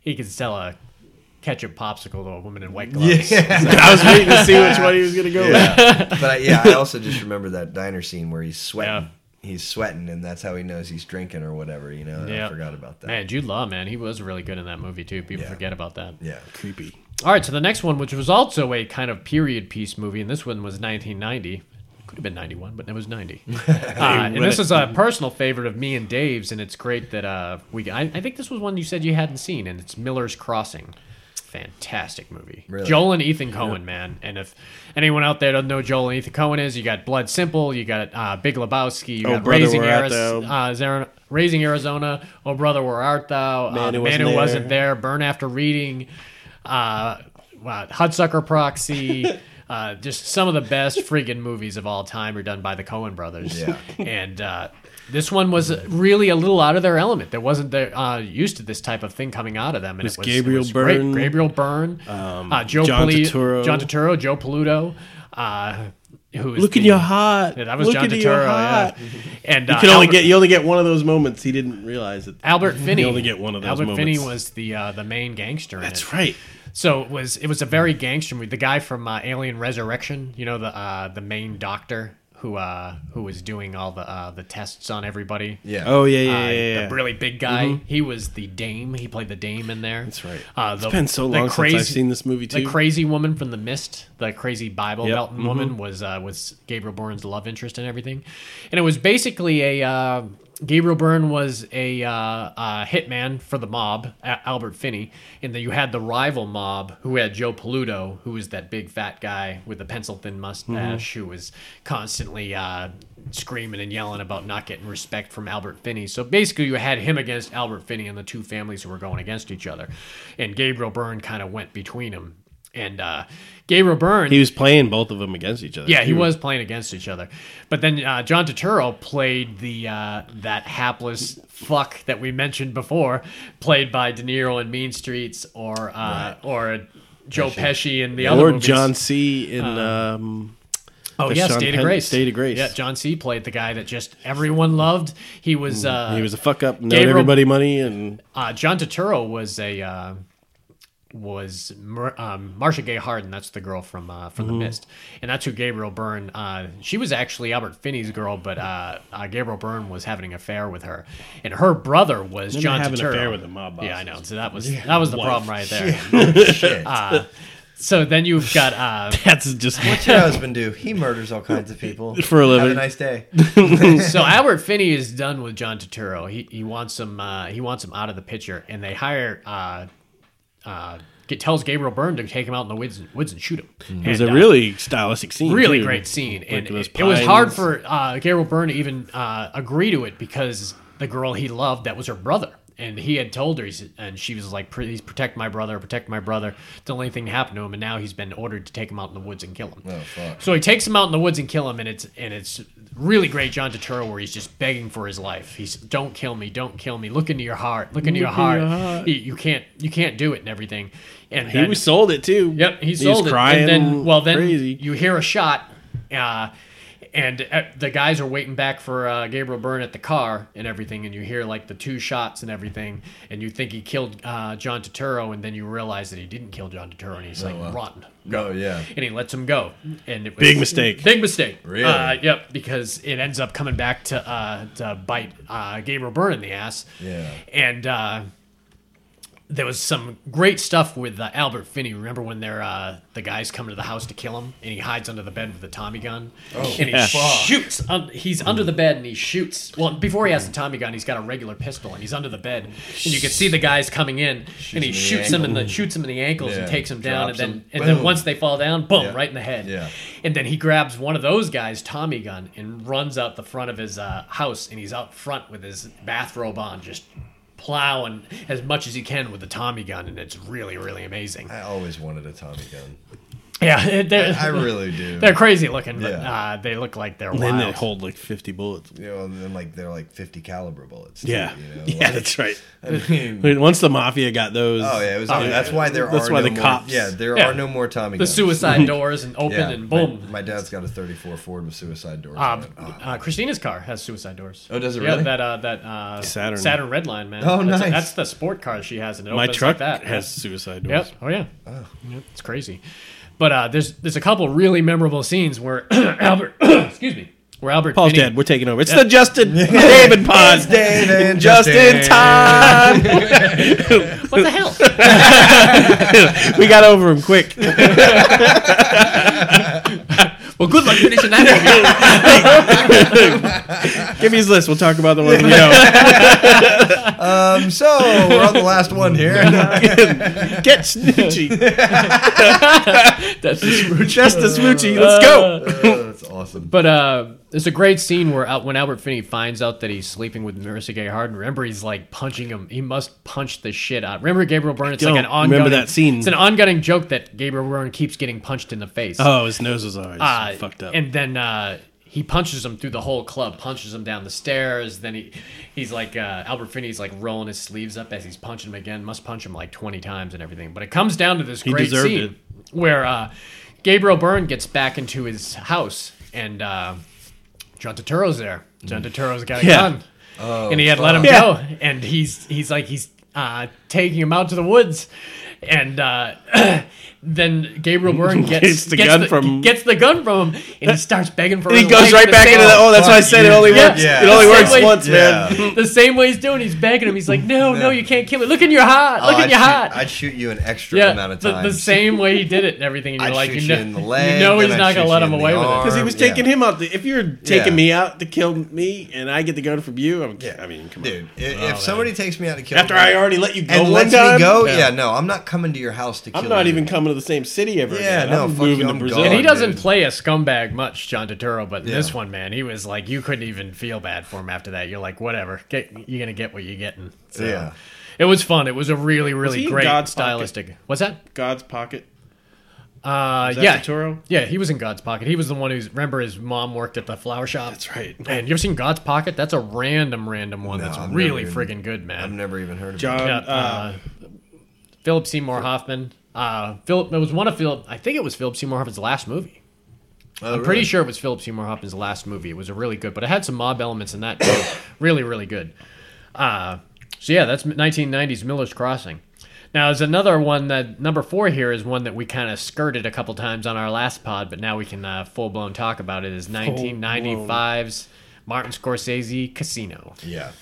he could sell a ketchup popsicle to a woman in white gloves. yeah. I was waiting to see which one he was going to go with. Yeah. but I, yeah, I also just remember that diner scene where he's sweating. Yeah. He's sweating, and that's how he knows he's drinking or whatever. You know, and Yeah. I forgot about that. Man, Jude Law, man, he was really good in that movie too. People Yeah. forget about that. Yeah, Creepy. All right, so the next one, which was also a kind of period piece movie, and this one was 1990. Could have been 91, but it was 90. Uh, and this is a personal favorite of me and Dave's, and it's great that uh, we. I, I think this was one you said you hadn't seen, and it's Miller's Crossing. Fantastic movie. Really? Joel and Ethan Cohen, man. And if anyone out there doesn't know who Joel and Ethan Cohen is, you got Blood Simple, you got uh, Big Lebowski, you Oh, got Brother, Raising, Where Aris- Art Thou? uh, Zara- Raising Arizona, Oh Brother, Where Art Thou? Man uh, Who the Wasn't Man Who There. Wasn't There, Burn After Reading, uh, wow, Hudsucker Proxy. uh, just some of the best friggin' movies of all time are done by the Cohen brothers. Yeah. And uh, this one was really a little out of their element. There wasn't their, uh, used to this type of thing coming out of them. And Was it was Gabriel it was great. Byrne, um, Gabriel Byrne, uh, Joe John Poli- Turturro. John Turturro, Joe Paluto. Uh, who is Look at the- your heart. Yeah, that was Look John at your Turturro. Yeah. heart. And You uh, can only Albert- get you only get one of those moments. He didn't realize it. Albert Finney. only get one of those Albert moments. Finney was the uh, the main gangster. In it. That's right. So it was it was a very gangster movie. The guy from uh, Alien Resurrection, you know the uh, the main doctor who uh, who was doing all the uh, the tests on everybody. yeah. Oh yeah, Uh, yeah, yeah. yeah. Mm-hmm. The really big guy. He was the dame. He played the dame in there. That's right. Uh, the, it's been so the long crazy- since I've seen this movie The too. crazy woman from The Mist, the crazy Bible Yep. Belt woman, was uh, was Gabriel Byrne's love interest and everything, and it was basically a uh, Gabriel Byrne was a uh, uh, hitman for the mob, A- Albert Finney, and then you had the rival mob who had Joe Paluto, who was that big fat guy with the pencil thin mustache who was constantly. Uh, Screaming and yelling about not getting respect from Albert Finney. So basically, you had him against Albert Finney and the two families who were going against each other. And Gabriel Byrne kind of went between them and uh, Gabriel Byrne. he was playing both of them against each other. yeah, he too. was playing against each other, but then uh, John Turturro played the uh, that hapless fuck that we mentioned before, played by De Niro in Mean Streets or uh, or Joe Pesci in the other Or movies. John C. in um, oh the yes, Sean State of Penn- Grace, State of Grace. Yeah, John C. played the guy that just everyone loved. He Hmm. was uh, he was a fuck up, and owed Gabriel- everybody money, and Uh, John Turturro was a uh, was Mar- um, Marcia Gay Harden. That's the girl from uh, from The Mm-hmm. Mist, and that's who Gabriel Byrne. Uh, she was actually Albert Finney's girl, but uh, uh, Gabriel Byrne was having an affair with her, and her brother was Remember John having an Turturro. affair with the mob boss. Yeah, I know. So that was that was the problem right there. Oh, Shit. Ah. So then you've got uh, that's just What's your husband do? He murders all kinds of people For a Have living. a nice day. so Albert Finney is done with John Turturro. He he wants him uh, he wants him out of the picture, and they hire uh, uh, get, tells Gabriel Byrne to take him out in the woods, woods and shoot him. It was And, a uh, really stylistic scene. really too. great scene, and those it, it was hard pines. for uh, Gabriel Byrne to even uh, agree to it because the girl he loved that was her brother, and he had told her, he's- and she was like, "Please protect my brother, protect my brother." Don't let anything happen to him, and now he's been ordered to take him out in the woods and kill him. Oh, fuck. So he takes him out in the woods and kill him, and it's and it's really great John Turturro where he's just begging for his life. He's don't kill me, don't kill me. Look into your heart, look into your Look into heart. your heart." You, you can't you can't do it and everything. And He then- was sold it too. Yep, he was sold it. Crying and then, well, then crazy. you hear a shot, uh, and uh, the guys are waiting back for uh, Gabriel Byrne at the car and everything, and you hear like the two shots and everything, and you think he killed uh, John Turturro, and then you realize that he didn't kill John Turturro, and he's like wow. rotten. Oh yeah. And he lets him go, and it was Big mistake. Big mistake. Really? Uh, yep. Because it ends up coming back to uh, to bite uh, Gabriel Byrne in the ass. Yeah. And uh, there was some great stuff with uh, Albert Finney. Remember when they're uh, the guys come to the house to kill him, and he hides under the bed with a Tommy gun, oh, and yeah. he shoots. Un- he's under the bed and he shoots. Well, before he has the Tommy gun, he's got a regular pistol, and he's under the bed, and you can see the guys coming in, and he him in shoots him in the the shoots him in the ankles Yeah. and takes him down, and Drops then him. and then Boom. once they fall down, boom, Yeah. right in the head. Yeah. And then he grabs one of those guys, Tommy gun, and runs out the front of his uh, house, and he's out front with his bathrobe on, just plowing as much as he can with the Tommy gun, and it's really, really amazing. I always wanted a Tommy gun. Yeah, they're, I really do. they're crazy looking, but Yeah. uh, they look like they're Then they wild. hold like 50 bullets. you know, and then like they're like 50 caliber bullets. too, Yeah. You know? yeah, like- that's right. I mean, I mean, once the mafia got those. oh yeah, it was. That's why there That's are. why no the more, cops- Yeah, there Yeah. are no more Tommy the guns. suicide doors and open, Yeah, and my- boom. My, dad's got a 34 Ford with suicide doors. uh, on it. Oh, uh, Christina's car has suicide doors. Oh, does it yeah, really? That uh, that uh, Saturn. Saturn Redline, man. Oh, that's, nice. That's the sport car she has, and it My opens truck like that. has suicide doors. Yep. Oh yeah. Ah. Yep. It's crazy. But uh, there's there's a couple really memorable scenes where Albert, excuse me, where Albert Paul's Finney- dead. We're taking over. It's the Justin David pod. Dave and Just in Justin. time. What the hell? we got over him quick. well, good luck finishing that movie. Give me his list. We'll talk about the one. You know, Um, so we're on the last one here. get Snoochie. That's just rude. Just the Snoochie. Let's Uh, go. Oh, that's awesome. But uh, there's a great scene where out when Albert Finney finds out that he's sleeping with Marissa Gay Harden. Remember, he's like punching him. He must punch the shit out. Remember Gabriel Byrne? It's like an don't ongoing. remember that scene. It's an ongoing joke that Gabriel Byrne keeps getting punched in the face. Oh, his nose was always Uh, fucked up. And then uh, he punches him through the whole club, punches him down the stairs. Then he, he's like uh, Albert Finney's like rolling his sleeves up as he's punching him again. Must punch him like twenty times and everything. But it comes down to this great deserved scene where uh, Gabriel Byrne gets back into his house and uh, John Turturro's there. John Turturro's got a Yeah. Oh, gun, and he had let him Yeah. go, and he's he's like he's uh, taking him out to the woods, and. Uh, Then Gabriel Byrne gets, Gets the gun from- gets the gun from him Uh, and he starts begging for And he her goes life right the back same- into the. Oh, that's why I Fuck said it you. only Yeah. works. Yeah. It only The same works way- once, man. Yeah. the same way he's doing. He's begging him. He's like, "No, no, you can't kill it. Look in your heart. Look Oh, in I'd your shoot- heart." I'd shoot you an extra yeah, amount of the, times. the same way he did it and everything, and you're I'd like, shoot you you know, in the leg, you know then he's I'd not shoot gonna you let in him the away with it. arm. Because he was Yeah. taking him out. To, if you're taking Yeah. me out to kill me, and I get the gun from you, I'm, Yeah. I mean, come on. Oh, dude. i- If, somebody takes me out to kill After me, I already let you go and one lets time, me go, yeah. no, I'm not coming to your house to kill. I'm not you. even coming to the same city ever. Yeah, again. no, I'm fuck moving you, to I'm Brazil. gone. And he doesn't dude. play a scumbag much, John Turturro, but in Yeah. this one, man, he was like, you couldn't even feel bad for him after that. You're like, whatever, get, you're gonna get what you're getting. So, Yeah. it was fun. It was a really, he really in great God's Pocket? stylistic. What's that? God's pocket. Uh, that yeah, Turturro? yeah, he was in God's pocket. He was the one who's remember his mom worked at the flower shop. That's right. Man, you ever seen God's Pocket? That's a random, random one. that's I've really never even- friggin' good, man. I've never even heard of John. It. Yeah, uh, uh, Philip Seymour Hoffman. Uh, Philip, it was one of Philip. I think it was Philip Seymour Hoffman's last movie. Oh, I'm pretty sure it was Philip Seymour Hoffman's last movie. It was a really good, but it had some mob elements in that. Too. really, really good. Uh, so yeah, that's 1990s Miller's Crossing. Now there's another one that number four here is one that we kind of skirted a couple times on our last pod, but now we can uh, full blown talk about it. Is 1995's Martin Scorsese Casino. Yeah.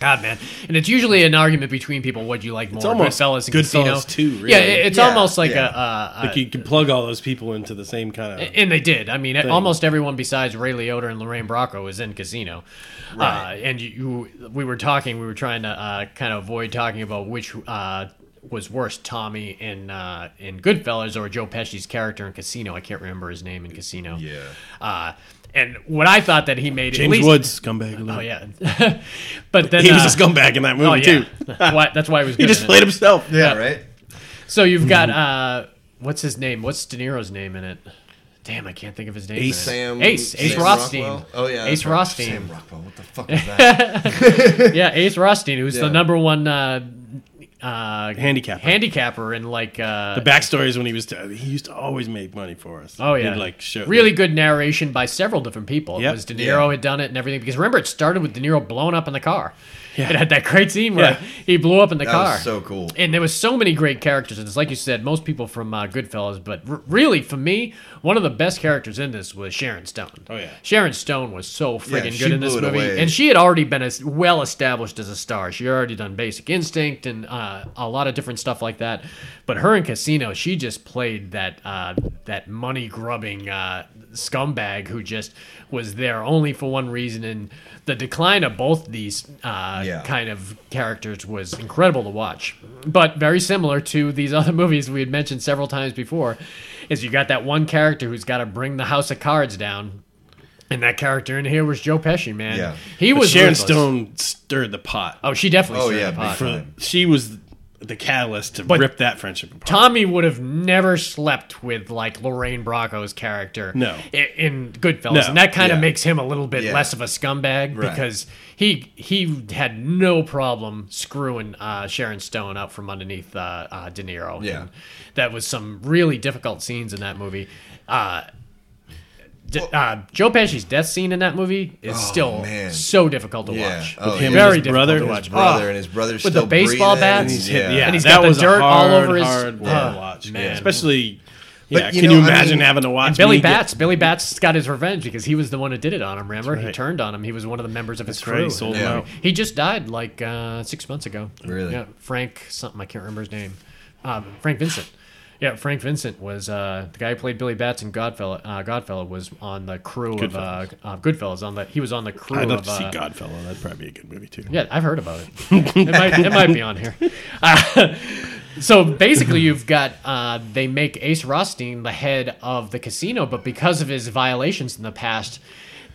God, man, and it's usually an argument between people. What do you like more, almost Goodfellas and Goodfellas Casino? too, really. Yeah, it- it's Yeah, almost like yeah. a. Uh, like you can plug all those people into the same kind of. and they did. I mean, almost everyone besides Ray Liotta and Lorraine Bracco was in Casino. Uh, and you, you, we were talking, we were trying to uh, kind of avoid talking about which uh, was worse, Tommy in uh, in Goodfellas or Joe Pesci's character in Casino. I can't remember his name in Casino. Yeah. Uh, and what I thought that he made at James least, Woods, scumbag. Oh yeah. but then he uh, was a scumbag in that Oh movie too. yeah. Why- that's why he was. Good He in just it. played himself. Yeah, right. So you've got uh, Mm-hmm. what's his name? What's De Niro's name in it? Damn, I can't think of his name. Ace. in it. Sam Ace Ace Sam Rothstein. Rockwell? Oh yeah, Ace that's right. Rothstein. Sam Rockwell. What the fuck was that? yeah, Ace Rothstein, who's the Yeah. number one uh, uh, Handicapper. handicapper in like uh, the backstory is when he was uh, he used to always make money for us. oh yeah, He'd, like show really good narration by several different people. Yep. It was De Niro Yeah. had done it and everything because remember it started with De Niro blown up in the car. Yeah. It had that great scene where Yeah. he blew up in the That car. was so cool. and there was so many great characters in this. Like you said, most people from uh, Goodfellas, but r- really for me, one of the best characters in this was Sharon Stone. Oh, yeah. Sharon Stone was so friggin' she good in this blew it movie, away. and she had already been as well established as a star. She had already done Basic Instinct and uh, a lot of different stuff like that. But her in Casino, she just played that uh, that money grubbing uh, scumbag who just was there only for one reason. And the decline of both these uh, Yeah. kind kind of characters was incredible to watch. But very similar to these other movies we had mentioned several times before, is you got that one character who's got to bring the house of cards down. And that character in here was Joe Pesci, man. Yeah. He But was Sharon ruthless. Stone stirred the pot. Oh, she definitely. Oh, stirred yeah, the pot. big time. For, she was the catalyst to rip that friendship apart. Tommy would have never slept with like Lorraine Bracco's character. No. i- in Goodfellas, No, and that kind of yeah. makes him a little bit Yeah. less of a scumbag Right. because he he had no problem screwing uh, Sharon Stone up from underneath uh, uh, De Niro. Yeah. And that was some really difficult scenes in that movie. Uh, d- uh, Joe Pesci's death scene in that movie is Oh, still man. so difficult to Yeah. watch. Oh, With him yeah. and very his difficult brother. to His watch. His brother Ah. and his brother's with the still baseball breathing, bats. and He's he's- hit- yeah. And he's got the dirt all over his- hard Ah, to watch, man. especially. Yeah, you can know, you I imagine mean- having to watch Billy me get- Bats. Billy Bats got his revenge because he was the one who did it on him. Remember, he right. turned on him. He was one of the members of his That's right, crew. he sold And him then out. He just died like uh, six months ago. Really? Yeah, Frank something. I can't remember his name. Um, Frank Vincent. Yeah, Frank Vincent was uh, the guy who played Billy Bats in Godfella. Uh, Godfella was on the crew of Goodfellas. uh, uh, Goodfellas. On the he was on the crew. I'd love of, to see uh, Godfellow. That'd probably be a good movie too. yeah, I've heard about it. It might, it might be on here. Uh, so basically, you've got uh, they make Ace Rothstein the head of the casino, but because of his violations in the past,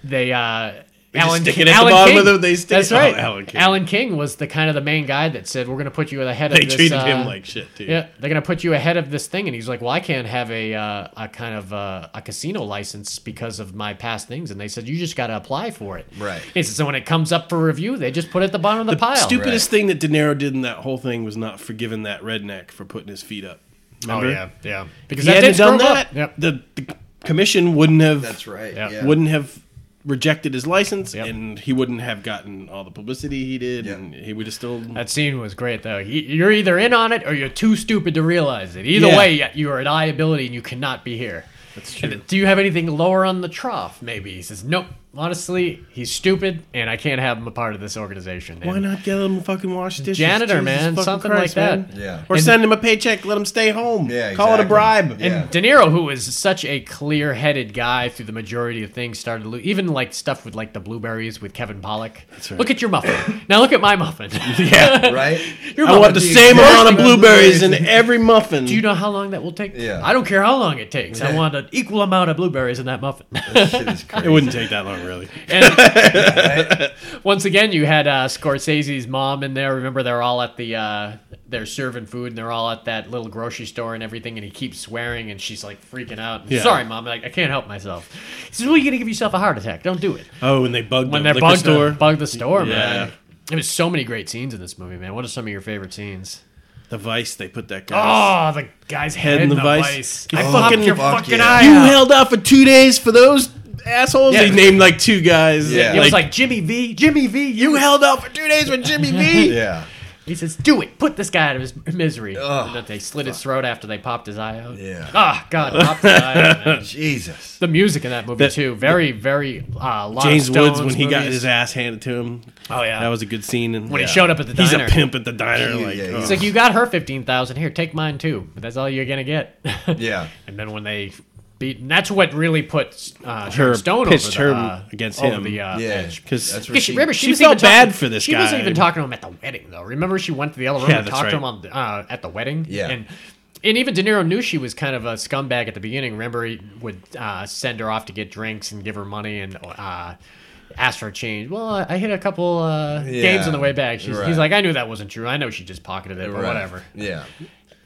they. Uh, just stick it at the bottom of the- they stick- That's right. Oh, Alan King. Alan King was the kind of the main guy that said, "We're going to put you at the head They of this." treated uh, him like shit too. yeah, they're gonna put you ahead of this thing, and he's like, "Well, I can't have a uh, a kind of uh, a casino license because of my past things." And they said, "You just gotta apply for it." Right. And so when it comes up for review, they just put it at the bottom of the, pile. Stupidest thing that De Niro did in that whole thing was not forgiving that redneck for putting his feet up. Remember? Oh yeah, yeah. Because If he that hadn't did done screw him that, Up. Yep. the, the commission wouldn't have. That's right. Yeah. Yeah. Wouldn't have rejected his license, Yep. and he wouldn't have gotten all the publicity he did, Yeah. and he would have still. That scene was great though. You- You're either in on it or you're too stupid to realize it. Either Yeah. way, you are at liability and you cannot be here. That's true. do you have anything lower on the trough? Maybe he says, "Nope." Honestly, he's stupid, and I can't have him a part of this organization. Why And- not get him to fucking wash dishes? Janitor, Jesus man, fucking something Christ, like man. that. Yeah. Or And- send him a paycheck. Let him stay home. Yeah, Call it a exactly. bribe. Yeah. And De Niro, who was such a clear-headed guy through the majority of things, started lo- even like stuff with like the blueberries with Kevin Pollock. right. Look at your muffin. now look at my muffin. Yeah. Right. Your I want muffin. the Do you- same amount of Roasting on blueberries in blueberries. every muffin. Do you know how long that will take? Yeah. I don't care how long it takes. I Yeah. want an equal amount of blueberries in that muffin. That shit is crazy. it wouldn't take that long, really. and once again, you had uh, Scorsese's mom in there. Remember, they're all at the uh, they're serving food and they're all at that little grocery store and everything. And he keeps swearing, and she's like freaking out. Yeah. Sorry, mom, I, I can't help myself. He says, "Well, you're gonna give yourself a heart attack. Don't do it." Oh, when they bugged when the they're liquor bugged store. the, bugged the store, Yeah. man. There was so many great scenes in this movie, man. What are some of your favorite scenes? the vice they put that guy. Oh, the guy's head, Head in in the the vice. vice. You I fucking- popped your fuck fucking yeah. eye you out. held out for two days for those assholes. Yeah. They named like two guys. Yeah. it was like Jimmy V, Jimmy V. You you held out for two days with Jimmy V. Yeah. He says, "Do it. Put this guy out of his misery." Ugh, and that they slit his throat after they popped his eye out. Yeah. Ah, God, popped his eye out. man. Jesus. The music in that movie The- too, very, very uh, lot James of Stones Woods when he got movies. his ass handed to him. Oh yeah, That was a good scene. And when Yeah. he showed up at the he's diner. a pimp at the diner. Yeah, like, yeah, oh. he's It's like you got her fifteen thousand. Here, take mine too. But that's all you're gonna get. Yeah. And then when they beat, and that's what really put uh, Sharon Her- Stone pitched over the, her uh, against over him. The, uh, Yeah, edge. Because that's where Because she, remember, she, She was felt even talking- bad for this She wasn't guy. even talking to him at the wedding, though. Remember, she went to the other room Yeah, and that's talked to right. him on the, uh, at the wedding. Yeah. and and even De Niro knew she was kind of a scumbag at the beginning. Remember, he would uh, send her off to get drinks and give her money and. Uh, Ask for change. Well, I hit a couple uh, games Yeah, on the way back. She's, right. He's like, I knew that wasn't true. I know she just pocketed it, but Right. whatever. Yeah,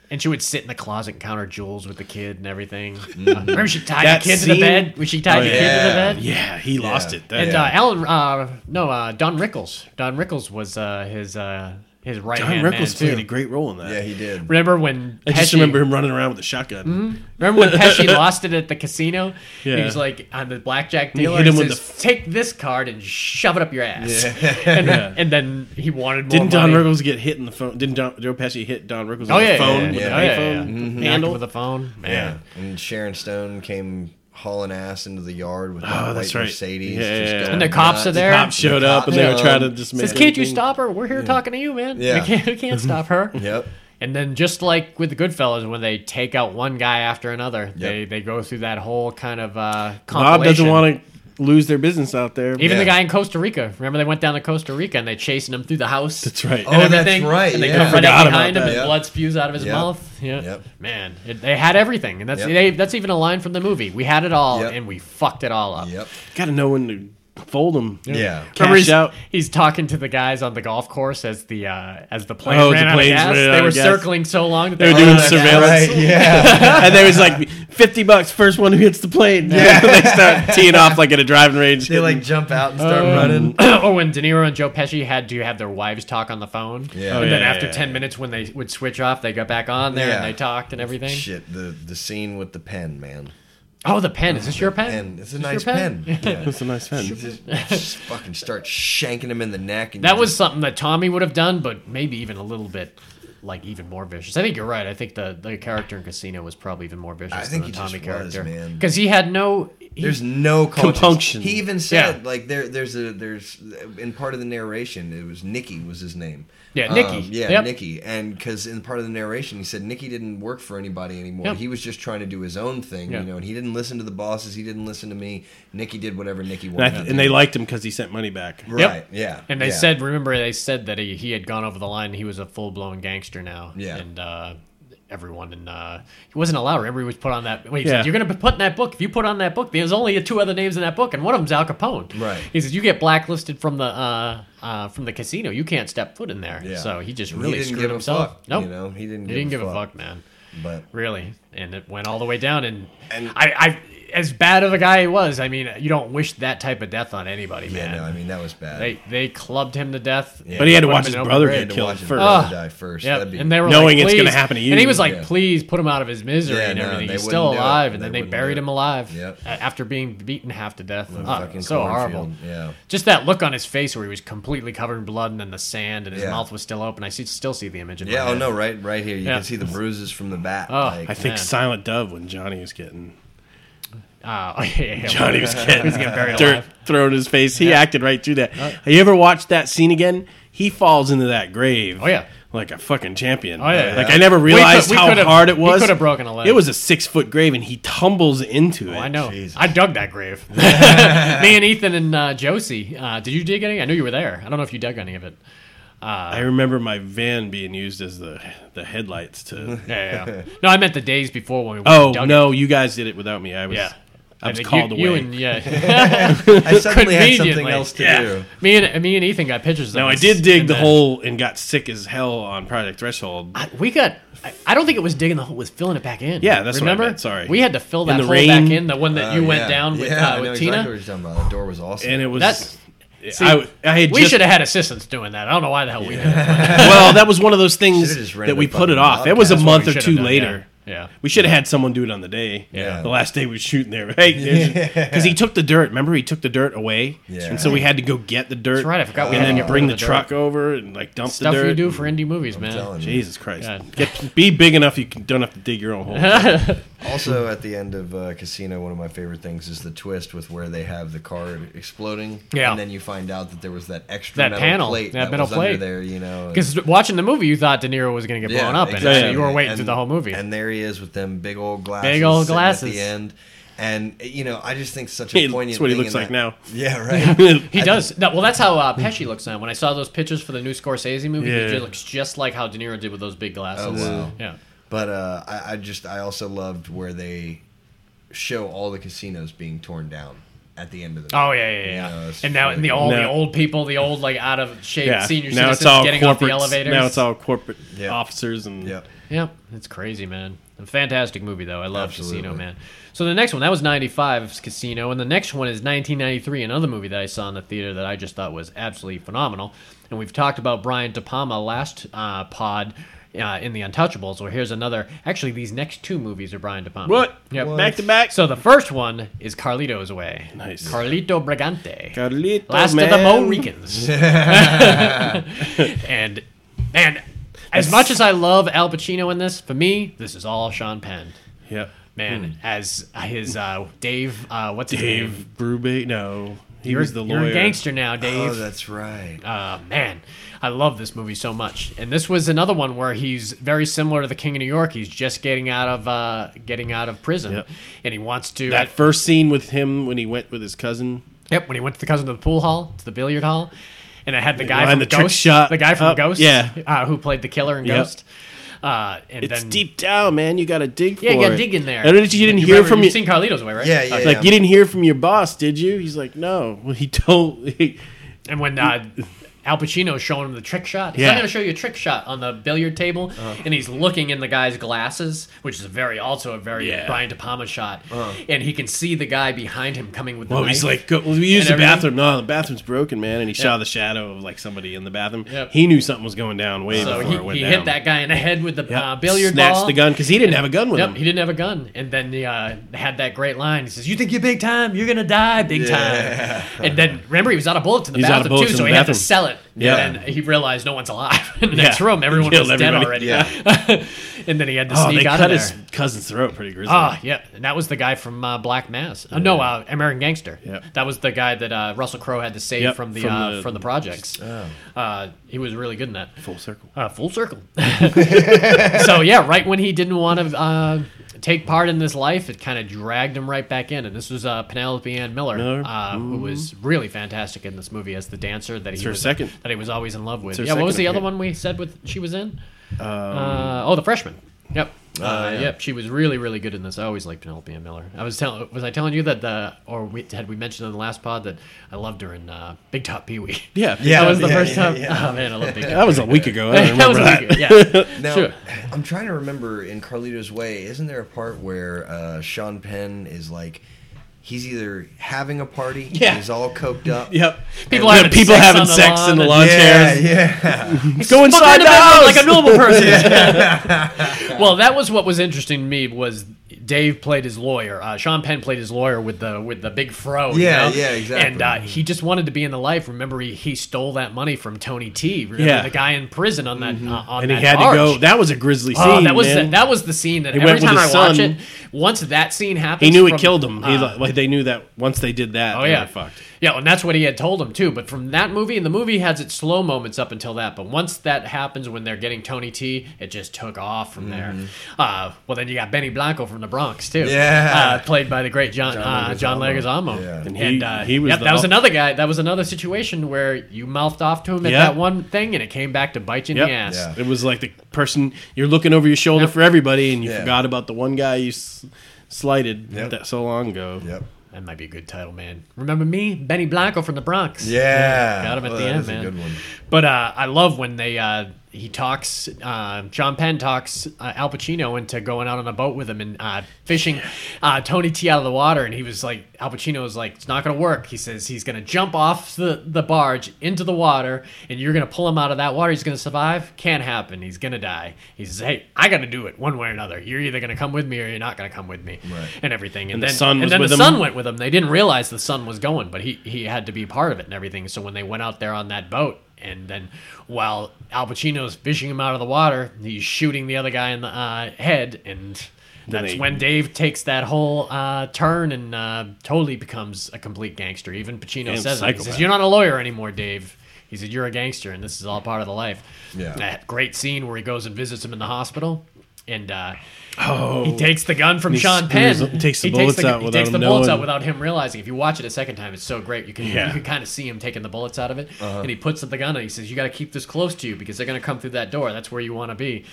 And she would sit in the closet and count her jewels with the kid and everything. Uh, remember, she tied That the kid to scene- the bed. When she tied Oh, the kid to the yeah. bed. yeah, he lost it. That, And Yeah. uh, Alan, uh, no, uh, Don Rickles. Don Rickles was uh, his uh, his right Don hand man Rickles played too. a great role in that. yeah, he did. Remember Mm-hmm. when? I just Pesci- remember him running around with a shotgun. Remember when Pesci lost it at the casino? He Yeah. was like on the blackjack dealer. hit He him with says, "Take this card and shove it up your ass." and, and then he wanted more Didn't Don money. Rickles get hit in the phone? Didn't Don, Joe Pesci hit Don Rickles Oh on yeah, the phone yeah, with yeah, the yeah, iPhone yeah. Mhm. Knocked handle? him with a phone. Yeah, Man, and Sharon Stone came hauling ass into the yard with Oh, that that's white right. Mercedes. Yeah, yeah, just yeah. going And the cops nuts. are there. Cops showed The up and they were cops trying to come. just make says, "Can't you everything- stop her? We're here talking to you, man. Yeah. We can't, we can't stop her." Yep. And then just like with the Goodfellas, when they take out one guy after another, they they go through that whole kind of uh, Bob doesn't want want to lose their business out there. to. Even the Yeah. guy in Costa Rica. Remember, they went down to Costa Rica and they chasing him through the house. That's right. And Oh, that's everything, right, And they yeah. come right Forgot up about behind him, that. and Yep. blood spews out of his Yep. mouth. Yeah, Yep. man, it, they had everything, and that's Yep. they, that's even a line from the movie. We had it all, Yep. and we fucked it all up. Yep. Got to know when to fold them. Yeah. Remember Cash he's, out. he's talking to the guys on the golf course as the uh, as the plane Oh, ran out the of planes gas. ran out They of were gas. circling so long that They were ran doing out of gas. surveillance. Right. Yeah. and there was like 50 bucks first one who hits the plane. Yeah. they start teeing off like at a driving range. they like jump out and Um, start running. or when De Niro and Joe Pesci had to have their wives talk on the phone. Yeah. Oh, and then yeah, after yeah, 10 minutes, when they would switch off, they got back on there and Yeah. they talked and everything. Shit. The the scene with the pen, man. Oh, the pen. Is this your pen? And it's a Is this nice your pen. Yeah. That's a nice You pen. just, just fucking start shanking him in the neck. And That you was just- something that Tommy would have done, but maybe even a little bit. Like even more vicious. I think you're right. I think the, the character in Casino was probably even more vicious I think than the he just Tommy was, character, man. because he had no. he- There's no conscience. Compunction. He even said Yeah. like there there's a there's in part of the narration it was Nicky was his name. Um, Yeah, Nicky. yeah, Yep. Nicky. And because in part of the narration he said Nicky didn't work for anybody anymore. Yep. He was just trying to do his own thing, Yeah. you know. And he didn't listen to the bosses. He didn't listen to me. Nicky did whatever Nicky And, I wanted. th- to and do. they liked him because he sent money back. Yep. right, yeah. And they yeah. said, remember, they said that he, he had gone over the line. He was a full blown gangster now. Yeah. And uh, everyone, and uh, he wasn't allowed. Remember, he was put on that. Wait, he Yeah. said, you're going to be put in that book. If you put on that book, there's only two other names in that book, and one of them's Al Capone. Right. He says, you get blacklisted from the uh, uh, from the casino. You can't step foot in there. Yeah. So he just And really didn't screwed give a himself. fuck, nope. you know, he didn't. he didn't give a fuck, man. But Really, and it went all the way down. And, And- I, I, as bad of a guy he was, I mean, you don't wish that type of death on anybody, yeah, man. no, I mean that was bad. They they clubbed him to death. Yeah. But he had to Put him watch in his an open brother grave get to killed watch his first. brother Ah, die first. Yep. That'd be- and they were Knowing like, it's gonna "Please." happen to you. And he was like, Yeah. "Please put him out of his misery Yeah, and no, everything. they He's still wouldn't do it. alive." And They then they wouldn't do buried it. him alive Yep. a- after being beaten half to death. a Ah, fucking so cornfield. horrible. Yeah. Just that look on his face where he was completely covered in blood and then the sand and his Yeah. mouth was still open. I see, still see the image. In Yeah, my oh head. no, right right here. You Yeah. can see the bruises from the bat. Oh, like, I think Man. Silent Dove when Johnny was getting Uh, oh, yeah, yeah, yeah. Johnny was getting, getting buried dirt alive. thrown in his face. He acted right through that. Have you ever watched that scene again? He falls into that grave. Oh, yeah. Like a fucking champion. Oh, yeah, Like yeah. I never could- realized we how could've- hard it he was. could've broken a leg. Oh, It was a six foot grave, and he tumbles into it. I know. Jesus. I dug that grave. Me and Ethan and uh, Josie. Uh, did you dig any? I knew you were there. I don't know if you dug any of it. I remember my van being used as the the headlights to. Yeah, yeah, yeah. No, I meant the days before when we went Oh and dug no, you guys did it without me. I It. was. Yeah. I was think called you, away. you and yeah, I suddenly had something Conveniently. else to Yeah. do. me and me and Ethan got pictures. now of I us, did dig and the then- hole and got sick as hell on Project Threshold. I- We got. I, I don't think it was digging the hole; it was filling it back in. Yeah, that's what I remember. meant, sorry. we had to fill In that the hole rain. back in. The one that you Oh, went yeah. down with, yeah, uh, I know with exactly Tina. what you're talking about. That door was awesome. and it was. That's- I, I had we just should have had assistants doing that. I don't know why the hell we did. it. well, that was one of those Should've things just rented that we a put it fucking off. It was a Bobcat. month or Should've two done, later. Yeah. We should have had someone do it on the day. Yeah. The last day we was shooting there, right? Because he took the dirt. Remember, he took the dirt away. Yeah. And so we had to go get the dirt. That's right, I forgot we And had to then get bring rid the, of the dirt. truck over and like dump Stuff the dirt. you do for indie movies, man. Telling you. Jesus Christ. God. Get, be big enough you can, don't have to dig your own hole. Also, at the end of uh, Casino, one of my favorite things is the twist with where they have the card exploding. Yeah. And then you find out that there was that extra That metal panel, plate that metal was plate. under there, you know. and- Because watching the movie, you thought De Niro was going to get blown up, and exactly. so you were waiting And- through the whole movie. And there he is with them big old glasses. Big old sitting glasses. At the end. And you know, I just think such a Hey, poignant. that's what he thing looks in like that- now. Yeah, right. He does. No, well, that's how uh, Pesci looks now. When I saw those pictures for the new Scorsese movie, Yeah. he just looks just like how De Niro did with those big glasses. Oh, wow. Yeah. but uh, I, I just I also loved where they show all the casinos being torn down at the end of the. Oh yeah, yeah, yeah. You know, it's and now really the cool. all the Now- old people, the old like out of shape Yeah. senior now citizens it's all getting off corporate. the elevators. Now it's all corporate Yeah. officers and Yep. Yeah, it's crazy, man. A fantastic movie though. I love Casino, Absolutely. man. So the next one that was '95's Casino, and the next one is 1993, another movie that I saw in the theater that I just thought was absolutely phenomenal. And we've talked about Brian De Palma last uh, pod. Uh, in the Untouchables, or here's another. Actually, these next two movies are Brian De Palma. what? Yep. Back to back. So the first one is Carlito's Way. Nice. Carlito Brigante. Carlito, Oh, Last man. of the Mohicans. and and as much as I love Al Pacino in this, for me, this is all Sean Penn. Yep. Man, as his uh, Hmm. Dave, uh, what's his name? Dave Brubay. No, he You're, was the lawyer. you're a gangster now, Dave. Oh, that's right. Uh, man, I love this movie so much. And this was another one where he's very similar to the King of New York. He's just getting out of uh, getting out of prison, Yep. and he wants to. That first scene with him when he went with his cousin. Yep, when he went to the cousin to the pool hall, to the billiard hall, and it had the guy behind from the trick Ghost, shot the guy from up, Ghost, yeah. uh, who played the killer in Yep. Ghost. Uh, and It's then, deep down, man. You got to dig. Yeah, for you got it. dig in there. And did you didn't You hear remember- from you've seen your Carlito's way, right? Yeah, yeah. like you didn't hear from your boss, did you? He's like, no. Well, he told. He, And when uh, Al Pacino's showing him the trick shot, he's Yeah. Uh-huh. not going to show you a trick shot on the billiard table, and he's looking in the guy's glasses, which is a very also a very Yeah. Uh-huh. Brian De Palma shot, and he can see the guy behind him coming with the well, he's knife. like, go, well, we used the And everything. bathroom. No, the bathroom's broken, man. And he saw the shadow of like somebody in the bathroom. Yep. He knew something was going down way so before he, it went he down. hit that guy in the head with the Yep. uh, billiard Snatched ball. the gun because he didn't have a gun with Yep, him. he didn't have a gun. And then he uh, had that great line. He says, "You think you're big time? You're gonna die big time." And then remember, he was out of bullets in the He's out of bathroom too, bullets in so the he had to bathroom. sell it. Yeah. And then he realized no one's alive in the Yeah. next room. Everyone Killed was dead everybody. already. Yeah. and then he had to Oh, sneak they out cut of his there. cousin's throat pretty grisly. Ah, yeah, and that was the guy from uh, Black Mass. Uh, no, uh, American Gangster. Yep. That was the guy that uh, Russell Crowe had to save Yep, from the from uh, the- Oh. from the projects. Uh, he was really good in that. Full circle. Uh, full circle. so yeah, right when he didn't want to uh, take part in this life, it kind of dragged him right back in. And this was uh, Penelope Ann Miller, Miller. Uh, who was really fantastic in this movie as the dancer that he her was second. that he was always in love with. her Yeah, what was second the other appearance. one we said with she was in? uh, oh, the freshman. Yep. Uh, Yep, she was really, really good in this. I always liked Penelope Ann Miller. I was telling, was I telling you that the, or we, had we mentioned in the last pod that I loved her in uh, Big Top Pee Wee? Yeah. Yeah. that was the first yeah, time. yeah. Oh man, I love Big Top. That was a week ago. I don't that remember was that. a week ago, Yeah. Now, Sure. I'm trying to remember in Carlito's Way, isn't there a part where uh, Sean Penn is like, he's either having a party, Yeah. he's all coked up. Yep. People The having people sex having on the sex lawn in the and- lawn Yeah, chairs. yeah. Go inside Fucking the about house. like a normal person. well, that was what was interesting to me was Dave played his lawyer. Uh, Sean Penn played his lawyer with the with the big fro. you Yeah, know? yeah, exactly. And uh, he just wanted to be in the life. Remember, he, he stole that money from Tony T. Remember Yeah. Mm-hmm. the guy in prison on that uh, on and he that had barge. to go. That was a grisly scene. Oh, that was man. the, that was the scene that He every went with time I his watch son. it, once that scene happens, He knew it from- killed him. He, uh, like, they knew that once they did that. Oh they yeah, were fucked. Yeah, and that's what he had told him too. But from that movie, and the movie has its slow moments up until that. But once that happens, when they're getting Tony T, it just took off from there. Uh, well, then you got Benny Blanco from the Bronx too. Yeah. uh, played by the great John uh, John Leguizamo. Yeah. And, And he, he- uh, he was yep, the- that was another guy. That was another situation where you mouthed off to him at Yeah. that one thing, and it came back to bite you in Yep. the ass. Yeah. It was like the person you're looking over your shoulder for everybody, and you Yeah. forgot about the one guy you s- slighted Yep. that so long ago. Yep. That might be a good title, man. Remember me, Benny Blanco from the Bronx. Yeah. Got him at Oh, the that end, is a man. good one. But uh, I love when they uh, he talks. Uh, John Penn talks uh, Al Pacino into going out on a boat with him and uh, fishing uh, Tony T out of the water. And he was like, Al Pacino was like, "It's not going to work." He says he's going to jump off the the barge into the water, and you're going to pull him out of that water. He's going to survive. Can't happen. He's going to die. He says, "Hey, I got to do it one way or another. You're either going to come with me or you're not going to come with me." Right. And everything. And, And the then, son and was then with the him? son went with him. They didn't realize the son was going, but he, he had to be part of it and everything. So when they went out there on that boat, and then while Al Pacino's fishing him out of the water, he's shooting the other guy in the uh, head, and Then that's they- when Dave takes that whole uh, turn and uh, totally becomes a complete gangster. Even Pacino says, it. And he says, psychopath. "You're not a lawyer anymore, Dave." He said, "You're a gangster, and this is all part of the life." Yeah. That great scene where he goes and visits him in the hospital. and uh, Oh, he takes the gun from he Sean spears Penn. him- takes the he bullets takes the, out he without takes the him bullets out knowing. without him realizing. If you watch it a second time, it's so great. You can Yeah. Uh-huh. you can kind of see him taking the bullets out of it, and he puts up the gun and he says, "You got to keep this close to you because they're going to come through that door. That's where you want to be,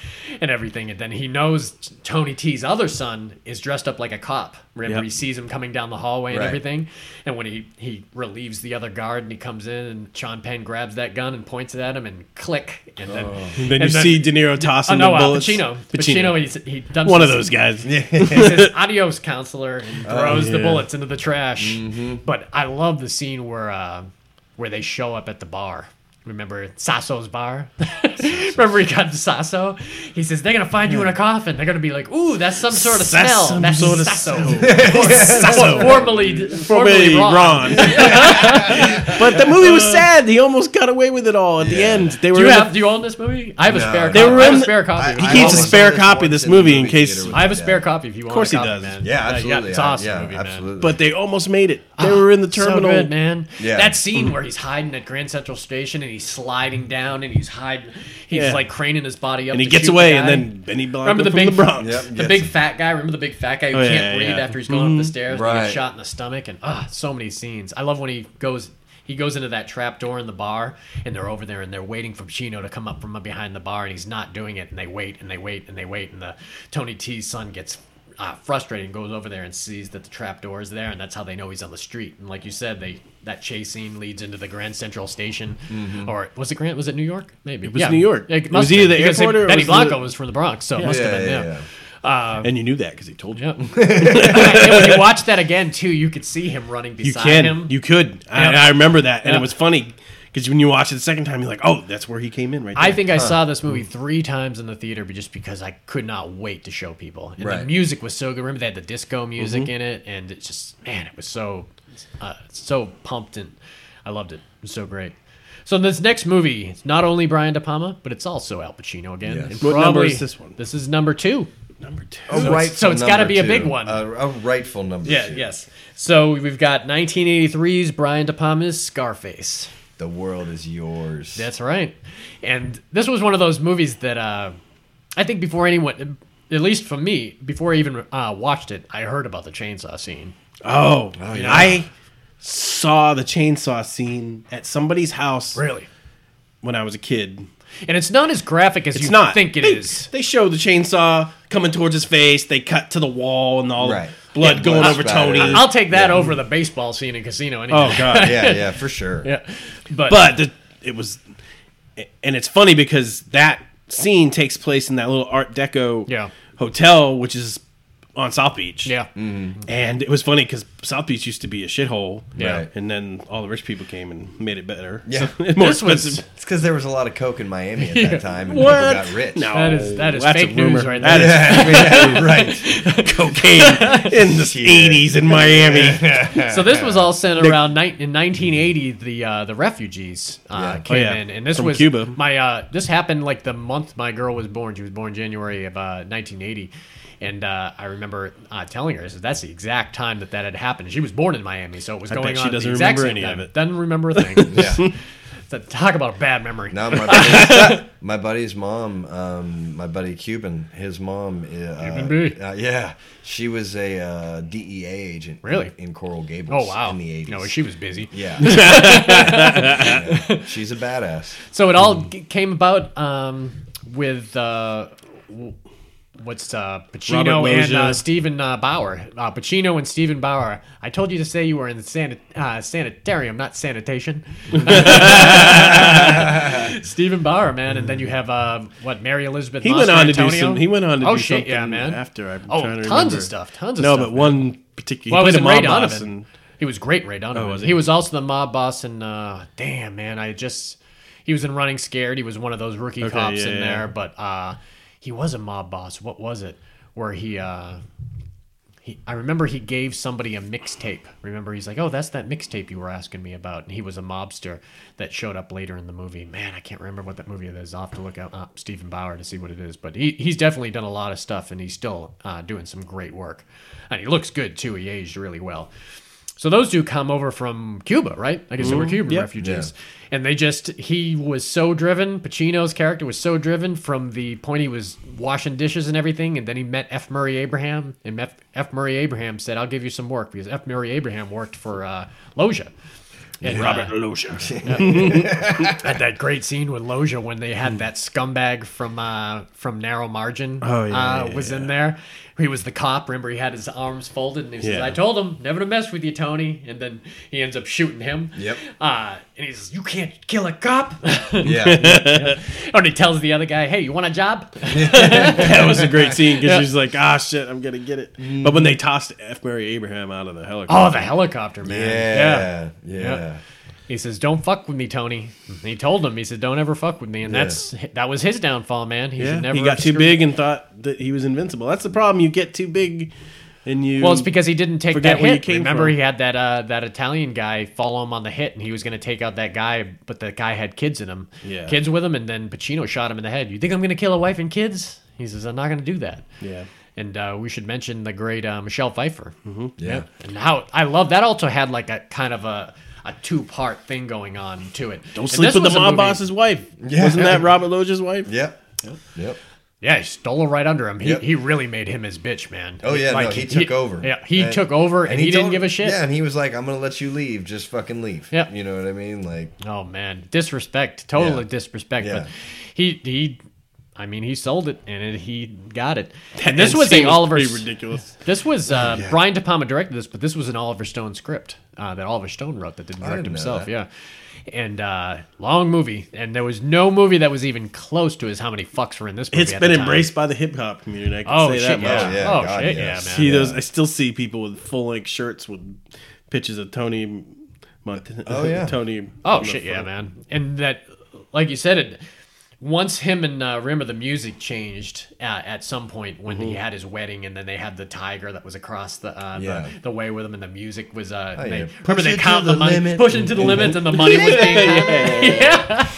and everything." And then he knows Tony T's other son is dressed up like a cop. Remember, Yep. he sees him coming down the hallway and Right. everything. And when he he relieves the other guard and he comes in, and Sean Penn grabs that gun and points it at him and click, and then And then you see De Niro tossing Oh, no, the uh, Oh. bullets. Pacino. Pacino, he's, he dumps one of his- those guys. he says, "Adios, counselor," and throws the Oh, yeah. Mm-hmm. bullets into the trash. But I love the scene where uh, where they show up at the bar. Remember Sasso's bar? Remember he got Sasso? He says they're gonna find you in a coffin. They're gonna be like, "Ooh, that's some sort of Sass- smell. some That's sort of Sasso." smell. Sasso. Formerly, formerly Formerly Ron. Ron. but the movie was sad. He almost got away with it all at the end. They were Do you in the- have? Do you own this movie? I have a No. spare. They copy. were I have in a the- spare copy. He I, keeps a almost spare only copy once of this movie in movie case- theater with I have a it, yeah. spare copy if you want. course a he copy, does. Man. Yeah, Uh, absolutely. it's I- awesome yeah, movie, man. absolutely. but they almost made it. They were in the terminal. Ah, So good, man. Yeah. That scene where he's hiding at Grand Central Station and he's sliding down and he's hiding, he's Yeah. like craning his body up, and he to gets shoot the away, guy. and then Benny Blanco remember the from big the Bronx. Yep. the gets big him. fat guy. Remember the big fat guy who Oh, yeah, can't yeah, breathe yeah. after he's going up the stairs, and Right. gets shot in the stomach, and ah, so many scenes. I love when he goes. He goes into that trap door in the bar, and they're over there, and they're waiting for Chino to come up from behind the bar, and he's not doing it. And they wait, and they wait, and they wait, and the Tony T's son gets uh, frustrated and goes over there and sees that the trap door is there, and that's how they know he's on the street. And like you said, they that chase scene leads into the Grand Central Station, Mm-hmm. or was it Grand? Was it New York? Maybe it was New York. It, It must was have either been, the because airport or it Benny was the- Blanco was from the Bronx, so it must Yeah, have been yeah, yeah. yeah. And you knew that because he told you. Yep. and when you watch that again too, you could see him running You beside can. him. You Yep. could. I, I remember that, and Yep. it was funny because when you watch it the second time, you're like, "Oh, that's where he came in, right?" I There. think I saw this movie three times in the theater, but just because I could not wait to show people. And the Right. Mm-hmm. music was so good. Remember they had the disco music in it, and it's just man, it was so uh, so pumped, and I loved it. It was so great. So this next movie, it's not only Brian De Palma, but it's also Al Pacino again. And Yes. What number is this one? This is number two. number two. A rightful so it's gotta number be a two. big one. A, a rightful number. Yeah, two. yes. So we've got 1983's Brian De Palma's Scarface. The world is yours. That's right. And this was one of those movies that uh, I think before anyone, at least for me, before I even uh, watched it, I heard about the chainsaw scene. Oh, I saw the chainsaw scene at somebody's house Really? when I was a kid. And it's not as graphic as It's you not. think it they, is. They show the chainsaw coming towards his face. They cut to the wall and all Right. blood Yeah, going blood over spatter. Tony. I- I'll take that over the baseball scene in Casino. Anyway. oh god. yeah, yeah, for sure. yeah. But, But the, it was, and it's funny because that scene takes place in that little Art Deco Yeah. hotel, which is on South Beach. yeah, Mm-hmm. And it was funny because South Beach used to be a shithole. yeah. Right. And then all the rich people came and made it better. Yeah. So, more This was- expensive. It's because there was a lot of coke in Miami at that time, and What? people got rich. No, That is- that is fake news right That is Yeah, right. cocaine in the eighties in Miami. So this was all sent around ni- in 1980. The uh, the refugees uh, Yeah. came Oh, yeah. in, and this From was Cuba. My uh, this happened like the month my girl was born. She was born January of uh, 1980, and uh, I remember uh, telling her I said, that's the exact time that that had happened. She was born in Miami, so it was I bet going she on. at the doesn't exact remember same any of time. it. Doesn't remember a thing. Yeah. So talk about a bad memory. Now my buddy's, my buddy's mom, um, my buddy Cuban, his mom. Uh, Cuban B. uh, yeah, she was a uh, DEA agent. Really? In, in Coral Gables. Oh wow! In the eighties. No, she was busy. Yeah. Yeah. She's a badass. So it all g- came about um, with uh, w- what's uh, Pacino Robert and uh, Loggia. Stephen uh, Bauer. Uh, Pacino and Stephen Bauer. I told you to say you were in the sanit- uh, sanitarium, not sanitation. Stephen Bauer, man, and then you have uh, what Mary Elizabeth. He went on to do Mastrantonio? some. He went on to oh do shit, something yeah, man. after. I'm oh, trying to tons remember. of stuff. Tons of No, stuff. but one particular. Well, he it was played a in Ray mob Donovan. boss. And, He was great, Ray Donovan. Oh, was he? he? was also the mob boss in. Uh, damn, man, I just he was in Running Scared. He was one of those rookie cops yeah, in yeah. there, but uh, he was a mob boss. What was it? Where he. Uh, he, I remember he gave somebody a mixtape. Remember, he's like, "Oh, that's that mixtape you were asking me about." And he was a mobster that showed up later in the movie. Man, I can't remember what that movie it is. I'll have to look up uh, Stephen Bauer to see what it is. But he, he's definitely done a lot of stuff, and he's still uh, doing some great work. And he looks good too. He aged really well. So those two come over from Cuba, right? I guess they were Cuban Yep. refugees. And they just, he was so driven, Pacino's character was so driven from the point he was washing dishes and everything. And then he met F. Murray Abraham. And F. F. Murray Abraham said, I'll give you some work because F. Murray Abraham worked for uh, Loja. And, uh, Loja. had that great scene with Loja when they Hmm. had that scumbag from uh, from Narrow Margin Oh, yeah, uh, yeah, was in there. He was the cop. Remember, he had his arms folded, and he says, Yeah. "I told him never to mess with you, Tony." And then he ends up shooting him. Yep. Uh, and he says, "You can't kill a cop." and Yeah. he tells the other guy, "Hey, you want a job?" that was a great scene because she's like, ah, shit, I'm gonna get it. But when they tossed F. Mary Abraham out of the helicopter, Mm-hmm. oh, the helicopter man. yeah. Yeah. He says, "Don't fuck with me, Tony." And he told him, he said, "Don't ever fuck with me," and that's that was his downfall, man. He should never he got have too screwed- big and thought that he was invincible. That's the problem. You get too big, and you Well, it's because he didn't take Forget that where hit. you came Remember, from. he had that uh, that Italian guy follow him on the hit, and he was going to take out that guy, but the guy had kids in him, Yeah. kids with him, and then Pacino shot him in the head. You think I'm going to kill a wife and kids? He says, I'm not going to do that. yeah. And uh, we should mention the great uh, Michelle Pfeiffer, mm-hmm. Yeah. and how I love that. Also had like a kind of a, a two part thing going on to it. Don't sleep with the mob boss's wife. Wasn't that Robert Loja's wife? Yep. Yep. Yeah, he stole her right under him. He, Yep. he really made him his bitch, man. Oh yeah, Like, no, he took over. Yeah, he took over, and, he, didn't told- give a shit. Yeah, and he was like, "I'm gonna let you leave, just fucking leave." Yeah. you know what I mean? Like, Oh man, disrespect, totally Yeah. disrespect. But Yeah. he he, I mean, he sold it and it, he got it. And And this was a scene Oliver. pretty ridiculous. This was uh, Brian De Palma directed this, but this was an Oliver Stone script uh, that Oliver Stone wrote that didn't direct didn't know himself. that. Yeah. And uh, long movie, and there was no movie that was even close to as how many fucks were in this movie. It's at been the time. embraced by the hip hop community. I can Oh say shit, that much. yeah. much. Yeah, oh God, shit, yes. yeah, man. See those? I still see people with full length shirts with pictures of Tony. Mont- Oh, yeah. Tony. Oh on the shit, yeah, front. man. And that, like you said, it once him and uh, remember the music changed uh, at some point when Mm-hmm. he had his wedding, and then they had the tiger that was across the uh, Yeah. the, the way with him, and the music was. Uh, Oh, they, yeah. Remember Push they it to count the, the money, limit. pushing to the limit, and the money was being. yeah.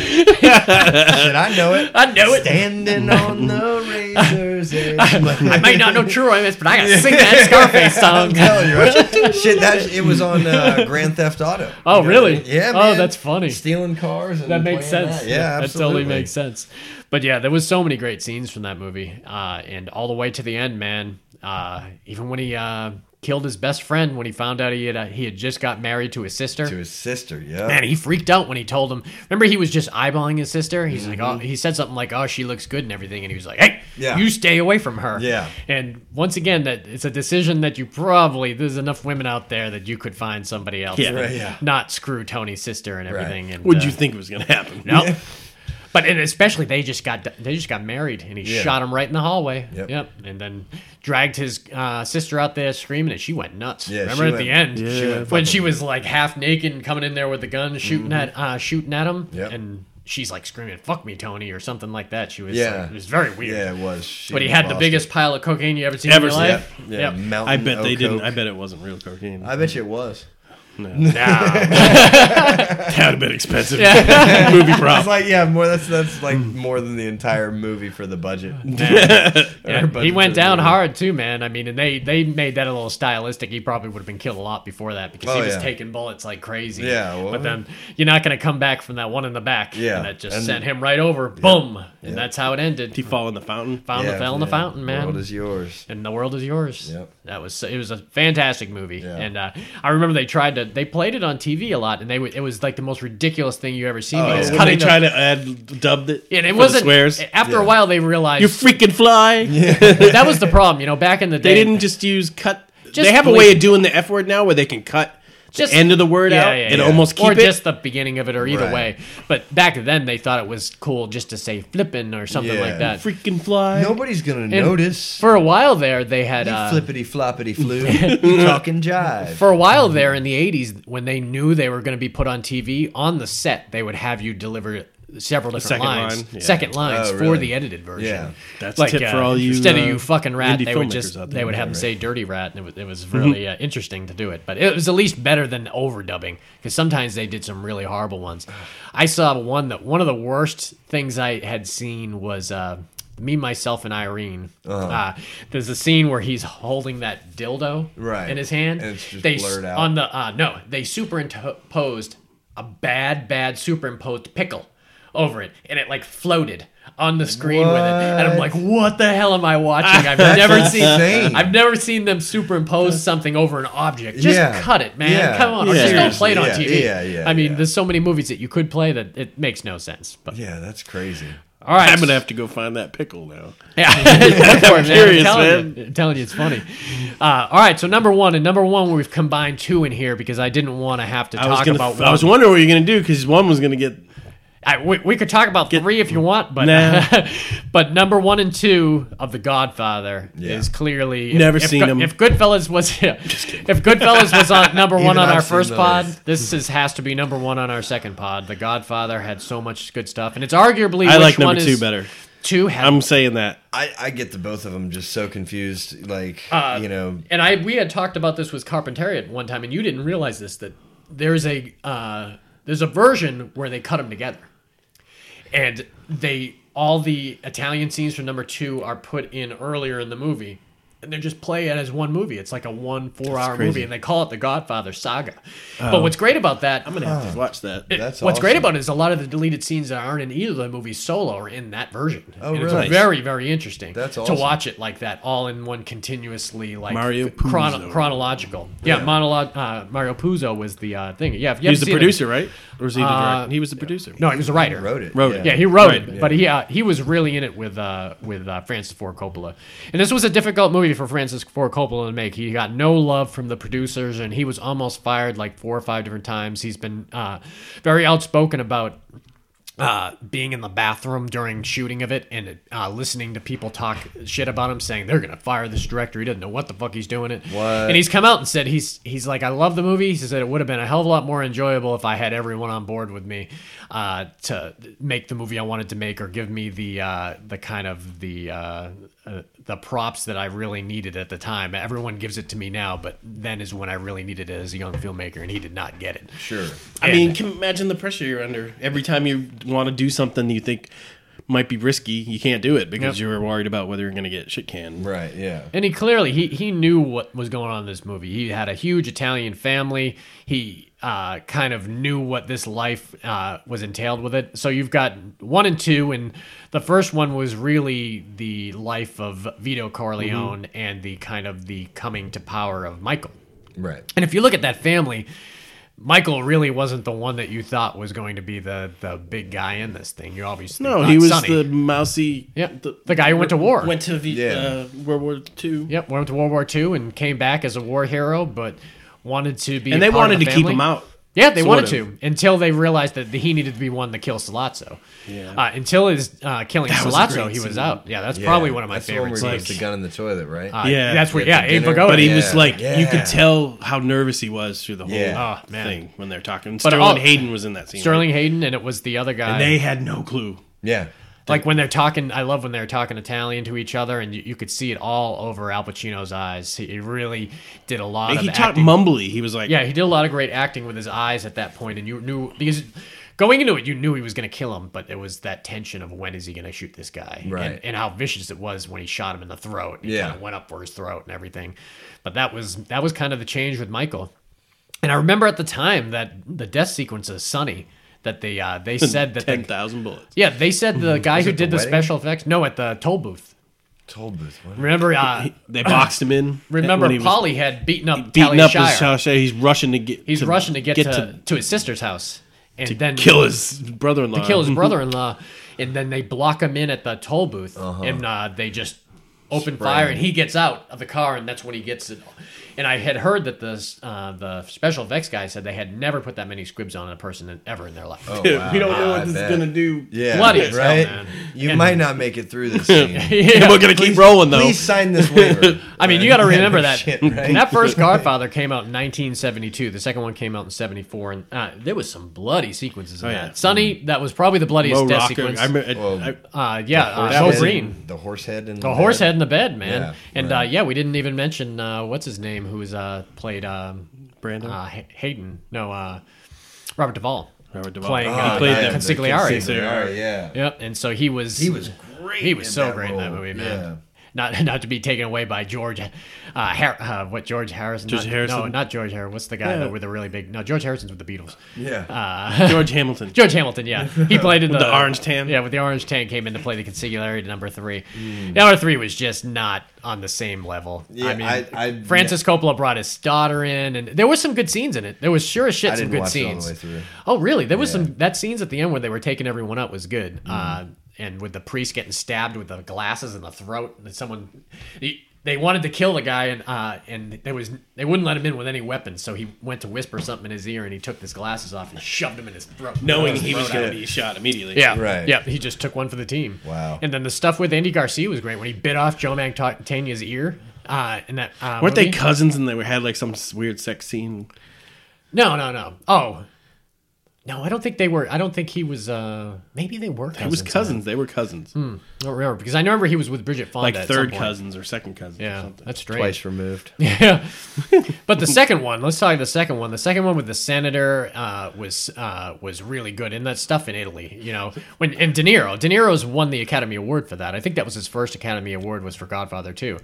shit, I know it. I know it. Standing on the razor's edge. I I may not know true romance, but I gotta sing that Scarface I'm song. telling you, right? shit, that it was on uh, Grand Theft Auto. Oh, really? Yeah, Oh, man. that's funny. Stealing cars. And that makes playing sense. that. Yeah, that totally absolutely makes sense. But yeah, there was so many great scenes from that movie, uh, and all the way to the end, man. Uh, even when he uh, killed his best friend when he found out he had uh, he had just got married to his sister. To his sister, yeah. Man, he freaked out when he told him. Remember, he was just eyeballing his sister. He's like, oh, he said something like, "Oh, she looks good and everything," and he was like, "Hey, Mm-hmm. Yeah. you stay away from her." Yeah. And once again, that it's a decision that you probably there's enough women out there that you could find somebody else, Yeah. that- Right, yeah. not screw Tony's sister and everything. And What'd uh, you think was gonna happen? no. But and especially they just got they just got married and he Yeah. shot him right in the hallway. Yep. And then dragged his uh, sister out there screaming and she went nuts. Yeah, Remember she at went- the end she Yeah. went when fucking Mm-hmm. she was like half naked and coming in there with the gun shooting at uh, shooting at him Yep. and she's like screaming "fuck me, Tony" or something like that. She was Yeah. like, it was very weird. Yeah, it was. She But he was had the lost biggest pile of cocaine you ever seen Ever in your it. seen. Yeah, life. yeah. Yep. Mountain I bet they oak didn't. coke. I bet it wasn't real cocaine. I bet you it was. Nah. That'd have been expensive. Movie It's Oh. prop. like yeah, more. That's that's like Mm. more than the entire movie for the budget. Yeah, Our budget he went for the down movie. hard too, man. I mean, and they they made that a little stylistic. He probably would have been killed a lot before that because he Oh, was yeah. taking bullets like crazy. Yeah, well- but then you're not going to come back from that one in the back. Yeah, and that just and- sent him right over. Boom, and Yeah. that's how it ended. He fall in the fountain. Found the Yeah, fell in the yeah. fountain, man. World is yours. and the world is yours. Yep. That was it was a fantastic movie, Yeah. and uh, I remember they tried to they played it on TV a lot, and they would- it was like the most ridiculous thing you ever seen. Oh, yeah. because When When they cutting the- try to add dubbed it. and for it the wasn't swears. after a Yeah. while they realized You freaking fly. that was the problem. You know, back in the day They didn't just use cut. Just they have a bleep. way of doing the F word now where they can cut Just- the end of the word Yeah, out yeah, and yeah. almost keep or it. just the beginning of it, or either Right. way. But back then, they thought it was cool just to say flippin' or something Yeah. like that. freaking fly. Nobody's gonna notice. For a while there, they had. You Uh, flippity floppity flew. You talking jive. for a while there in the 80s, when they knew they were going to be put on TV, on the set, they would have you deliver several different second lines. line, yeah. Second lines Oh, for really? the edited version. Yeah. That's like tip uh, for all you instead of uh, you fucking rat, indie they would filmmakers just out they there. would have them say dirty rat, and it was, it was really Mm-hmm. uh, interesting to do it. But it was at least better than overdubbing because sometimes they did some really horrible ones. I saw one that one of the worst things I had seen was uh, Me, myself, and Irene. uh Uh-huh. there's a scene where he's holding that dildo Right. in his hand. And it's just they, blurred out. On the uh, no, they superimposed a bad, bad superimposed pickle over it, and it like floated on the screen with it. And I'm like, what the hell am I watching? I've never seen. insane. I've never seen them superimpose something over an object. Just Yeah. cut it, man. Yeah. Come on, or Yeah. just don't play it on Yeah, TV. yeah, yeah, I mean, yeah. there's so many movies that you could play that it makes no sense. But Yeah, that's crazy. all right, I'm gonna have to go find that pickle now. yeah, Go for it, man. I'm curious, telling man. You, I'm telling you, it's funny. Uh, all right, so number one and number one, we've combined two in here because I didn't want to have to I was talk gonna. about. I was one. wondering what you're gonna do because one was gonna get. I- we, we could talk about three if you want, but Nah. but number one and two of The Godfather Yeah. is clearly if- Never if, seen Go- them. If Goodfellas was if Goodfellas was on number one Even on I've our seen first those. pod, this is has to be number one on our second pod. The Godfather had so much good stuff, and it's arguably I which like one number is, two better. Two had I'm saying that. I, I get the both of them just so confused. Like, Uh, you know, and I we had talked about this with Carpenteri at one time, and you didn't realize this that there's a uh, there's a version where they cut them together, and they all the Italian scenes from number two are put in earlier in the movie, and they just play it as one movie. It's like a one four hour crazy. movie, and they call it the Godfather Saga. But what's great about that? I'm gonna have to watch that. that's What's great awesome. about it is a lot of the deleted scenes that aren't in either of the movies solo are in that version. Oh, And really? It's very, very interesting That's to awesome. watch it like that, all in one continuously, like Mario chrono- Puzo. chronological. Yeah, monologue. Uh, Mario Puzo was the uh, thing. Yeah, if you He's haven't the seen it- producer, right? Or was he the Uh, director? He was the producer. No, he was a writer. wrote it. Wrote it. Yeah, he wrote it, Right. but he uh, he was really in it with uh, with uh, Francis Ford Coppola, and this was a difficult movie for Francis Ford Coppola to make. He got no love from the producers, and he was almost fired like four or five different times. He's been uh, very outspoken about uh, being in the bathroom during shooting of it and uh, listening to people talk shit about him, saying they're gonna fire this director. He doesn't know what the fuck he's doing it. What? And he's come out and said he's he's like, I love the movie. He said it would have been a hell of a lot more enjoyable if I had everyone on board with me uh, to make the movie I wanted to make or give me the uh, the kind of the. Uh, uh, the props that I really needed at the time. Everyone gives it to me now, but then is when I really needed it as a young filmmaker, and he did not get it. Sure. I mean, can you imagine the pressure you're under every time you want to do something you think might be risky. You can't do it because Yep. you were worried about whether you're going to get shit canned. Right. Yeah. And he clearly he he knew what was going on in this movie. He had a huge Italian family. He uh, kind of knew what this life uh, was entailed with it. So you've got one and two, and the first one was really the life of Vito Corleone Mm-hmm. and the kind of the coming to power of Michael. Right. And if you look at that family, Michael really wasn't the one that you thought was going to be the the big guy in this thing. You obviously No, thought he was Sonny. the mousy. Yeah, the guy who went to war. Went to the, Yeah. uh, World War Two. Yep, went to World War II and came back as a war hero, but wanted to be. And a they part of wanted the to keep family. him out. Yeah, they sort wanted of. to until they realized that he needed to be one to kill Salazzo. Yeah. Uh, until his uh, killing was a Salazzo, great he was scene. out. Yeah, that's Yeah. probably one of my That's the one favorites. where he puts Like, the gun in the toilet, right? uh, Yeah. that's where. Yeah, Yeah, Abe dinner. Vigoda. But he Yeah. was like, you yeah. could tell how nervous he was through the whole Yeah. Oh, man. thing when they're talking. But Sterling all- Hayden was in that scene. Sterling Hayden, and it was the other guy. And they had no clue. Yeah. like when they're talking, I love when they're talking Italian to each other, and you, you could see it all over Al Pacino's eyes. He, he really did a lot. Like, of he talked acting. mumbly. He was like, Yeah, he did a lot of great acting with his eyes at that point, and you knew because going into it, you knew he was going to kill him, but it was that tension of when is he going to shoot this guy, Right. And, and how vicious it was when he shot him in the throat. He Yeah. kind of went up for his throat and everything. But that was that was kind of the change with Michael. And I remember at the time that the death sequence of Sonny that they uh, they said that ten the, thousand bullets. yeah they said the guy who it the did the, wedding? special effects no at the toll booth. Toll booth. What? Remember, uh, They boxed him in. remember when he was Polly had beaten up beating Talia up Shire. his house. He's rushing to get. He's rushing to get, to, to to, his sister's house and then kill his uh, brother-in-law. kill his brother-in-law, and then they block him in at the toll booth, Uh-huh. and uh, they just open fire, and he gets out of the car, and that's when he gets it. And I had heard that the uh, the special effects guy said they had never put that many squibs on a person in- ever in their life. Oh, Dude, wow. we don't know I what this bet. is gonna do. Yeah. Bloody as hell, right. man. You might not make it through this scene. Yeah. And we're gonna keep rolling though. Please sign this waiver. I mean, you got to Right? Yeah, remember no that shit, right? that first Godfather came out in 1972. The second one came out in 74, and uh, there was some bloody sequences in Oh, that. yeah. Sonny, that was probably the bloodiest Mo death Rocker. sequence. I remember. Well, I, uh, yeah, That uh, Mo was Green. The horse head and The horse head in the bed, man. Yeah, and right. uh, yeah, we didn't even mention uh, what's his name, who's uh, played um, Brando? uh, Hay- Hayden. No, uh, Robert Duvall. Robert De Niro. playing Oh, uh, he played uh, them. Consigliari. Consigliere. All right, yeah. Yep, and so he was He was great. he was in so that great in that role. movie, man. Not not to be taken away by George, uh, Har- uh what George Harrison? George not, Harrison? No, not George Harrison. What's the guy Yeah. that with the really big? No, George Harrison's with the Beatles. Yeah. Yeah. Uh, George Hamilton. George Hamilton, yeah, he played in the, the orange tan. Yeah, with the orange tan, came in to play the consigliere number three. Number three was just not on the same level. Mm. Yeah, I mean, I- I- Francis Coppola brought his daughter in, and there was some good scenes in it. There was sure as shit I some didn't good watch it all the scenes. way through. Oh, really? There was some that scenes at the end where they were taking everyone up was good. Mm-hmm. Uh, and with the priest getting stabbed with the glasses in the throat, and someone he, they wanted to kill the guy, and uh, and there was they wouldn't let him in with any weapons, so he went to whisper something in his ear, and he took his glasses off and shoved him in his throat, Knowing his he was throat out. going to be shot immediately. Yeah. Right. Yeah. He just took one for the team. Wow. And then the stuff with Andy Garcia was great when he bit off Joe Mantegna's ear. Uh, in that uh, Weren't they movie. cousins and they were, had like some s- weird sex scene? No, no, no. Oh, no. I don't think they were. I don't think he was. uh Maybe they were. It Cousins was cousins. They were cousins. I don't remember because I remember he was with Bridget Fonda. Like at some third point. cousins or second cousins or Yeah, something. that's strange. Twice removed. Yeah. but the second one, let's talk the second one. The second one with the senator uh, was uh, was really good, and that stuff in Italy, you know, when and De Niro, De Niro's won the Academy Award for that. I think that was his first Academy Award was for Godfather too,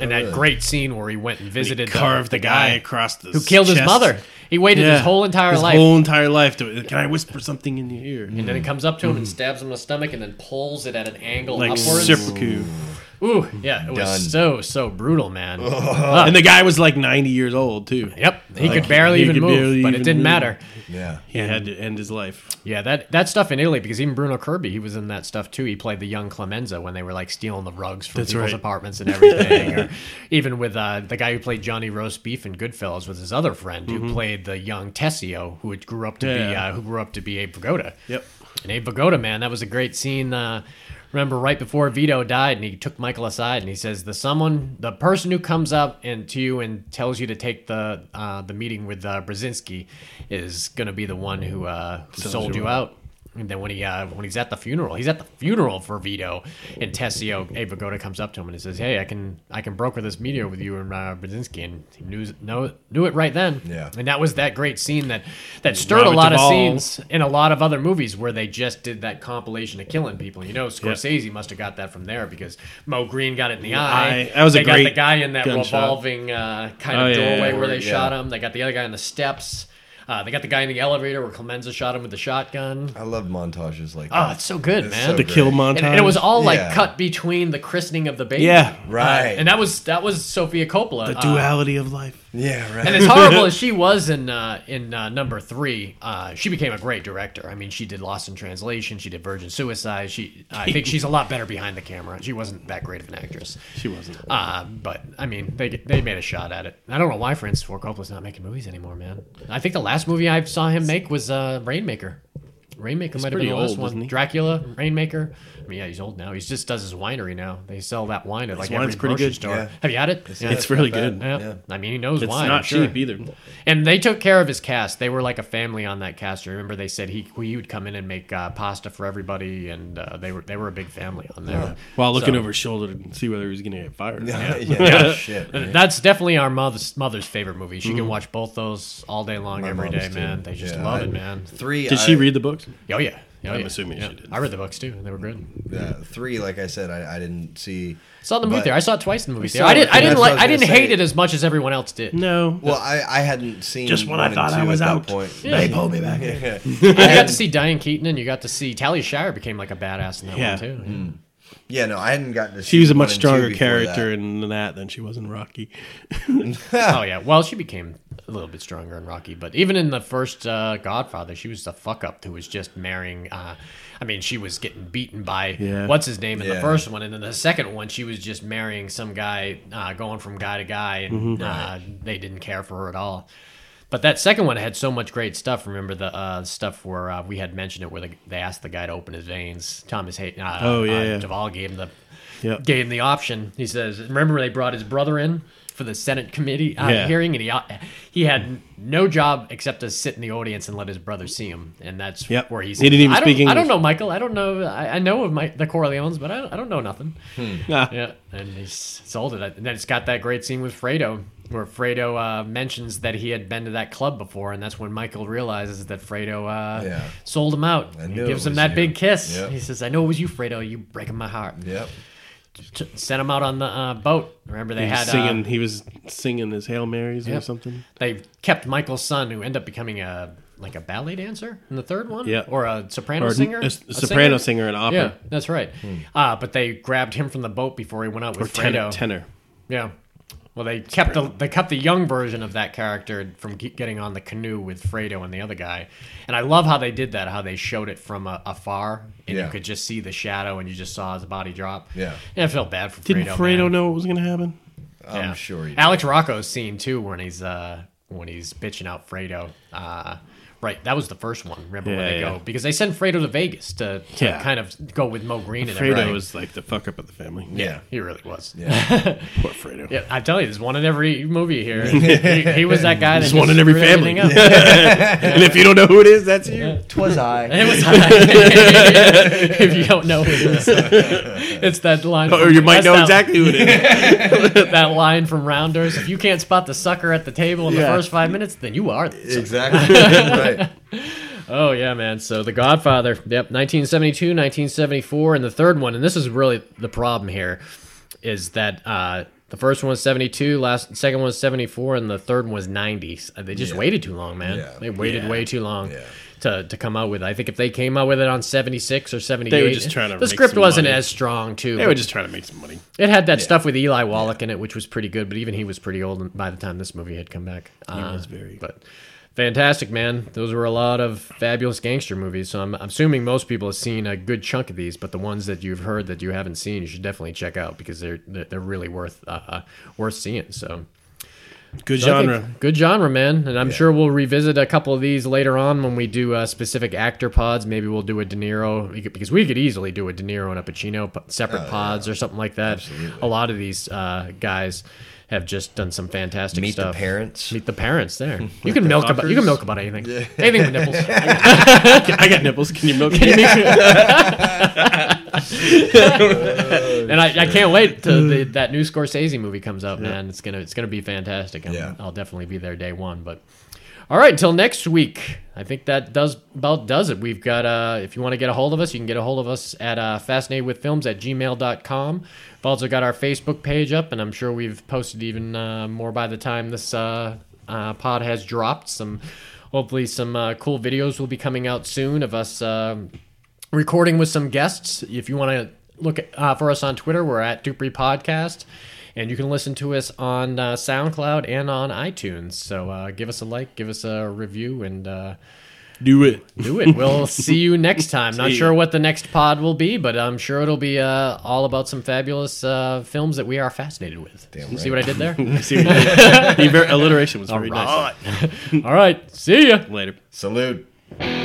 and that great scene where he went and visited Carved the guy across the who killed his mother. He waited his whole entire life. whole entire life. To, Can I whisper something in your ear? and then he comes up to him and stabs him in the stomach, and then pulls it at an angle Mm. Like upwards. seppuku. Ooh, yeah, it was Done. so so brutal, man. And the guy was like 90 years old too. Yep, he could barely he even could move, barely but it even didn't move. matter. Yeah. He had to end his life. Yeah, that that stuff in Italy because even Bruno Kirby, he was in that stuff too. He played the young Clemenza when they were like stealing the rugs from That's people's right. apartments and everything. or even with uh, the guy who played Johnny Roast Beef in Goodfellas was his other friend who played the young Tessio, who had grew up to be Mm-hmm. Yeah. uh, who grew up to be Abe Vigoda. Yep. And Abe Vigoda, man, that was a great scene. Uh, remember right before Vito died, and he took Michael aside and he says, "The someone, the person who comes up and to you and tells you to take the uh, the meeting with uh, Brzezinski, is going to be the one who, uh, who sold you out." And then when he uh, when he's at the funeral, he's at the funeral for Vito, and Tessio Abe Vigoda comes up to him and he says, "Hey, I can I can broker this meeting with you and uh, Brzezinski," and he knew know, knew it right then. Yeah. and that was that great scene that that stirred a Robert lot of Duvall. scenes in a lot of other movies where they just did that compilation of killing people. You know, Scorsese must have got that from there because Mo Green got it in the eye. eye. That was a they great got the guy in that gunshot. revolving uh, kind Oh, of yeah, yeah, doorway yeah. where they Yeah. shot him. They got the other guy on the steps. Uh, they got the guy in the elevator where Clemenza shot him with the shotgun. I love montages like Oh, Ah, that. it's so good, It's man. so The kill montage. and, and it was all like Yeah. cut between the christening of the baby. Yeah. Right. Uh, and that was that was Sophia Coppola. the uh, duality of life. yeah, right. and as horrible as she was in uh, in uh, number three, uh, she became a great director. I mean, she did Lost in Translation, she did Virgin Suicide. She, I think, she's a lot better behind the camera. She wasn't that great of an actress. She wasn't. Uh, but I mean, they they made a shot at it. I don't know why Francis Ford Coppola's not making movies anymore, man. I think the last movie I saw him make was uh, Rainmaker. Rainmaker might have been pretty the last old, one. isn't he? Dracula, Rainmaker. I mean, yeah, he's old now. He just does his winery now. They sell that wine at like wine's every pretty grocery good. store. Yeah. Have you had it? Yeah, it's really not good. bad. Yeah. I mean, he knows It's wine. not I'm sure. cheap either. And they took care of his cast. They were like a family on that cast. I remember they said he he would come in and make uh, pasta for everybody, and uh, they were they were a big family on there. While looking So- over his shoulder to see whether he was going to get fired. Yeah. yeah. Shit. And Uh, That's definitely our mother's mother's favorite movie. She can watch both those all day long, every mom's day, too. man. They just Yeah, love I- it, man. Three. Did I- she read the books? Oh yeah, Oh, I'm yeah. assuming Yeah. she did. I read the books too, and they were good. Yeah, uh, three. Like I said, I, I didn't see. Saw the movie But- theater. I saw it twice in the movie theater. saw I it, didn't. I and didn't that's what I like. I was gonna didn't hate say. it as much as everyone else did. No. Well, I, I hadn't seen Just when I one and thought I two was at that out, Point. they pulled me back. in. You got to see Diane Keaton, and you got to see Talia Shire became like a badass in that Yeah. one too. Yeah. Yeah, no, I hadn't gotten to. She see was a one much and two stronger before that. character in that than she was in Rocky. Oh yeah. Well, she became a little bit stronger in Rocky, but even in the first uh, Godfather, she was the fuck up who was just marrying. Uh, I mean, she was getting beaten by Yeah. what's his name in the Yeah. first one, and then the second one, she was just marrying some guy, uh, going from guy to guy, and Mm-hmm. uh, they didn't care for her at all. But that second one had so much great stuff. Remember the uh, stuff where uh, we had mentioned it, where the, they asked the guy to open his veins. Thomas Hayden. Uh, Oh, yeah, uh, yeah. Duvall gave him the Yep. gave him the option. He says, "Remember when they brought his brother in for the Senate committee uh, Yeah. hearing, and he he had no job except to sit in the audience and let his brother see him, and that's Yep. where he's. He didn't even I don't, speak I don't English. know Michael. I don't know. I, I know of my, the Corleones, but I don't, I don't know nothing. Nah. Yeah, and he sold it, and then it's got that great scene with Fredo where Fredo uh, mentions that he had been to that club before, and that's when Michael realizes that Fredo uh, Yeah. sold him out. I He knew it gives him was that you. big kiss. Yep. He says, "I know it was you, Fredo. You breaking my heart." Yep. T- sent him out on the uh, boat. Remember they He was had singing. Uh, he was singing his Hail Marys or Yep. something. they kept Michael's son, who ended up becoming a like a ballet dancer in the third one, Yeah. or a soprano Or a- singer, a soprano singer? singer, and opera. Yeah, that's right. Uh, but they grabbed him from the boat before he went out Or with tenor, Fredo. tenor. Yeah. Well, they kept the they kept the young version of that character from ge- getting on the canoe with Fredo and the other guy, and I love how they did that. How they showed it from uh, afar, and Yeah. you could just see the shadow, and you just saw his body drop. Yeah. and I felt bad for Didn't Fredo. Fredo man. know what was going to happen? I'm Yeah. sure you. Alex Rocco's scene too when he's uh when he's bitching out Fredo. Uh Right, that was the first one. Remember when Yeah, they yeah. go because they send Fredo to Vegas to, to Yeah. kind of go with Mo Green and Fredo everything. was like the fuck up of the family. Yeah. he really was. poor Fredo. Yeah, I tell you, there's one in every movie here. he, he was that guy. That There's one just in every screwed everything family. up. And if you don't know who it is, that's you. Twas I. It was if you don't know who it is, it's that line. Or from- you might that's know that- exactly who it is. that line from Rounders. If you can't spot the sucker at the table in Yeah. the first five minutes, then you are. The sucker. Exactly. right. Oh yeah, man. So The Godfather, yep, 1972, 1974, and the third one, and this is really the problem here, is that uh, the first one was 72, last second one was 74, and the third one was 90. So They just Yeah. waited too long, man. Yeah. They waited way too long. Yeah. To, to come out with, I think if they came out with it on seventy six or seventy eight, just trying to The make script some wasn't money. as strong too. They but were just trying to make some money. it had that stuff with Eli Wallach in it, which was pretty good. But even he was pretty old by the time this movie had come back. Uh, was very- But fantastic, man. Those were a lot of fabulous gangster movies. So I'm, I'm assuming most people have seen a good chunk of these. But the ones that you've heard that you haven't seen, you should definitely check out because they're they're, they're really worth uh, uh, worth seeing. So Good so I think genre. good genre, man. And I'm sure we'll revisit a couple of these later on when we do uh, specific actor pods. Maybe we'll do a De Niro we could- because we could easily do a De Niro and a Pacino p- separate pods or something like that. A lot of these uh, guys have just done some fantastic Meet stuff. the parents. Meet the parents. There, you can milk about you can fuckers. milk about anything. Anything with nipples. I got nipples. Can you milk me? and I, I can't wait till the, that new Scorsese movie comes out, man. It's gonna it's gonna be fantastic. I'm- Yeah. I'll definitely be there day one. But all right, until next week. I think that does about does it. We've got uh, if you want to get a hold of us, you can get a hold of us at uh, fascinatedwithfilms at gmail.com. We've also got our Facebook page up, and I'm sure we've posted even uh, more by the time this uh, uh, pod has dropped. Some hopefully some uh, cool videos will be coming out soon of us. um recording with some guests. If you want to look uh, for us on Twitter, we're at Dupree Podcast, and you can listen to us on uh, SoundCloud and on iTunes. So uh, give us a like, give us a review, and uh, Do it. do it. We'll see you next time. Not See ya. sure what the next pod will be, but I'm sure it'll be uh, all about some fabulous uh, films that we are fascinated with. Damn You See right. what I did there? I see what you did. The ver- alliteration was very right. nice. all right, see ya. Later. Salute. Salute.